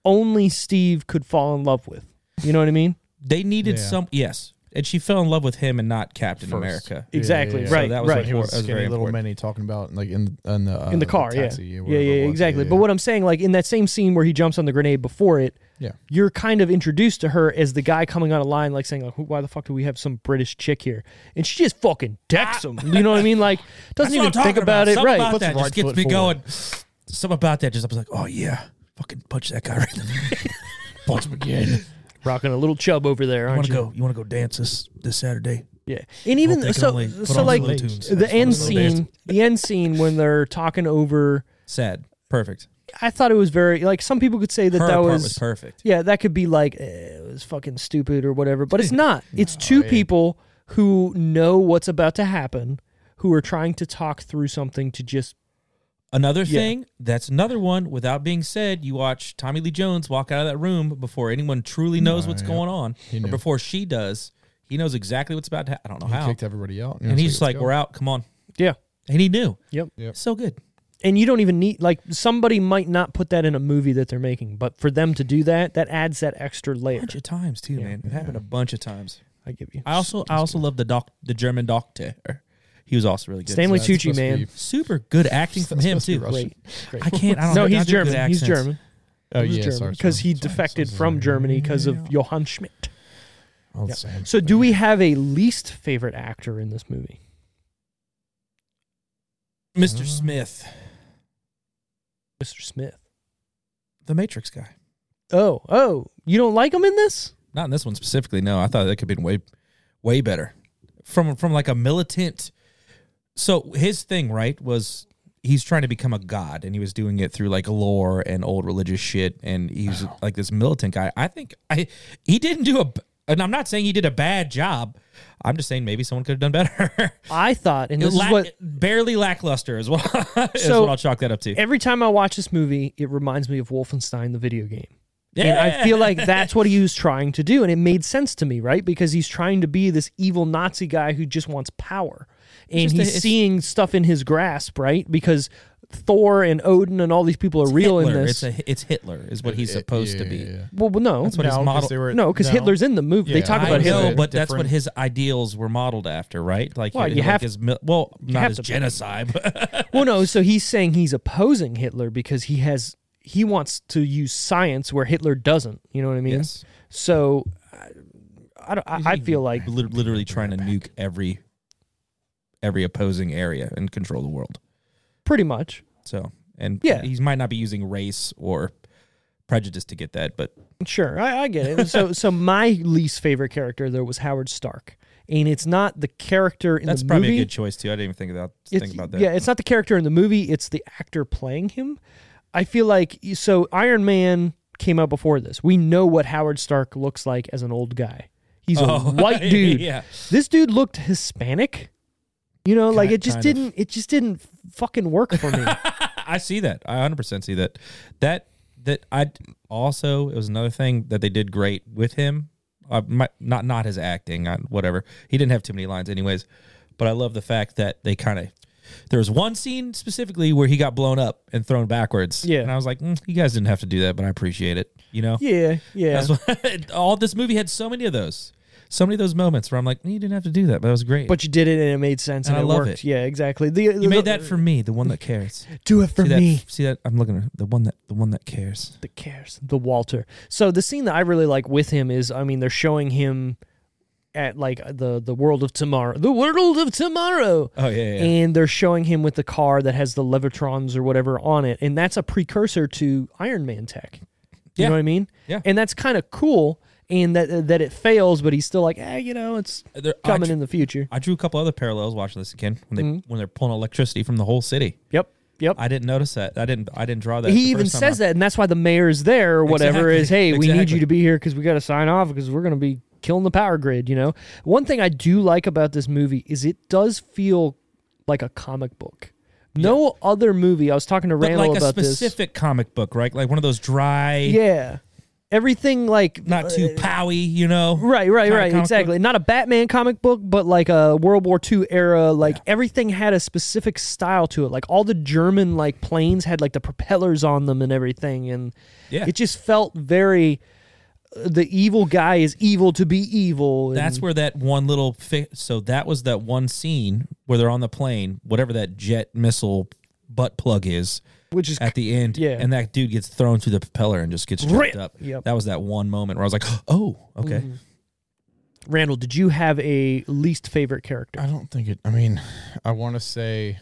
only Steve could fall in love with. You know what I mean?
They needed
Yeah.
some. Yes, and she fell in love with him and not Captain
First.
America.
Exactly.
yeah, yeah.
Right.
So that was
right.
He was
That was
skinny
very
little
important.
mini talking about like in in the uh,
in the car,
taxi,
yeah. Yeah,
whatever
yeah,
it was.
exactly.
Yeah,
But
yeah.
what I'm saying, like in that same scene where he jumps on the grenade before it,
Yeah.
you're kind of introduced to her as the guy coming on a line, like saying, like, "Who- "Why the fuck do we have some British chick here?" And she just fucking
Ah.
decks him. You know what I
<laughs>
mean? Like doesn't even think about, it.
Something
Right?
about
Puts
that
the
just
right
gets
foot
me
forward.
going. Something about that just I was like, oh yeah, fucking punch that guy right in the <laughs> face. punch him again.
Rocking a little chub over there,
You want
aren't
to
you?
go? You want to go dance this this Saturday?
Yeah. And even
they can
so,
only put
so
on
like
little tunes.
the end scene, the end scene when they're talking over.
Sad. Perfect.
I thought it was very like some people could say that
Her
that
part
was,
was perfect.
Yeah, that could be like eh, it was fucking stupid or whatever, but it's
<laughs>
not. It's two people who know what's about to happen, who are trying to talk through something to just
Another thing, that's another one. Without being said, you watch Tommy Lee Jones walk out of that room before anyone truly knows what's going on, or before she does. He knows exactly what's about to. Ha- I don't know
He
how.
kicked everybody out,
And he's just like, "We're out. Come on."
yeah.
And he knew.
Yep.
Yep.
So good.
And you don't even need like somebody might not put that in a movie that they're making, but for them to do that, that adds that
A
extra
<laughs>
layer.
bunch of times too, man. It happened a bunch of times.
I give you.
I also I also love the doc the German doctor. He was also really good.
Stanley
that's
Tucci,
supposed to
man.
be-
Super good acting from him
supposed to
too.
be Russian.
Great. Great.
I can't. I don't
no,
know, I do
he's
good
German. He's
accents.
German.
Oh
He's
yeah, sorry,
because
sorry,
he
sorry,
defected
sorry,
from
sorry.
Germany because of Johann Schmidt.
All the
Yeah.
same.
So, do we have a least favorite actor in this movie?
Mr. Smith,
Mr. Smith.
the Matrix guy.
Oh, oh, you don't like him in this?
Not in this one specifically. No, I thought that could have been way, way better. From from like a militant. So his thing, right, was he's trying to become a god, and he was doing it through like lore and old religious shit, and he was like this militant guy. I think I he didn't do a. b- And I'm not saying he did a bad job. I'm just saying maybe someone could have done better.
I thought, and this
<laughs> Lack-
is what
barely lackluster is what, <laughs> is
So-
what I'll chalk that up to.
every time I watch this movie, it reminds me of Wolfenstein, the video game. And I feel like that's what he
<laughs>
was trying to do. And it made sense to me, right? Because he's trying to be this evil Nazi guy who just wants power. And
Just a-
he's
it's-
seeing stuff in his grasp, right? Because Thor and Odin and all these people are real
Hitler.
in this.
It's a it's Hitler is what he's supposed to be.
well, well, no,
That's what his model.
no, because Hitler's in the movie. They
Yeah,
talk
I
about
I
Hitler.
know,
Hitler.
but that's what
Different-
his ideals were modeled after, right? Like,
Well,
hit-
you
like
have-
his mil- well, not
have
his
to-
genocide. But
Well, no. So he's saying he's opposing Hitler because he has he wants to use science where Hitler doesn't. You know what I mean?
Yes.
So I, I, don't, I, I feel like
Lit- literally trying to nuke every every opposing area and control the world.
pretty much.
So, and
Yeah.
he might not be using race or prejudice to get that, but
Sure, I, I get it. So so my least favorite character though was Howard Stark, and it's not the character in
that's
the
probably
movie.
a good choice too. I didn't even think about
It's-
think about that.
Yeah, it's not the character in the movie; it's the actor playing him. I feel like so Iron Man came out before this. We know what Howard Stark looks like as an old guy. He's a
Oh, <laughs>
white dude.
yeah.
This dude looked Hispanic. You know, like
Ki-
it just
kind of.
didn't. It just didn't fucking work
<laughs>
for me.
I see that. I 100% see that. That that I also it was another thing that they did great with him. Uh, my, not not his acting, I, whatever. He didn't have too many lines anyways, but I love the fact that they kind of there was one scene specifically where he got blown up and thrown backwards.
Yeah.
and I was like, mm, you guys didn't have to do that, but I appreciate it. You know,
yeah, yeah.
That's what- <laughs> all this movie had so many of those, so many of those moments where I'm like, "Mm, you didn't have to do that, but that was great.
but you did it, and it made sense, and,
And I
it
love
worked.
it.
Yeah, exactly. The,
you made that for me, the one that cares.
do it for
see that,
me.
See that? I'm looking at the one that the one that cares.
the cares the walter so the scene that i really like with him is i mean they're showing him at like the the world of tomorrow the world of tomorrow
Oh yeah, yeah.
and they're showing him with the car that has the levitrons or whatever on it and that's a precursor to iron man tech you
Yeah.
know what i mean
Yeah.
and that's kind of cool and that that it fails but he's still like eh, you know it's
There- Uh, I
coming
drew-
in Mm-hmm. the future
I drew a couple other parallels watching this again when they when they're pulling electricity from the whole city.
yep yep
I didn't notice that. I didn't. I didn't draw that.
he even says that, and that's why the mayor is there or whatever.
Exactly,
Is hey, we need
exactly.
you to be here because we got to sign off because we're gonna be killing the power grid. You know, one thing I do like about this movie is it does feel like a comic book. No other movie. I was talking to
But
Randall
like a
about
specific comic book, right? Like one of those dry,
this. Yeah, everything like
not too
uh,
powy, you know?
Right, right,
kinda
right.
comic
Exactly. Not a Batman comic book, but like a World War II era. Like everything had a specific style to it. Like all the German like planes had like the propellers on them and everything, and
Yeah.
it just felt very. uh, The evil guy is evil to be evil. and-
That's where that one little fi- so that was that one scene where they're on the plane, whatever that jet missile butt plug is
which is
at the end,
Yeah.
and that dude gets thrown through the propeller and just gets ripped up.
Yep.
That was that one moment where I was like, <gasps> oh,
Mm-hmm.
okay.
Randall. Did you have a least favorite
Uh,
character?
I don't think it. I mean, I want to say,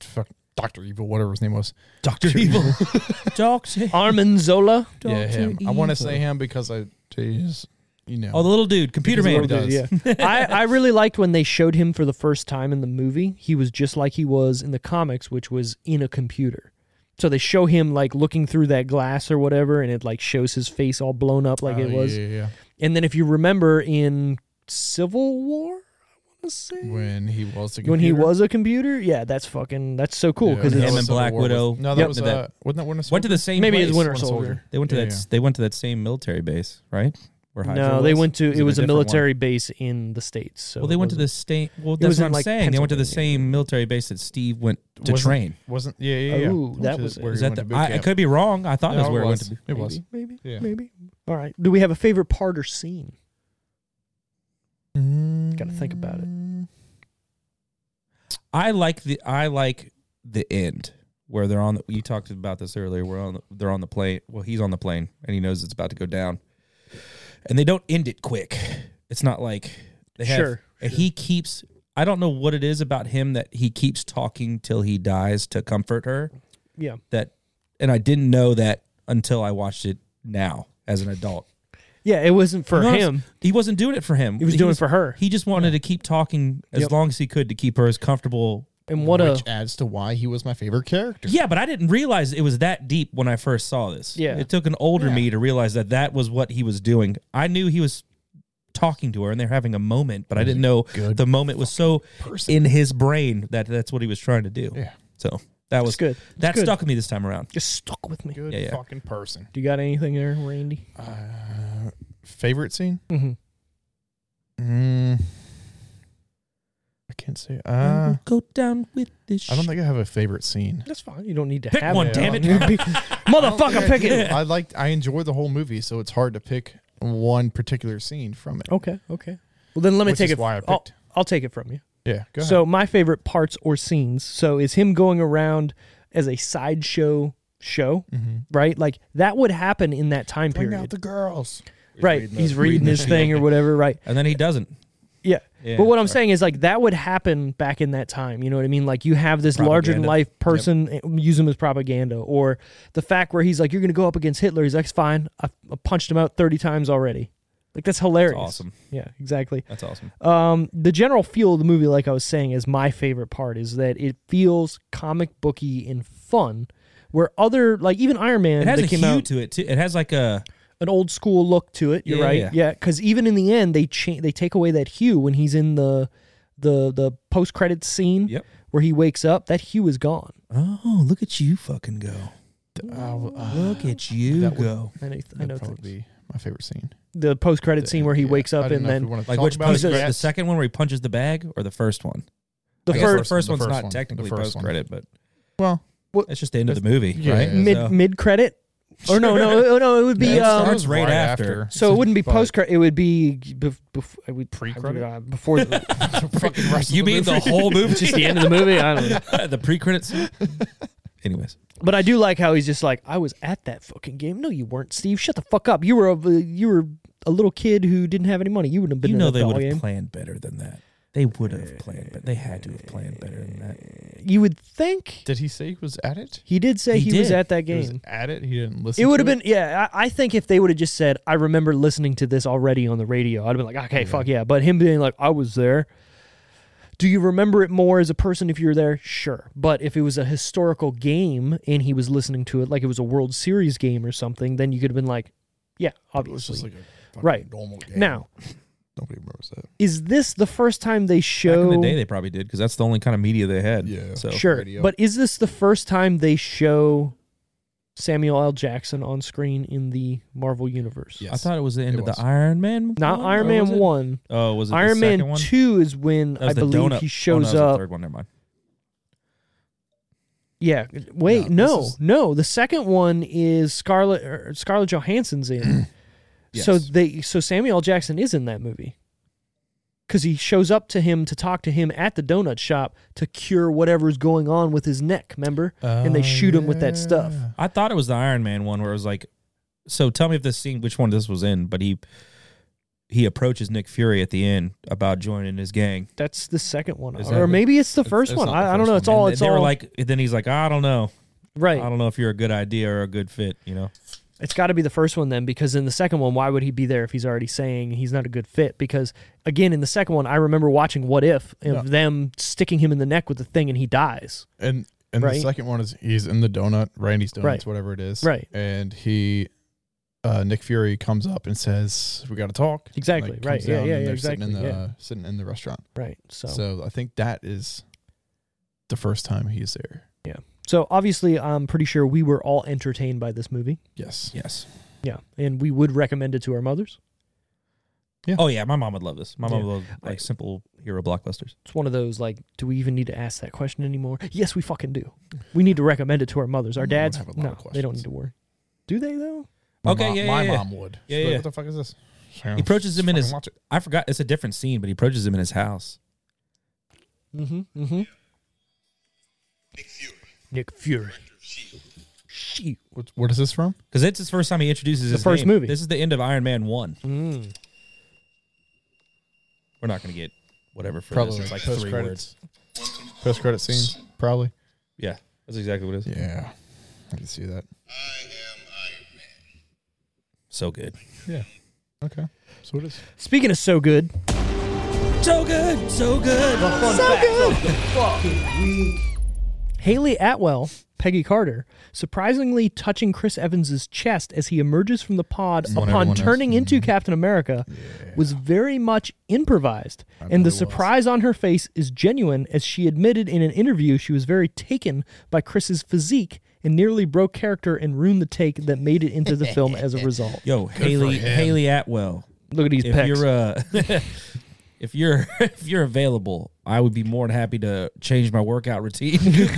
fuck, Doctor Evil, whatever his name was.
Doctor Evil, <laughs> Doctor.
Armin Zola.
yeah, him. I want to say him because I, he's, you know,
Oh, the little dude, computer
Because
man.
what he does.
Yeah. I, I really liked when they showed him for the first time in the movie. He was just like he was in the comics, which was in a computer. So they show him like looking through that glass or whatever, and it like shows his face all blown up like
Oh,
it was.
Yeah, yeah,
And then if you remember in Civil War, I want to say
yeah. When he was the
when he
computer.
was a computer. Yeah, that's fucking that's so cool
Yeah,
because
that
him
was
and
Civil
Black
War
Widow.
Was, no, that
Yep.
was
Did
uh,
that-
wasn't that Winter Soldier?
Went to the same
maybe
place.
it's Winter
Winter
Soldier.
Soldier.
They went to
Yeah,
that.
yeah.
They went to that same military base, right? Where Hydra
No, they
was?
went to
in
it was a
different one?
military base in the states. So
Well, they
it
went to
wasn't-
the same. Well, that's
was
what
in,
I'm
like,
saying. They went to the
Pennsylvania.
same military base that Steve went to
Wasn't-
train.
Wasn't yeah, yeah, yeah.
Ooh,
Went
that
to
was it.
where
Is
he
that
went
the?
to boot
I, I
camp.
could be wrong. I thought
No,
that's
it
where it went
was.
to. Be.
It was.
maybe
Yeah.
maybe. All right. Do we have a favorite part or scene?
Mm.
Gotta think about it.
I like the. I like the end where they're on. The, you talked about this earlier. We're on. The, they're on the plane. Well, he's on the plane and he knows it's about to go down, and they don't end it quick. It's not like they have.
Sure,
and He keeps. I don't know what it is about him that he keeps talking till he dies to comfort her.
Yeah.
That, and I didn't know that until I watched it now as an adult.
Yeah, it wasn't for
No,
him.
He wasn't doing it for him.
He was doing it for her.
He just wanted to keep talking as
Yep.
long as he could to keep her as comfortable.
And what a
Which adds to why he was my favorite character.
Yeah, but I didn't realize it was that deep when I first saw this.
Yeah.
It took an older me to realize that that was what he was doing. I knew he was talking to her and they're having a moment, but I didn't know
good
the moment was so
person.
in his brain that that's what he was trying to do.
Yeah.
So that was
good. It's
That
good.
stuck with me this time around.
just stuck with me.
Good
Yeah, yeah.
fucking person.
Do you got anything there, Randy?
Uh, favorite scene?
Mm-hmm.
Mm. I can't can't say. Uh,
Go down with this.
I don't think I have a favorite scene.
That's fine. You don't need to
Pick
have
one,
it.
damn it.
<laughs> Motherfucker, pick it.
I like. I enjoy the whole movie, so it's hard to pick one particular scene from it.
Okay, okay. Well, then let me
Which
take
is
it.
why I
I'll,
picked-
I'll take it from you.
Yeah. Go ahead.
So my favorite parts or scenes. So is him going around as a sideshow show,
Mm-hmm.
right? Like that would happen in that time
Bring
period,
out the girls.
right?
reading the-
He's
<laughs>
reading,
reading
his thing or whatever, right?
and then he doesn't.
Yeah.
Yeah,
but what I'm
sorry.
saying is like that would happen back in that time. You know what I mean? Like you have this larger than
Propaganda.
life person uh, use him as propaganda, or the fact where he's like, "You're going to go up against Hitler." He's like, "It's "Fine, I, I punched him out 30 times already." Like that's hilarious.
awesome.
Yeah, exactly.
That's awesome.
Uh,
Um, the general feel of the movie, like I was saying, is my favorite part. Is that it feels comic booky and fun, where other like even Iron Man
It has
that
a
came
hue
out,
to it too. It has like a
an old school look to it. You're
Yeah,
right.
yeah.
Yeah, because even in the end, they cha- they take away that hue when he's in the the the post credits scene
Yep.
where he wakes up. That hue is gone.
oh look at you fucking go.
Uh,
Look at you
That would-
go.
I know, I
that'd
know
probably
things.
be my favorite scene.
the post credit scene where he
Yeah,
wakes
I
up and
don't know if we
then
wanna
Like
talk
which
about it
post
yet.
credit? The second one where he punches the bag, or the first one?
the
I guess
first
the first
the
one's
first
not
one. The
technically
first
post
one.
credit, but
Well,
it's just the end of the movie,
Yeah,
right?
yeah, yeah.
mid
So-
mid credit. Or no, no,
<laughs>
no, no, it would be
No, it
um,
starts right after.
So it wouldn't be
But- <laughs>
post credit. It would be bef- bef- it would-
Pre-credit?
uh, before the,
Fucking <laughs> rest of
You
the
mean the
movie.
whole movie?
just the end of the movie. I don't
<laughs>
know. <laughs>
the pre credits. Anyways,
But I do like how he's just like, I was at that fucking game. No, you weren't, Steve. Shut the fuck up. You were a you were a little kid who didn't have any money. You wouldn't have been.
you
in
know
that
they
football
would have
game.
planned better than that. They would have planned, but they had to have planned better than that.
You would think
Did he say he was at it?
he did say he,
He
was
did.
at that
He was
game.
at it. He didn't listen.
It would have
to
been yeah. I, I think if they would have just said, I remember listening to this already on the radio, I'd have been like, okay, fuck yeah. But him being like, I was there. Do you remember it more as a person if you were there? Sure. But if it was a historical game and he was listening to it like it was a World Series game or something, then you could have been like, yeah,
It was just
obviously.
like a fucking
Right.
normal game.
now,
nobody remembers that.
is this the first time they show
Back in the day, they probably did because that's the only kind of media they had.
Yeah.
So
sure
radio.
but is this the first time they show samuel l jackson on screen in the marvel universe
Yes.
I thought it was the end
It
of
was.
the Iron Man.
not
one,
iron
or
man
was it-
1
Oh, was it the
iron man
second one?
2 is when
That was
i
the
believe
donut-
he
oh,
shows
no, it was the
up
third one. Never mind.
yeah wait
No,
no no,
this is-
the second one is scarlett er, scarlett johansson's in
<clears throat>
so
Yes.
they so samuel l jackson is in that movie because he shows up to him to talk to him at the donut shop to cure whatever's going on with his neck remember and
Oh,
they shoot him with that stuff
I thought it was the Iron Man one where it was like, so tell me if this scene, which one this was in, but he he approaches Nick Fury at the end about joining his gang.
That's the second one,
Is
or
that-
maybe it's the
It's-
first
it's
one.
not
I,
the
I don't
first
know.
one.
It's
and
all.
they,
it's
they
all
were like, then he's like, I don't know,
right.
I don't know if you're a good idea or a good fit, you know.
It's got to be the first one then, because in the second one, why would he be there if he's already saying he's not a good fit? Because again, in the second one, I remember watching What If of
Yeah.
them sticking him in the neck with the thing and he dies.
And and
Right.
the second one is he's in the donut, Randy's donuts,
Right.
whatever it is.
Right.
And he, uh, Nick Fury comes up and says, "We got to talk."
Exactly,
comes
right. Yeah,
down
yeah,
and
yeah,
They're sitting in the
exactly,
sitting in the restaurant.
Right. So, so,
So I think that is the first time he's there.
obviously, I'm pretty sure we were all entertained by this movie.
Yes.
Yes.
Yeah, and we would recommend it to our mothers.
Oh yeah, my mom would love this. My mom
Yeah.
would love like
I-
simple hero blockbusters.
It's one of those like, do we even need to ask that question anymore? Yes, we fucking do. We need to recommend it to our mothers. Our
Mom would
dads,
have a lot
no,
of
they don't
questions.
need to worry. Do they though?
My
Okay,
mom,
yeah,
my
yeah, yeah.
mom would. She'd
Yeah,
be like,
yeah.
What the fuck is this?
He approaches him in
Oh, Fucking
his-
watch it.
I forgot it's a different scene, but he approaches him in his house.
Mm-hmm. Mm-hmm.
Nick Fury,
Nick Fury.
Director of S.H.I.E.L.D.
Shoot.
What, what is this from?
Because it's his first time he introduces
The
his
first
name.
movie.
This is the end of Iron Man one.
Mm.
We're not gonna get whatever for
Probably
this. It's like
post
three
credits.
words.
Welcome.
Post credit scene, probably.
Yeah. That's exactly what it is.
Yeah, I can see that.
I am Iron Man.
So good.
Yeah. Okay. So it is.
Speaking of so good,
So good, so good.
Haley Atwell, Peggy Carter, surprisingly touching Chris Evans's chest as he emerges from the pod
What everyone
upon
else-
turning into Captain America was very much improvised, and the
bet it was.
surprise on her face is genuine as she admitted in an interview she was very taken by Chris's physique and nearly broke character and ruined the take that made it into the film as a result.
Yo, Haley
him.
Haley Atwell.
Look at these
If
pecs.
you're uh <laughs> if you're <laughs> if you're available, I would be more than happy to change my workout routine <laughs>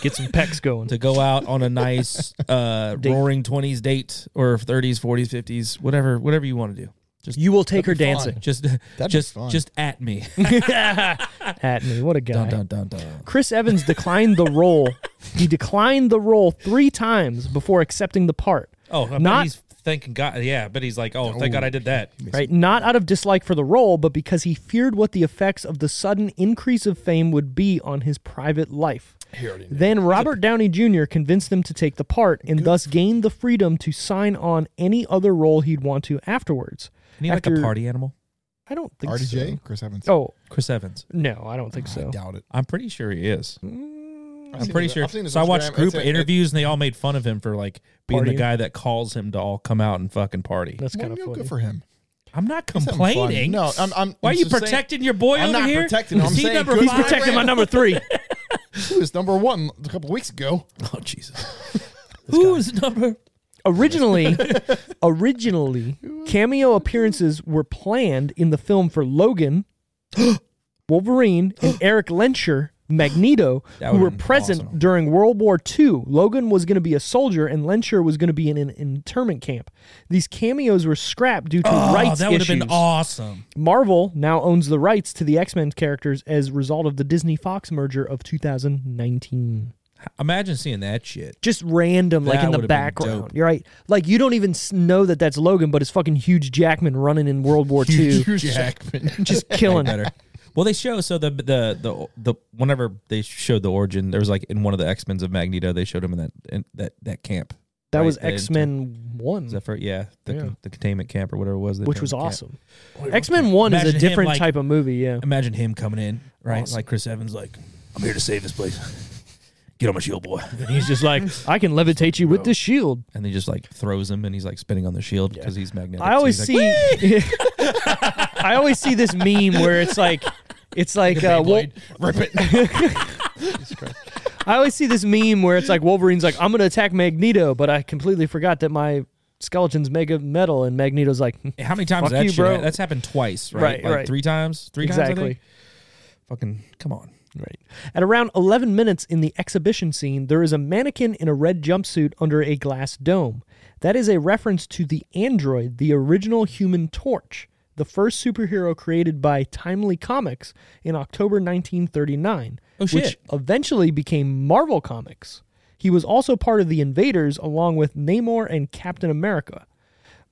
Get some pecs going.
to go out on a nice uh, roaring twenties date or thirties, forties, fifties, whatever, whatever you want to do. Just
You will take her
That'd be
dancing.
just
be
just
fun.
just at
<laughs>
me.
At me. What a guy.
dun, dun, dun, dun.
Chris Evans declined the role. he declined the role three times before accepting the part.
Oh, I bet
Not-
he's thanking God. Yeah, but he's like, oh, thank God I did that.
Right? Not out of dislike for the role, but because he feared what the effects of the sudden increase of fame would be on his private life. Then Robert Downey Jr. convinced him to take the part and thus gained the freedom to sign on any other role he'd want to afterwards.
Isn't he like
After-
a party animal?
I don't think
RDJ,
so.
Chris Evans.
Oh,
Chris Evans.
no, I don't think so.
doubt it.
I'm pretty sure he is. I'm
seen
pretty
his-
sure.
I've seen his
So I watched
Instagram.
group
It's a-
interviews and they all made fun of him for like being the
Partying.
guy that calls him to all come out and fucking party.
That's kind
Well,
of
no,
funny.
good for him.
I'm not
having fun.
complaining.
No, I'm- I'm-
Why are
I'm
you
just saying-
protecting your boy
I'm
over
not
here?
protecting him.
Is
I'm
he
saying
number
good
five?
for him.
Protecting my number
<laughs>
three.
He was number one a couple weeks ago.
<laughs> Oh
<laughs>
Jesus! Who's number? <laughs>
originally originally cameo appearances were planned in the film for Logan, <gasps> Wolverine,
<gasps>
and Eric Lencher, Magneto,
That
who
would've
were
been
present
awesome.
during World War II. Logan was going to be a soldier and Lencher was going to be in an internment camp. These cameos were scrapped due to
Oh,
rights
that would have
issues.
been awesome.
Marvel now owns the rights to the X-Men characters as a result of the Disney Fox merger of 2019
Imagine seeing that
<laughs>
shit.
just random, like
That
in
would've been
the background.
dope.
You're right. Like you don't even s- know that that's Logan, but it's fucking Huge Jackman running in World War II,
<laughs> Jackman.
just killing it.
Better. Well, they show so the the the the whenever they showed the origin, there was like in one of the X Men's of Magneto, they showed him in that in that that camp.
That
Right,
was
the
X Men One,
Is that for yeah the,
Yeah.
the containment camp or whatever it was, the
which was
containment camp.
awesome. X Men One is a
Imagine him,
different
like-
type of movie. Yeah,
Imagine him coming in, right? Like Chris Evans, like I'm here to save this place. <laughs> Get on my shield, boy.
he's just like, I can levitate you with this shield.
<laughs> And they just like throws him, and he's like spinning on the shield because he's magnetic.
I always
So he's
see,
like,
<laughs> I always see this meme where it's like, it's like, uh, Wol-
Rip it.
I always see this meme where it's like Wolverine's like, I'm gonna attack Magneto, but I completely forgot that my skeleton's mega metal, and Magneto's like, <laughs>
how many times
Fuck
that
you,
shit?
bro.
That's happened twice, right?
Right,
like
right.
Three times, three times. I
exactly.
think? Fucking come on.
Right. At around 11 minutes in the exhibition scene, there is a mannequin in a red jumpsuit under a glass dome. That is a reference to the android, the original human torch, the first superhero created by Timely Comics in October 1939,
Oh, shit.
which eventually became Marvel Comics. He was also part of the Invaders along with Namor and Captain America.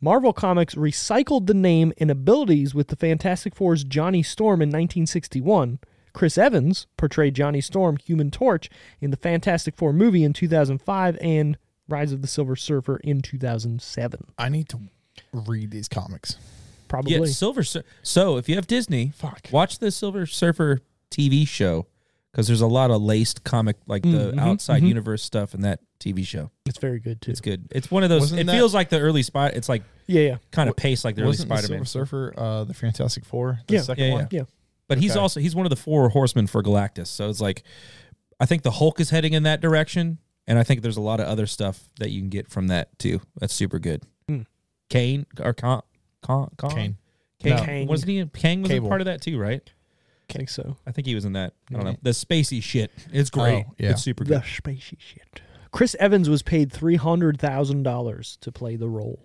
Marvel Comics recycled the name and abilities with the Fantastic Four's Johnny Storm in 1961. Chris Evans portrayed Johnny Storm, Human Torch, in the Fantastic Four movie in 2005 and Rise of the Silver Surfer in 2007.
<laughs> I need to read these comics.
Probably.
Yeah, Silver. Sur- so if you have Disney,
Fuck.
watch the Silver Surfer TV show because there's a lot of laced comic like the outside universe stuff in that TV show.
It's very good, too.
It's good. It's one of those.
Wasn't
it
that-
feels like the early spot. It's like
Yeah, yeah.
kind of paced like the early
Wasn't the
Spider
Silver
Man.
Surfer uh, the Fantastic Four? The
Yeah.
second
Yeah,
one.
Yeah.
But he's also he's one of the four horsemen for Galactus. So it's like I think the Hulk is heading in that direction, and I think there's a lot of other stuff that you can get from that too. That's super good.
Hmm.
Kane or Con Con Con
Kane.
Kane.
No. Kang.
Wasn't he? Kang was a
Cable.
part of that too, right?
I think so.
I think he was in that. I don't know. The spacey shit. It's great.
Oh, yeah.
It's super
The
good.
spacey shit. Chris Evans was paid $300,000 to play the role.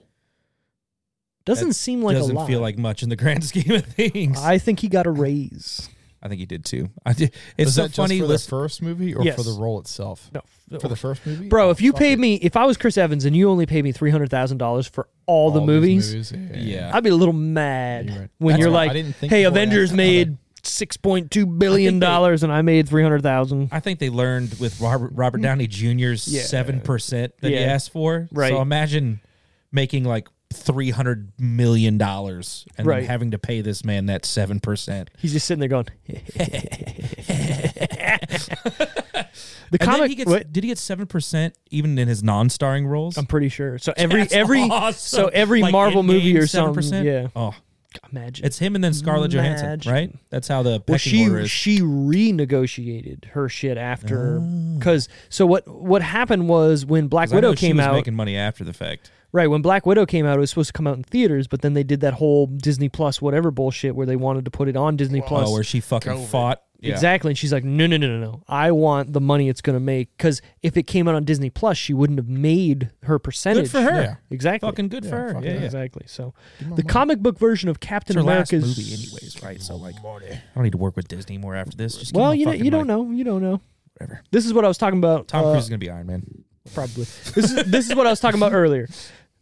Doesn't
That
seem like
Doesn't
a lot.
feel like much in the grand <laughs> scheme of things. I,
I think he got a raise.
think he did too. I did. It's
Is
so
that
funny.
just
listen-
for the first movie or
Yes.
for the role itself?
No,
For the first movie,
Bro,
Oh,
if you
fuck
paid
it.
me, if I was Chris Evans and you only paid me three hundred thousand dollars for all, the
All these
movies,
movies,
yeah.
I'd be a little mad
You're right.
when
That's
you're
why I
like,
didn't think
"Hey,
before I
Avengers
asked
made six point two billion dollars and I made three hundred thousand.
I think they learned with Robert, Robert Downey Jr.'s
Yeah.
seven percent that he
Yeah.
asked for.
Right.
So imagine making like three hundred million dollars and
Right.
then having to pay this man that seven percent.
He's just sitting there going. <laughs> the
And
comic.
then he gets
wait,
did he get seven percent even in his non-starring roles?
I'm pretty sure. So Um, every
That's
every
awesome.
so every
Like
Marvel
in-game
movie or something.
7%?
Yeah,
Oh,
imagine.
it's him and then Scarlett Johansson,
Imagine.
right? That's how the pecking
Well, she
order is.
she renegotiated her shit after because so what what happened was when Black
'Cause I
Widow
know she
came
was
out.
making money after the fact.
Right, when Black Widow came out, it was supposed to come out in theaters, but then they did that whole Disney Plus whatever bullshit where they wanted to put it on Disney Plus.
oh, where she fucking
COVID.
fought. Yeah.
Exactly. And she's like, no, no, no, no, no. I want the money it's going to make. Because if it came out on Disney Plus, she wouldn't have made her percentage.
Good for her.
Yeah.
Exactly.
Fucking good for her.
fuck
Yeah,
yeah.
yeah.
Exactly. So the comic book version of Captain
It's her last
America's
movie, anyways, right? So like, I don't need to work with Disney more after this. Just give
Well,
me
you know,
fucking
you don't
money.
know. You don't know.
Whatever.
This is what I was talking about.
Tom
uh,
Cruise is gonna be Iron Man.
probably. This is this is what I was talking about earlier.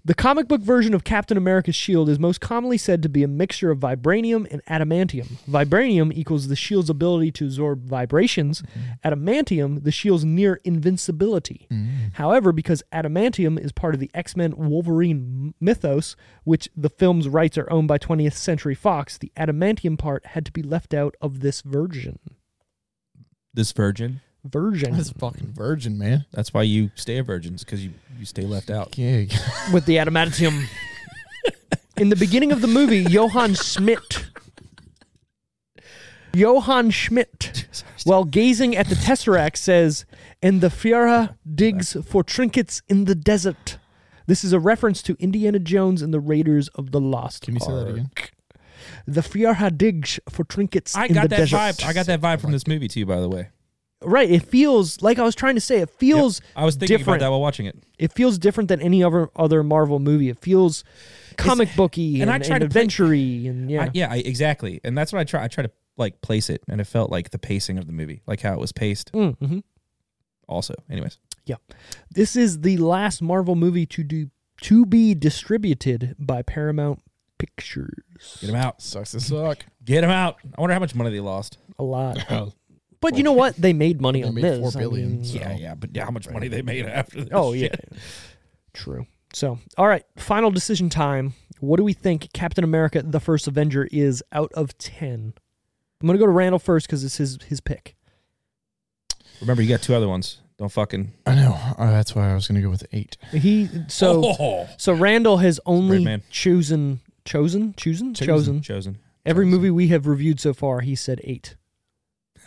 The comic book version of Captain America's shield is most commonly said to be a mixture of vibranium and adamantium. Vibranium equals the shield's ability to absorb vibrations.
Mm-hmm.
Adamantium, the shield's near invincibility. However, because adamantium is part of the X-Men Wolverine m- mythos, which the film's rights are owned by 20th Century Fox, the adamantium part had to be left out of this version.
This virgin.
Version
<laughs> That's fucking virgin, man.
That's why you stay a virgin, because you you stay left
<laughs>
out.
Yeah.
with the adamantium. In the beginning of the movie, Johann Schmidt. Johann Schmidt, while gazing at the Tesseract, says, And the Führer digs for trinkets in the desert. This is a reference to Indiana Jones and the Raiders of the Lost.
Can you say that again?
Ark. The Führer digs for trinkets
I
in
got
the
that
desert.
vibe. I got that vibe from this movie too. By the way,
Right. It feels, like I was trying to say, it feels
I was thinking
different.
about that while watching it.
it feels different than any other other Marvel movie. It feels comic booky and,
and I
and,
tried to play-
adventure-y and yeah.
I, yeah, I, exactly. And that's what I try. I try to like place it, and it felt like the pacing of the movie, like how it was paced.
Mhm.
Also, anyways,
yeah. This is the last Marvel movie to do to be distributed by Paramount Pictures.
get him out.
<laughs> Sucks to suck.
Get him out. I wonder how much money they lost.
A lot. But you know what? They made money
They
on
made
this.
four
I
billion,
mean,
so-
Yeah, yeah, but yeah, how much money they made after this? <laughs>
Oh yeah.
shit.
True. So, all right, final decision time. What do we think Captain America the First Avenger is out of 10? I'm going to go to Randall first cuz it's his his pick.
Remember, you got two other ones. Don't fucking.
I know. Uh, that's why I was gonna go with eight.
He so
Oh.
So Randall has
Brave
only
man.
chosen, chosen, chosen, chosen.
Chosen.
Every movie we have reviewed so far, he said eight.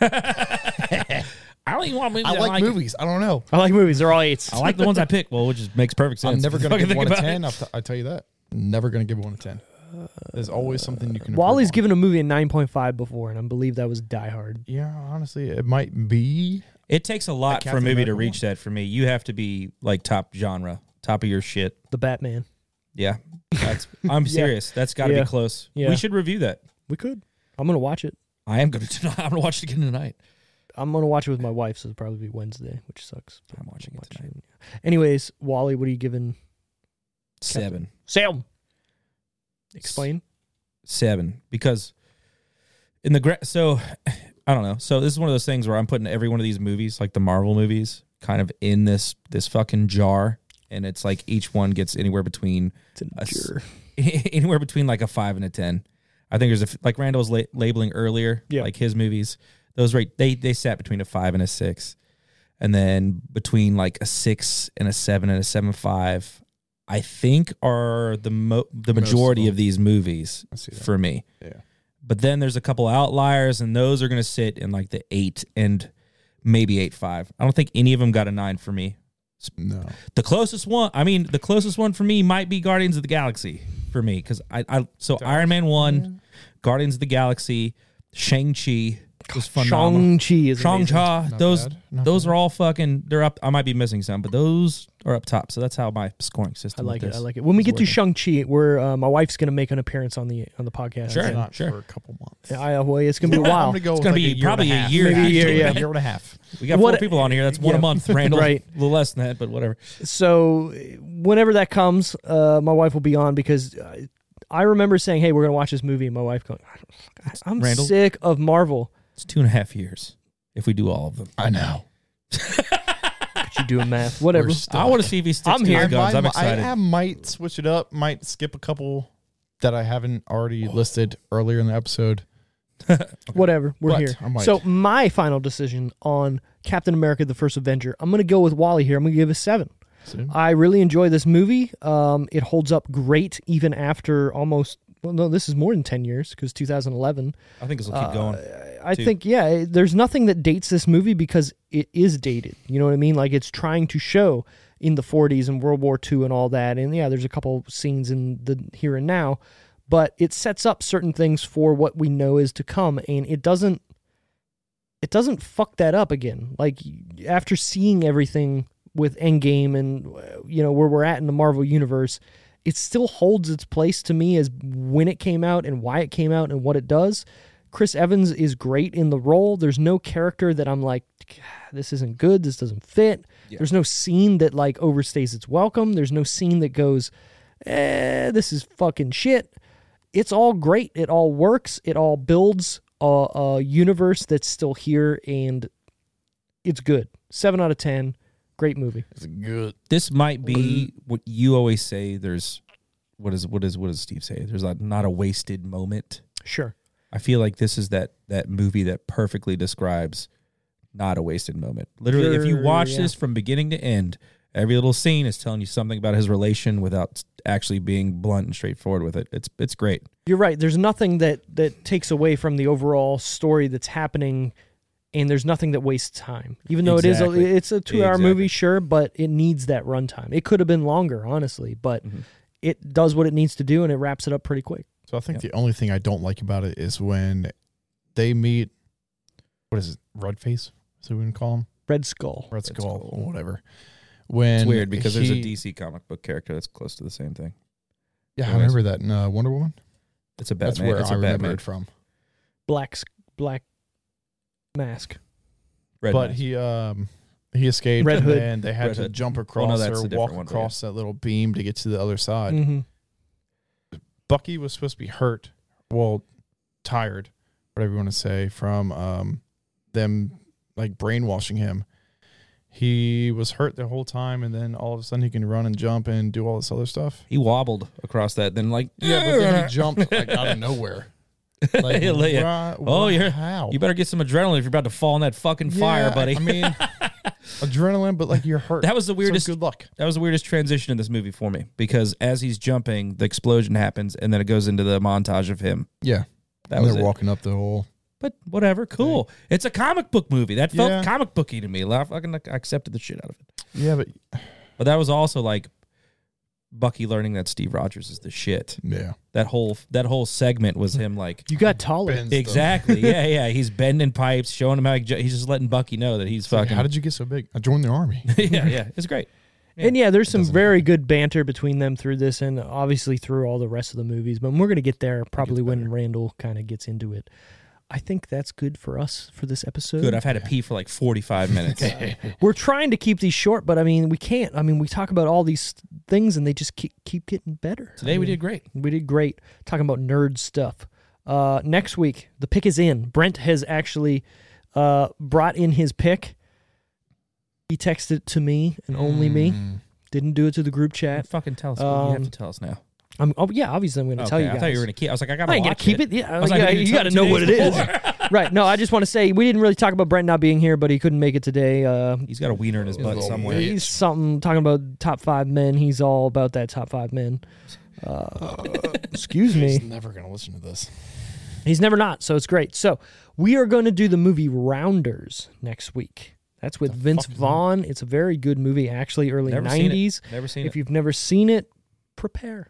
<laughs> I don't even want movies.
I
that
like, movies. I don't know.
I like movies; they're all eights.
I like the ones
<laughs>
I pick. Well, which just makes perfect sense.
I'm <laughs> never
If you <laughs>
gonna give
fucking
one a
think
ten.
about
I'll t- I tell you that. Never gonna give one a ten. There's always something you can.
Wally's
giving.
given a movie a nine point five before, and I believe that was Die Hard.
Yeah, honestly, it might be.
It It takes a lot for a
Captain
movie to
America
reach that. For me, you have to be like top genre, top of your shit.
The Batman.
Yeah,
<laughs>
that's. I'm serious. That's got to
Yeah.
be close.
Yeah.
We should review that.
We could. I'm gonna watch it.
I am gonna <laughs> tonight. I'm gonna watch it again tonight.
I'm gonna watch it with my wife, so it'll probably be Wednesday, which sucks. but
I'm watching it tonight.
Anyways, Wally, what are you giving?
Seven,
Sam. Explain.
seven, because in the gra- so I don't know. So this is one of those things where I'm putting every one of these movies, like the Marvel movies, kind of in this this fucking jar, and it's like each one gets anywhere between
It's an
a s-
jur.
<laughs> anywhere between like a five and a ten. I think there's a f- like Randall was la- labeling earlier,
Yeah.
like his movies. Those rate they they sat between a five and a six, and then between like a six and a seven and a seven five. I think are the mo- the
Most of
majority
them.
of these movies
I see that.
for me.
Yeah.
But then there's a couple outliers, and those are going to sit in like the eight and maybe eight five. I don't think any of them got a nine for me.
No.
The closest one, I mean, the closest one for me might be Guardians of the Galaxy for me because I, I so Iron Man one, Guardians of the Galaxy, Shang Chi was phenomenal.
Shang Chi is
Shang
amazing.
Chi,
Not
those
bad, not
those are all fucking. They're up. I might be missing some, but those are up top. So that's how my scoring
I
system.
like
with
it. I
this.
like it. When we
is
get to
working.
Shang Chi, where uh, my wife's gonna make an appearance on the on the podcast.
Sure.
It's not
sure.
for a couple months.
I, uh, well, it's gonna be a
I'm
while.
gonna go.
It's
with
gonna
like
be
a year
probably
and
a
half.
year,
Maybe a year,
actually.
yeah.
a year and a half.
We got
What-
four people on here. That's one a
Yeah. <laughs>
month. Randall,
Right.
A little less than that, but whatever.
So whenever that comes, uh, my wife will be on because I, I remember saying, "Hey, we're gonna watch this movie." And my wife going, "I- "I'm
Randall?
sick of Marvel."
It's two and a half years if we do all of them.
I know.
But you doing math, whatever.
We're stuck.
I want to see if he sticks
I'm
to
here.
his guns.
might-
I'm
I
excited.
have- might switch it up. Might skip a couple that I haven't already listed earlier in the episode.
Whatever. We're
But
here.
I might.
So my final decision on Captain America: The First Avenger. I'm gonna go with Wally here. I'm gonna give it a seven.
So,
I really enjoy this movie. Um, it holds up great even after almost. Well, no, this is more than ten years because 2011.
I think this will keep
uh,
going.
I
too.
think yeah, it- there's nothing that dates this movie because it is dated. You know what I mean? Like it's trying to show in the 40s and World War II and all that. And yeah, there's a couple scenes in the here and now, but it sets up certain things for what we know is to come, and it doesn't it doesn't fuck that up again. Like after seeing everything with Endgame and uh, you know where we're at in the Marvel universe, it still holds its place to me as when it came out and why it came out and what it does. Chris Evans is great in the role. There's no character that I'm like "Ah, this isn't good, this doesn't fit. There's no scene that like overstays its welcome. There's no scene that goes eh this is fucking shit it's all great. It all works. It all builds a, a universe that's still here, and it's good. Seven out of ten. Great movie.
It's good.
This might be what you always say. There's what is what is what does Steve say? There's like not a wasted moment.
Sure.
I feel like this is that that movie that perfectly describes not a wasted moment. Literally, if you
Sure,
watch
yeah.
this from beginning to end, every little scene is telling you something about his relation without actually being blunt and straightforward with it. It's it's great.
You're right. There's nothing that that takes away from the overall story that's happening, and there's nothing that wastes time. Even though it is
Exactly.
a, it's a two hour
Exactly.
movie, sure, but it needs that runtime. It could have been longer, honestly, but
Mm-hmm.
it does what it needs to do, and it wraps it up pretty quick.
So I think the only thing I don't like about it is when they meet. What is it? Redface. Is that what we call him?
Red Skull.
Red Skull
Skull.
or whatever. When
It's weird because there's
he-
a DC comic book character that's close to the same thing.
Yeah, I remember that in uh, Wonder Woman.
It's a Batman.
That's where
it's
I
a
remember
Batman.
it from.
Black S- Black Mask.
Red
but
Knight.
he um he escaped
Red
and
Hood.
then they had
Red
to
Hood.
jump
Oh, no,
across
that's a
or
different
walk
one, but
across that little beam to get to the other side.
Mm-hmm.
Bucky was supposed to be hurt, well, tired, whatever you want to say, from um them like brainwashing him. He was hurt the whole time, and then all of a sudden he can run and jump and do all this other stuff.
he wobbled across that. Then like
Yeah, but then he
<laughs>
jumped like out of nowhere. Like,
Yeah, like,
why-
oh,
why-
you're
how?
you better get some adrenaline if you're about to fall in that fucking fire,
Yeah,
buddy. <laughs>
I mean, adrenaline, but like you're hurt.
That was the
So
weirdest-
good luck.
that was the weirdest transition in this movie for me because as he's jumping, the explosion happens, and then it goes into the montage of him.
Yeah,
That
And
was
they're
it.
walking up the whole.
But whatever, cool. It's a comic book movie. That felt
Yeah.
comic booky to me. I fucking I accepted the shit out of it.
Yeah, but
But that was also like Bucky learning that Steve Rogers is the shit.
yeah,
That whole that whole segment was him <laughs> like
You got taller.
exactly <laughs> yeah yeah. He's bending pipes, showing him how he, ju- he's just letting Bucky know that he's fucking.
How did you get so big? I joined
<laughs>
the army.
yeah yeah. It's great.
And yeah, there's some very good banter between them through this and obviously through all the rest of the movies, but we're going to get there probably when Randall kind of gets into it. I think that's good for us for this episode.
Good. I've had to pee for like forty five minutes.
We're trying to keep these short, but I mean, we can't. I mean, we talk about all these things and they just keep, keep getting better.
Today we did great.
We did great talking about nerd stuff. Uh, next week, the pick is in. Brent has actually uh, brought in his pick. He texted it to me and only me.
Hmm.
Didn't do it to the group chat.
Fucking tell us. you have
Um,
to tell us now.
I'm, oh yeah, obviously I'm going to tell you
I
guys.
thought you were gonna keep. I was like, I gotta.
I ain't gonna
watch
keep it. Yeah,
I was like,
yeah,
I didn't
you
tell
got to know
two
what it
days
is.
before.
<laughs> right. No, I just want to say we didn't really talk about Brent not being here, but he couldn't make it today. Uh,
He's got a wiener in his butt
little
somewhere.
bitch.
he's something talking about top five men. He's all about that top five men. Uh, excuse me.
He's never gonna listen to this.
He's never not, so it's great. So we are going to do the movie Rounders next week. That's with Vince Vaughn. It's a very good movie, actually, early
Never seen it.
'90s.
Never seen
if
it.
you've never seen it, prepare.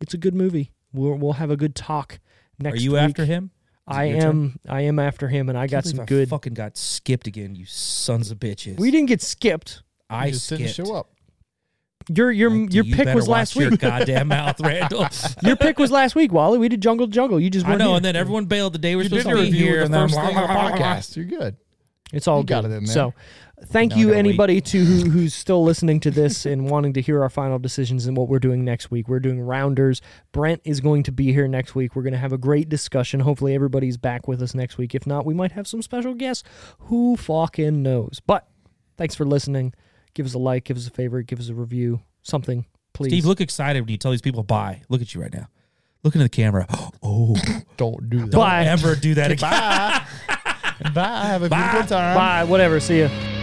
It's a good movie. We'll, we'll have a good talk
Are
next.
you
week.
after him?
I
your turn?
am. I am after him, and I got
Can't
some
believe
good.
I fucking got skipped again, you sons of bitches.
we didn't get skipped.
I
You just
skipped.
didn't show up.
Your your
Like,
your
dude, you
pick
better
was last
watch Your
week.
goddamn mouth, Randall.
your pick was last week, Wally. We did Jungle to Jungle. You just
I
weren't
know,
here.
and then everyone bailed the day we're supposed to be
review
here.
of the
and I'm
first
like,
thing on the
<laughs>
podcast. You're good.
It's all
You got
good.
it in there.
So, thank
Now I
you
gotta
anybody to who, who's still listening to this
<laughs>
and wanting to hear our final decisions and what we're doing next week. We're doing rounders. Brent is going to be here next week. We're going to have a great discussion. Hopefully, everybody's back with us next week. If not, we might have some special guests. Who fucking knows? But thanks for listening. Give us a like. Give us a favor. Give us a review. Something, please.
Steve, look excited when you tell these people bye. Look at you right now. Look into the camera. Oh,
Don't do that.
Bye.
ever do that again.
Bye. Bye. Have a beautiful time.
Bye. Whatever. See ya.